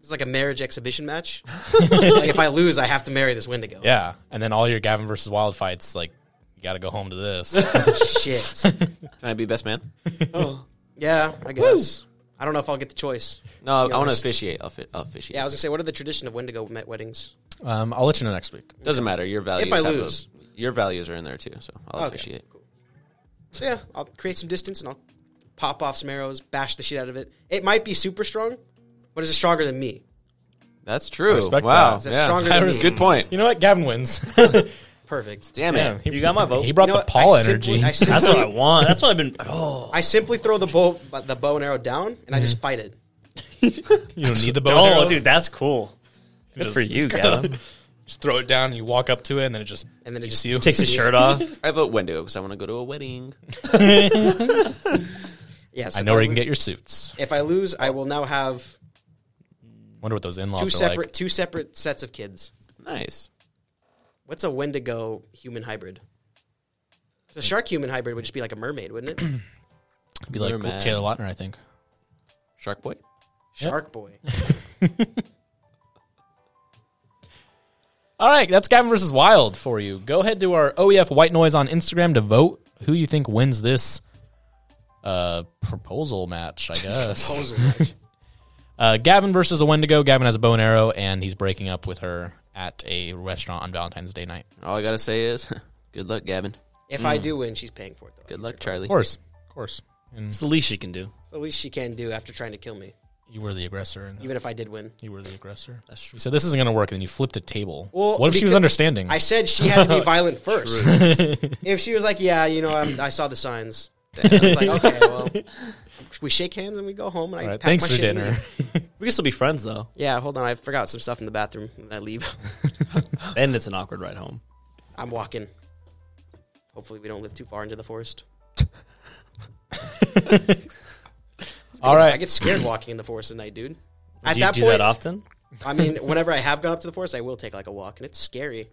Speaker 2: It's like a marriage exhibition
Speaker 1: *laughs*
Speaker 2: match. like if I lose, I have to marry this Wendigo.
Speaker 1: yeah, and then all your Gavin versus Wild fights like you got to go home to this.
Speaker 2: Shit.
Speaker 4: Can I be best man?
Speaker 2: Yeah, I guess. I don't know if I'll get the choice.
Speaker 4: No, I want to
Speaker 2: honest.
Speaker 4: officiate. I'll, fi- I'll officiate.
Speaker 2: Yeah, I was gonna say, what are the tradition of Wendigo met weddings?
Speaker 1: *laughs* um, I'll let you know next week.
Speaker 4: Doesn't matter. Your values.
Speaker 2: I
Speaker 4: have
Speaker 2: lose.
Speaker 4: those- your values are in there too, so I'll officiate.
Speaker 2: Cool. So yeah, I'll create some distance and I'll pop off some arrows, bash the shit out of it. It might be super strong, but is it stronger than me?
Speaker 4: That's true.
Speaker 1: respect
Speaker 4: wow.
Speaker 1: that.
Speaker 2: That's
Speaker 4: yeah.
Speaker 2: stronger
Speaker 1: I
Speaker 2: than
Speaker 1: was-
Speaker 2: me.
Speaker 4: Good point.
Speaker 1: You know what? Gavin wins.
Speaker 2: Perfect.
Speaker 4: Damn it.
Speaker 3: Yeah, you got my
Speaker 1: *laughs*
Speaker 3: vote.
Speaker 1: he brought
Speaker 2: You
Speaker 1: the
Speaker 2: know what?
Speaker 1: Paul
Speaker 2: I
Speaker 1: energy. *laughs*
Speaker 2: simply- I simply-
Speaker 3: That's what I want. That's what I've been. *laughs* Oh,
Speaker 2: I simply throw the bow, the bow and arrow down, and I
Speaker 1: Mm-hmm.
Speaker 2: just fight it.
Speaker 1: you don't need the bow. and
Speaker 3: oh
Speaker 1: arrow.
Speaker 3: dude, that's cool. Good for *laughs* you, Gavin.
Speaker 1: Just throw it down. and You walk up to it, and then it just
Speaker 2: And then it
Speaker 1: eats
Speaker 2: just
Speaker 1: you.
Speaker 2: *laughs*
Speaker 3: Takes his
Speaker 1: *laughs*
Speaker 3: shirt off.
Speaker 4: I vote Wendigo because I want to go to a wedding.
Speaker 2: Yes,
Speaker 1: I
Speaker 2: if
Speaker 1: know where you
Speaker 2: lose-
Speaker 1: can get your suits.
Speaker 2: If I lose, I will now have
Speaker 1: Wonder what those in-laws
Speaker 2: two
Speaker 1: are
Speaker 2: separate
Speaker 1: like.
Speaker 2: two separate sets of kids.
Speaker 4: Nice.
Speaker 2: What's a Wendigo human hybrid? So a shark human hybrid would just be like a mermaid, wouldn't
Speaker 1: *clears throat*
Speaker 2: it?
Speaker 1: It'd be like
Speaker 4: Merman.
Speaker 1: Taylor Lautner, I think.
Speaker 4: Shark Boy.
Speaker 1: *laughs*
Speaker 2: Shark boy.
Speaker 1: All right, that's Gavin versus Wild for you. Go ahead to our OEF White Noise on Instagram to vote who you think wins this uh, proposal *laughs* match. I guess Uh, Gavin versus a Wendigo. Gavin has a bow and arrow, and he's breaking up with her at a restaurant on Valentine's Day night.
Speaker 4: All I gotta say is, *laughs* good luck, Gavin.
Speaker 2: If I do win, she's paying for it though.
Speaker 4: Good luck, Charlie.
Speaker 1: Of course, of course. And
Speaker 3: It's the least you can do.
Speaker 2: So at least she can do after trying to kill me,
Speaker 1: you were the aggressor, and
Speaker 2: even if I did win.
Speaker 1: you were the aggressor. That's true. So this isn't going to work. And then you flipped a table.
Speaker 2: Well,
Speaker 1: what if she was
Speaker 2: because-
Speaker 1: understanding?
Speaker 2: I said she had to
Speaker 1: *laughs*
Speaker 2: be violent first. if she was like, "Yeah, you know, I'm, I saw the signs," then it's like, "Okay, well, we shake hands and we go home." And I
Speaker 1: All right,
Speaker 2: pack
Speaker 1: thanks
Speaker 2: my
Speaker 1: for
Speaker 2: shit and
Speaker 1: dinner.
Speaker 2: leave.
Speaker 3: We can still be friends though.
Speaker 2: Yeah, hold on, I forgot some stuff in the bathroom. and I leave.
Speaker 3: Then it's an awkward ride home.
Speaker 2: I'm walking. Hopefully, we don't live too far into
Speaker 3: *laughs*
Speaker 2: the forest.
Speaker 1: All
Speaker 2: I
Speaker 1: right,
Speaker 2: get scared walking in the forest at night, dude. At
Speaker 3: do you
Speaker 2: that
Speaker 3: do
Speaker 2: point,
Speaker 3: that often?
Speaker 2: I mean, whenever I have gone up to the forest, I will take like a walk, and it's scary.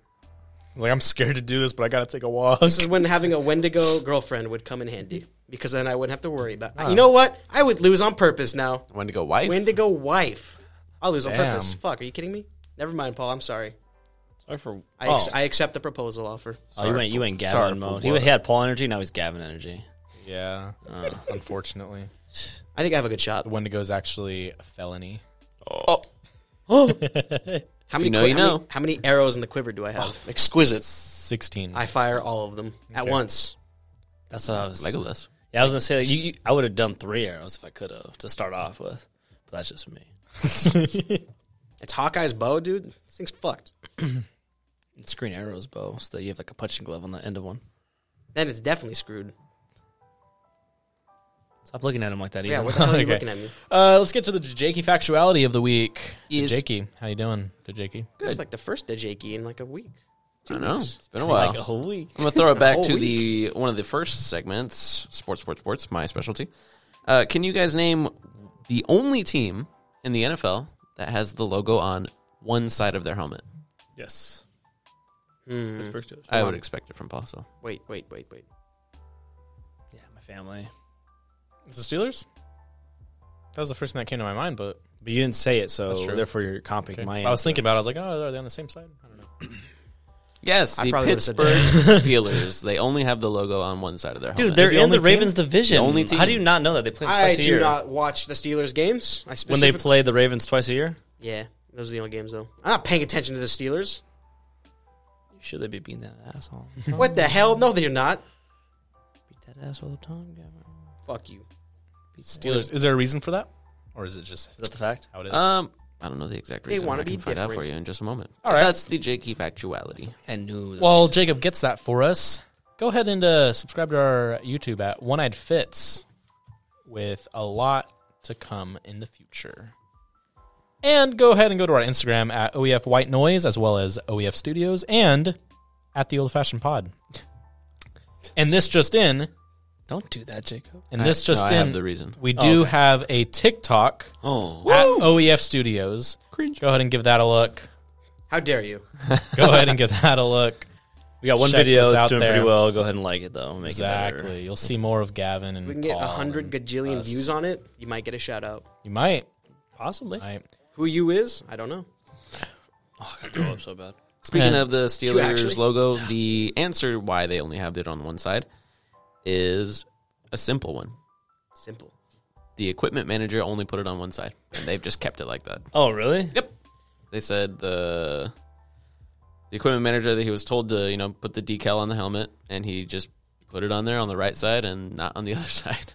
Speaker 1: like I'm scared to do this, but I got to take a walk. *laughs*
Speaker 2: This is when having a Wendigo girlfriend would come in handy because then I wouldn't have to worry about. You know what? I would lose on purpose now.
Speaker 4: Wendigo wife.
Speaker 2: Wendigo wife. I'll lose on purpose.
Speaker 1: Damn.
Speaker 2: Fuck, are you kidding me? Never mind, Paul. I'm sorry.
Speaker 3: Sorry for.
Speaker 2: I,
Speaker 3: oh.
Speaker 2: ex- I accept the proposal offer.
Speaker 3: Oh, you went. You went
Speaker 4: sorry
Speaker 3: Gavin
Speaker 4: for
Speaker 3: mode. He
Speaker 4: what?
Speaker 3: had Paul energy. Now he's Gavin energy.
Speaker 1: Yeah, uh, unfortunately,
Speaker 2: I think I have a good shot.
Speaker 1: the Wendigo is actually a felony.
Speaker 4: Oh,
Speaker 2: How many?
Speaker 4: know,
Speaker 2: qui-
Speaker 4: you
Speaker 2: how many-
Speaker 4: know.
Speaker 2: how many arrows in the quiver do I have? Exquisite.
Speaker 1: Sixteen.
Speaker 2: I fire all of them at once.
Speaker 3: That's what I was.
Speaker 4: Legolas.
Speaker 3: yeah, I was gonna say like, you, you, I would have done three arrows if I could have to start off with, but that's just me.
Speaker 2: It's Hawkeye's bow, dude. This thing's fucked.
Speaker 3: It's green arrows bow, so you have like a punching glove on the end of one.
Speaker 2: Then it's definitely screwed.
Speaker 3: Stop looking at him like that. *laughs*
Speaker 2: Yeah,
Speaker 3: Even.
Speaker 2: what the hell are you
Speaker 1: Okay.
Speaker 2: looking at me?
Speaker 1: Uh, let's get to the Jakey factuality of the week.
Speaker 2: Yes.
Speaker 1: Jakey, how you doing, Jakey?
Speaker 2: This is like the first Dejaki in like a week.
Speaker 4: I know. It's been a while.
Speaker 3: like a whole week.
Speaker 4: I'm gonna throw
Speaker 2: *laughs*
Speaker 4: it back
Speaker 2: Whole
Speaker 4: to the one of the first segments. Sports, sports, sports. My specialty. Uh, can you guys name the only team in the NFL that has the logo on one side of their helmet?
Speaker 3: Yes. Pittsburgh Steelers.
Speaker 4: I would expect it from Paul. So
Speaker 2: Wait, wait, wait, wait.
Speaker 3: Yeah, my family.
Speaker 1: The Steelers. That was the first thing that came to my mind, but
Speaker 3: But you didn't say it, so
Speaker 1: true.
Speaker 3: therefore you're comping my.
Speaker 1: I was thinking about. it. I was like, oh, are they on the same side? I don't know.
Speaker 4: yes,
Speaker 2: I
Speaker 4: the
Speaker 2: probably would've said
Speaker 4: Pittsburgh *laughs*
Speaker 2: *laughs*
Speaker 4: Steelers. They only have the logo on one side of their helmet.
Speaker 3: Dude, they're,
Speaker 1: They're the
Speaker 3: in
Speaker 1: only
Speaker 3: the
Speaker 1: team?
Speaker 3: Ravens division.
Speaker 4: The only
Speaker 3: How
Speaker 4: team.
Speaker 3: do you not know that they play
Speaker 2: I
Speaker 3: twice a
Speaker 2: do
Speaker 3: year?
Speaker 2: not watch the Steelers games. I
Speaker 3: when they
Speaker 2: specifically-
Speaker 3: play the Ravens twice a year,
Speaker 2: Yeah, those are the only games though. I'm not paying attention to the Steelers.
Speaker 3: should they be beating that *laughs* asshole?
Speaker 2: What the hell? No, they're not.
Speaker 3: Beat that asshole all the time, Gavin.
Speaker 2: Fuck you.
Speaker 1: Steelers. Is there a reason for that, or is it just
Speaker 3: Is that the fact?
Speaker 1: how it is?
Speaker 4: um, I don't know the exact
Speaker 2: They
Speaker 4: reason.
Speaker 2: wanna
Speaker 4: I can
Speaker 2: be
Speaker 4: find out for
Speaker 2: different.
Speaker 4: you in just a moment.
Speaker 1: All right.
Speaker 4: that's the Jakey factuality.
Speaker 3: I knew.
Speaker 1: While Jacob gets that for us, go ahead and uh, subscribe to our YouTube at One Eyed Fits with a lot to come in the future. And go ahead and go to our Instagram at OEF White Noise as well as OEF Studios and at the Old Fashioned Pod. And this just in,
Speaker 3: Don't do that, Jacob.
Speaker 1: and this
Speaker 4: I-
Speaker 1: just
Speaker 4: no, I
Speaker 1: in,
Speaker 4: have the reason.
Speaker 1: we do have a TikTok
Speaker 4: Oh,
Speaker 1: at OEF Studios. Go ahead and give that a look.
Speaker 2: How dare you?
Speaker 1: Go ahead and give that a look.
Speaker 3: We got one
Speaker 1: Check
Speaker 3: video
Speaker 1: this
Speaker 3: that's
Speaker 1: out
Speaker 3: doing
Speaker 1: there.
Speaker 3: pretty well. Go ahead and like it though. Make It better.
Speaker 1: Exactly. You'll see more of Gavin and
Speaker 2: If we
Speaker 1: *laughs*
Speaker 2: can get
Speaker 1: Paul
Speaker 2: hundred
Speaker 1: and
Speaker 2: gajillion
Speaker 1: us.
Speaker 2: views on it, you might get a shout out.
Speaker 1: You might.
Speaker 3: Possibly. I
Speaker 1: might.
Speaker 2: Who you is? I don't know.
Speaker 3: could throw up so bad.
Speaker 4: Speaking
Speaker 1: Yeah.
Speaker 4: of the
Speaker 2: actually-
Speaker 4: Steelers logo, the answer why they only have it on one side is a simple one.
Speaker 2: Simple.
Speaker 4: The equipment manager only put it on one side, and they've just kept it like that.
Speaker 3: Oh, really?
Speaker 4: Yep. They said the the equipment manager that he was told to, you know, put the decal on the helmet, and he just put it on there on the right side and not on the *laughs* other side.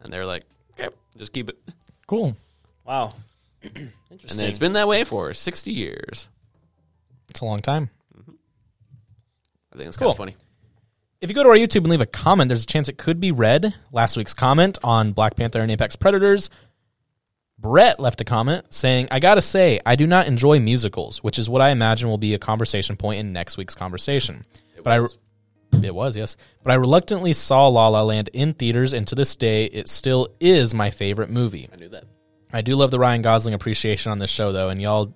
Speaker 4: And they were like, okay, just keep it.
Speaker 1: Cool.
Speaker 3: Wow.
Speaker 4: And
Speaker 3: Interesting.
Speaker 4: then it's been that way for 60 years.
Speaker 1: It's a long time.
Speaker 4: I think it's
Speaker 1: Cool.
Speaker 4: kind of funny.
Speaker 1: If you go to our YouTube and leave a comment, there's a chance it could be read. Last week's comment on Black Panther and Apex Predators. Brett left a comment saying, I gotta say, I do not enjoy musicals, which is what I imagine will be a conversation point in next week's conversation. but
Speaker 4: was.
Speaker 1: I re- it was, yes. But I reluctantly saw La La Land in theaters, and to this day, it still is my favorite movie.
Speaker 4: I knew that.
Speaker 1: I do love the Ryan Gosling appreciation on this show, though, and y'all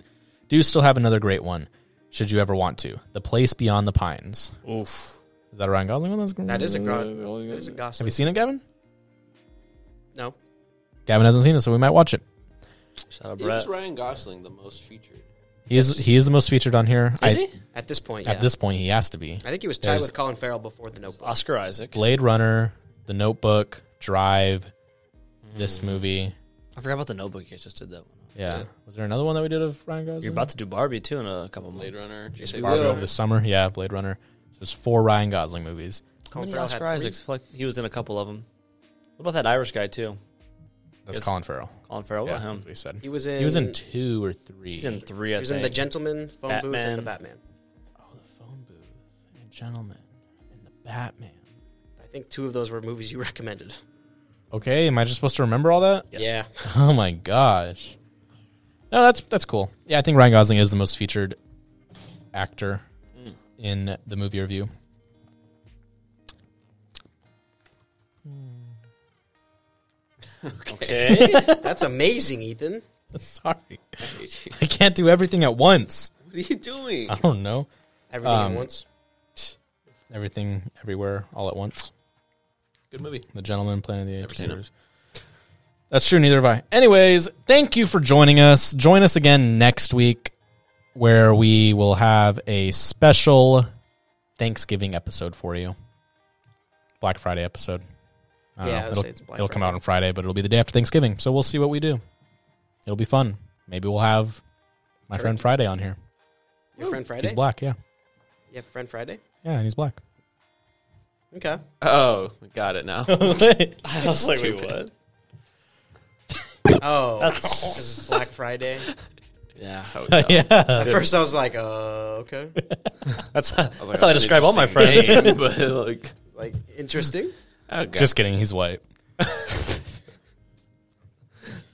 Speaker 1: do still have another great one, should you ever want to. The Place Beyond the Pines.
Speaker 3: Oof.
Speaker 1: Is that a Ryan Gosling one? That's
Speaker 2: That is a gro- that is a
Speaker 1: Have
Speaker 2: gossip.
Speaker 1: you seen it, Gavin?
Speaker 2: No.
Speaker 1: Gavin hasn't seen it, so we might watch it.
Speaker 3: Shout out Brett.
Speaker 4: Ryan Gosling the most featured?
Speaker 1: He is he is the most featured on here.
Speaker 3: Is
Speaker 1: I-
Speaker 3: he?
Speaker 2: At this point,
Speaker 1: At
Speaker 2: yeah.
Speaker 1: this point, he has to be.
Speaker 2: I think he was tied
Speaker 1: There's-
Speaker 2: with Colin Farrell before the Notebook.
Speaker 3: Oscar Isaac.
Speaker 1: Blade Runner, The Notebook, Drive, this
Speaker 3: Mm.
Speaker 1: movie.
Speaker 3: I forgot about the Notebook. You guys just did that one.
Speaker 1: Yeah. Was there another one that we did of Ryan Gosling?
Speaker 3: You're about to do Barbie too in a couple months.
Speaker 4: Blade Runner. Jason
Speaker 1: Barbie over the summer. Yeah, Blade Runner. So there's four Ryan Gosling movies.
Speaker 3: How
Speaker 2: Colin
Speaker 3: many
Speaker 2: Farrell had
Speaker 3: Oscar
Speaker 2: three.
Speaker 3: Isaacs? I feel like he was in a couple of them. What about that Irish guy too?
Speaker 1: That's
Speaker 3: Yes.
Speaker 1: Colin Farrell.
Speaker 3: Colin Farrell. What
Speaker 1: Yeah,
Speaker 3: about
Speaker 1: as
Speaker 3: him.
Speaker 1: we said.
Speaker 2: He was in.
Speaker 1: He was in two or three.
Speaker 3: He's in three. I
Speaker 2: He was in
Speaker 3: think.
Speaker 2: the Gentleman, Phone Booth, and the
Speaker 3: Batman.
Speaker 2: Batman.
Speaker 1: Oh, the phone booth and gentleman and the Batman.
Speaker 2: I think two of those were movies you *laughs* recommended.
Speaker 1: Okay, am I just supposed to remember all that?
Speaker 2: Yeah.
Speaker 1: *laughs* Oh my gosh. No, that's that's cool. Yeah, I think Ryan Gosling is the most featured actor in the movie review. *laughs*
Speaker 3: okay.
Speaker 2: That's amazing, Ethan.
Speaker 1: Sorry.
Speaker 4: What
Speaker 1: I can't do everything at once.
Speaker 4: are you doing?
Speaker 1: I don't know.
Speaker 2: Everything
Speaker 1: Uh, Um,
Speaker 2: at once.
Speaker 1: Everything everywhere all at once.
Speaker 4: Good movie.
Speaker 1: The Gentleman, Planet of the Apes
Speaker 4: seen it.
Speaker 1: series. That's true. Neither have I. Anyways, thank you for joining us. Join us again next week, where we will have a special Thanksgiving episode for you. Black Friday episode. I don't
Speaker 2: Yeah, I
Speaker 1: know.
Speaker 2: would
Speaker 1: it'll,
Speaker 2: say it's Black
Speaker 1: it'll come
Speaker 2: Friday.
Speaker 1: out on Friday, but it'll be the day after Thanksgiving. So we'll see what we do. It'll be fun. Maybe we'll have my friend Friday on here.
Speaker 2: Your friend Friday?
Speaker 1: He's black. Yeah,
Speaker 2: You have a friend Friday?
Speaker 1: yeah, and he's black.
Speaker 2: Okay.
Speaker 4: Oh, got it now.
Speaker 3: *laughs*
Speaker 4: *laughs*
Speaker 3: I was like, wait,
Speaker 4: Stupid.
Speaker 3: what?
Speaker 2: Oh.
Speaker 1: *laughs*
Speaker 2: That's is Black Friday.
Speaker 3: *laughs* Yeah.
Speaker 4: Oh, no.
Speaker 2: At first, I was like, uh, okay.
Speaker 4: was like,
Speaker 3: That's that's how I
Speaker 4: that's an
Speaker 3: describe all
Speaker 4: *laughs*
Speaker 3: my friends.
Speaker 4: interesting game, but like,
Speaker 2: It's like, interesting.
Speaker 4: oh, God.
Speaker 1: Just kidding. He's white.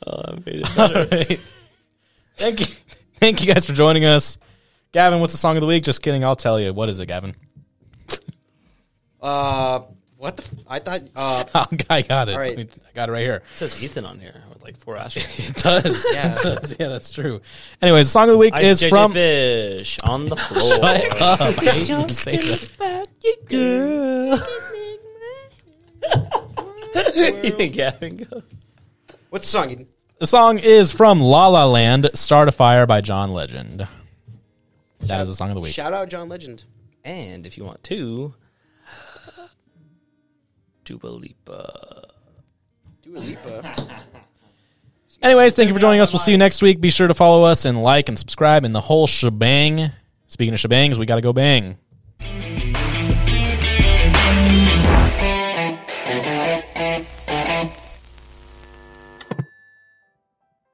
Speaker 1: All right. Thank you. Thank you guys for joining us. Gavin, what's the song of the week? Just kidding. I'll tell you. What is it, Gavin? *laughs*
Speaker 2: Uh, what the? F- I thought. Uh,
Speaker 1: Oh, I got it.
Speaker 2: All right.
Speaker 1: Let me- I got it right here.
Speaker 3: It says Ethan on here with like four ashtrays.
Speaker 1: It does.
Speaker 2: *laughs* Yeah.
Speaker 1: It does. *laughs* yeah, that's true. Anyways, the song of the week is
Speaker 3: Ice JJ
Speaker 1: from. *laughs*
Speaker 3: Fish on the floor.
Speaker 1: Shut up. I hate when you say that.
Speaker 3: Gavin goes.
Speaker 2: what's the song? Ethan?
Speaker 1: The song is from La La Land, Start a Fire by John Legend. That is the song of the week.
Speaker 2: Shout out John Legend.
Speaker 3: And if you want to, Dua Lipa.
Speaker 2: Dua Lipa.
Speaker 1: Anyways, thank you for joining us. We'll see you next week. Be sure to follow us and like and subscribe and the whole shebang. Speaking of shebangs, we got to go bang.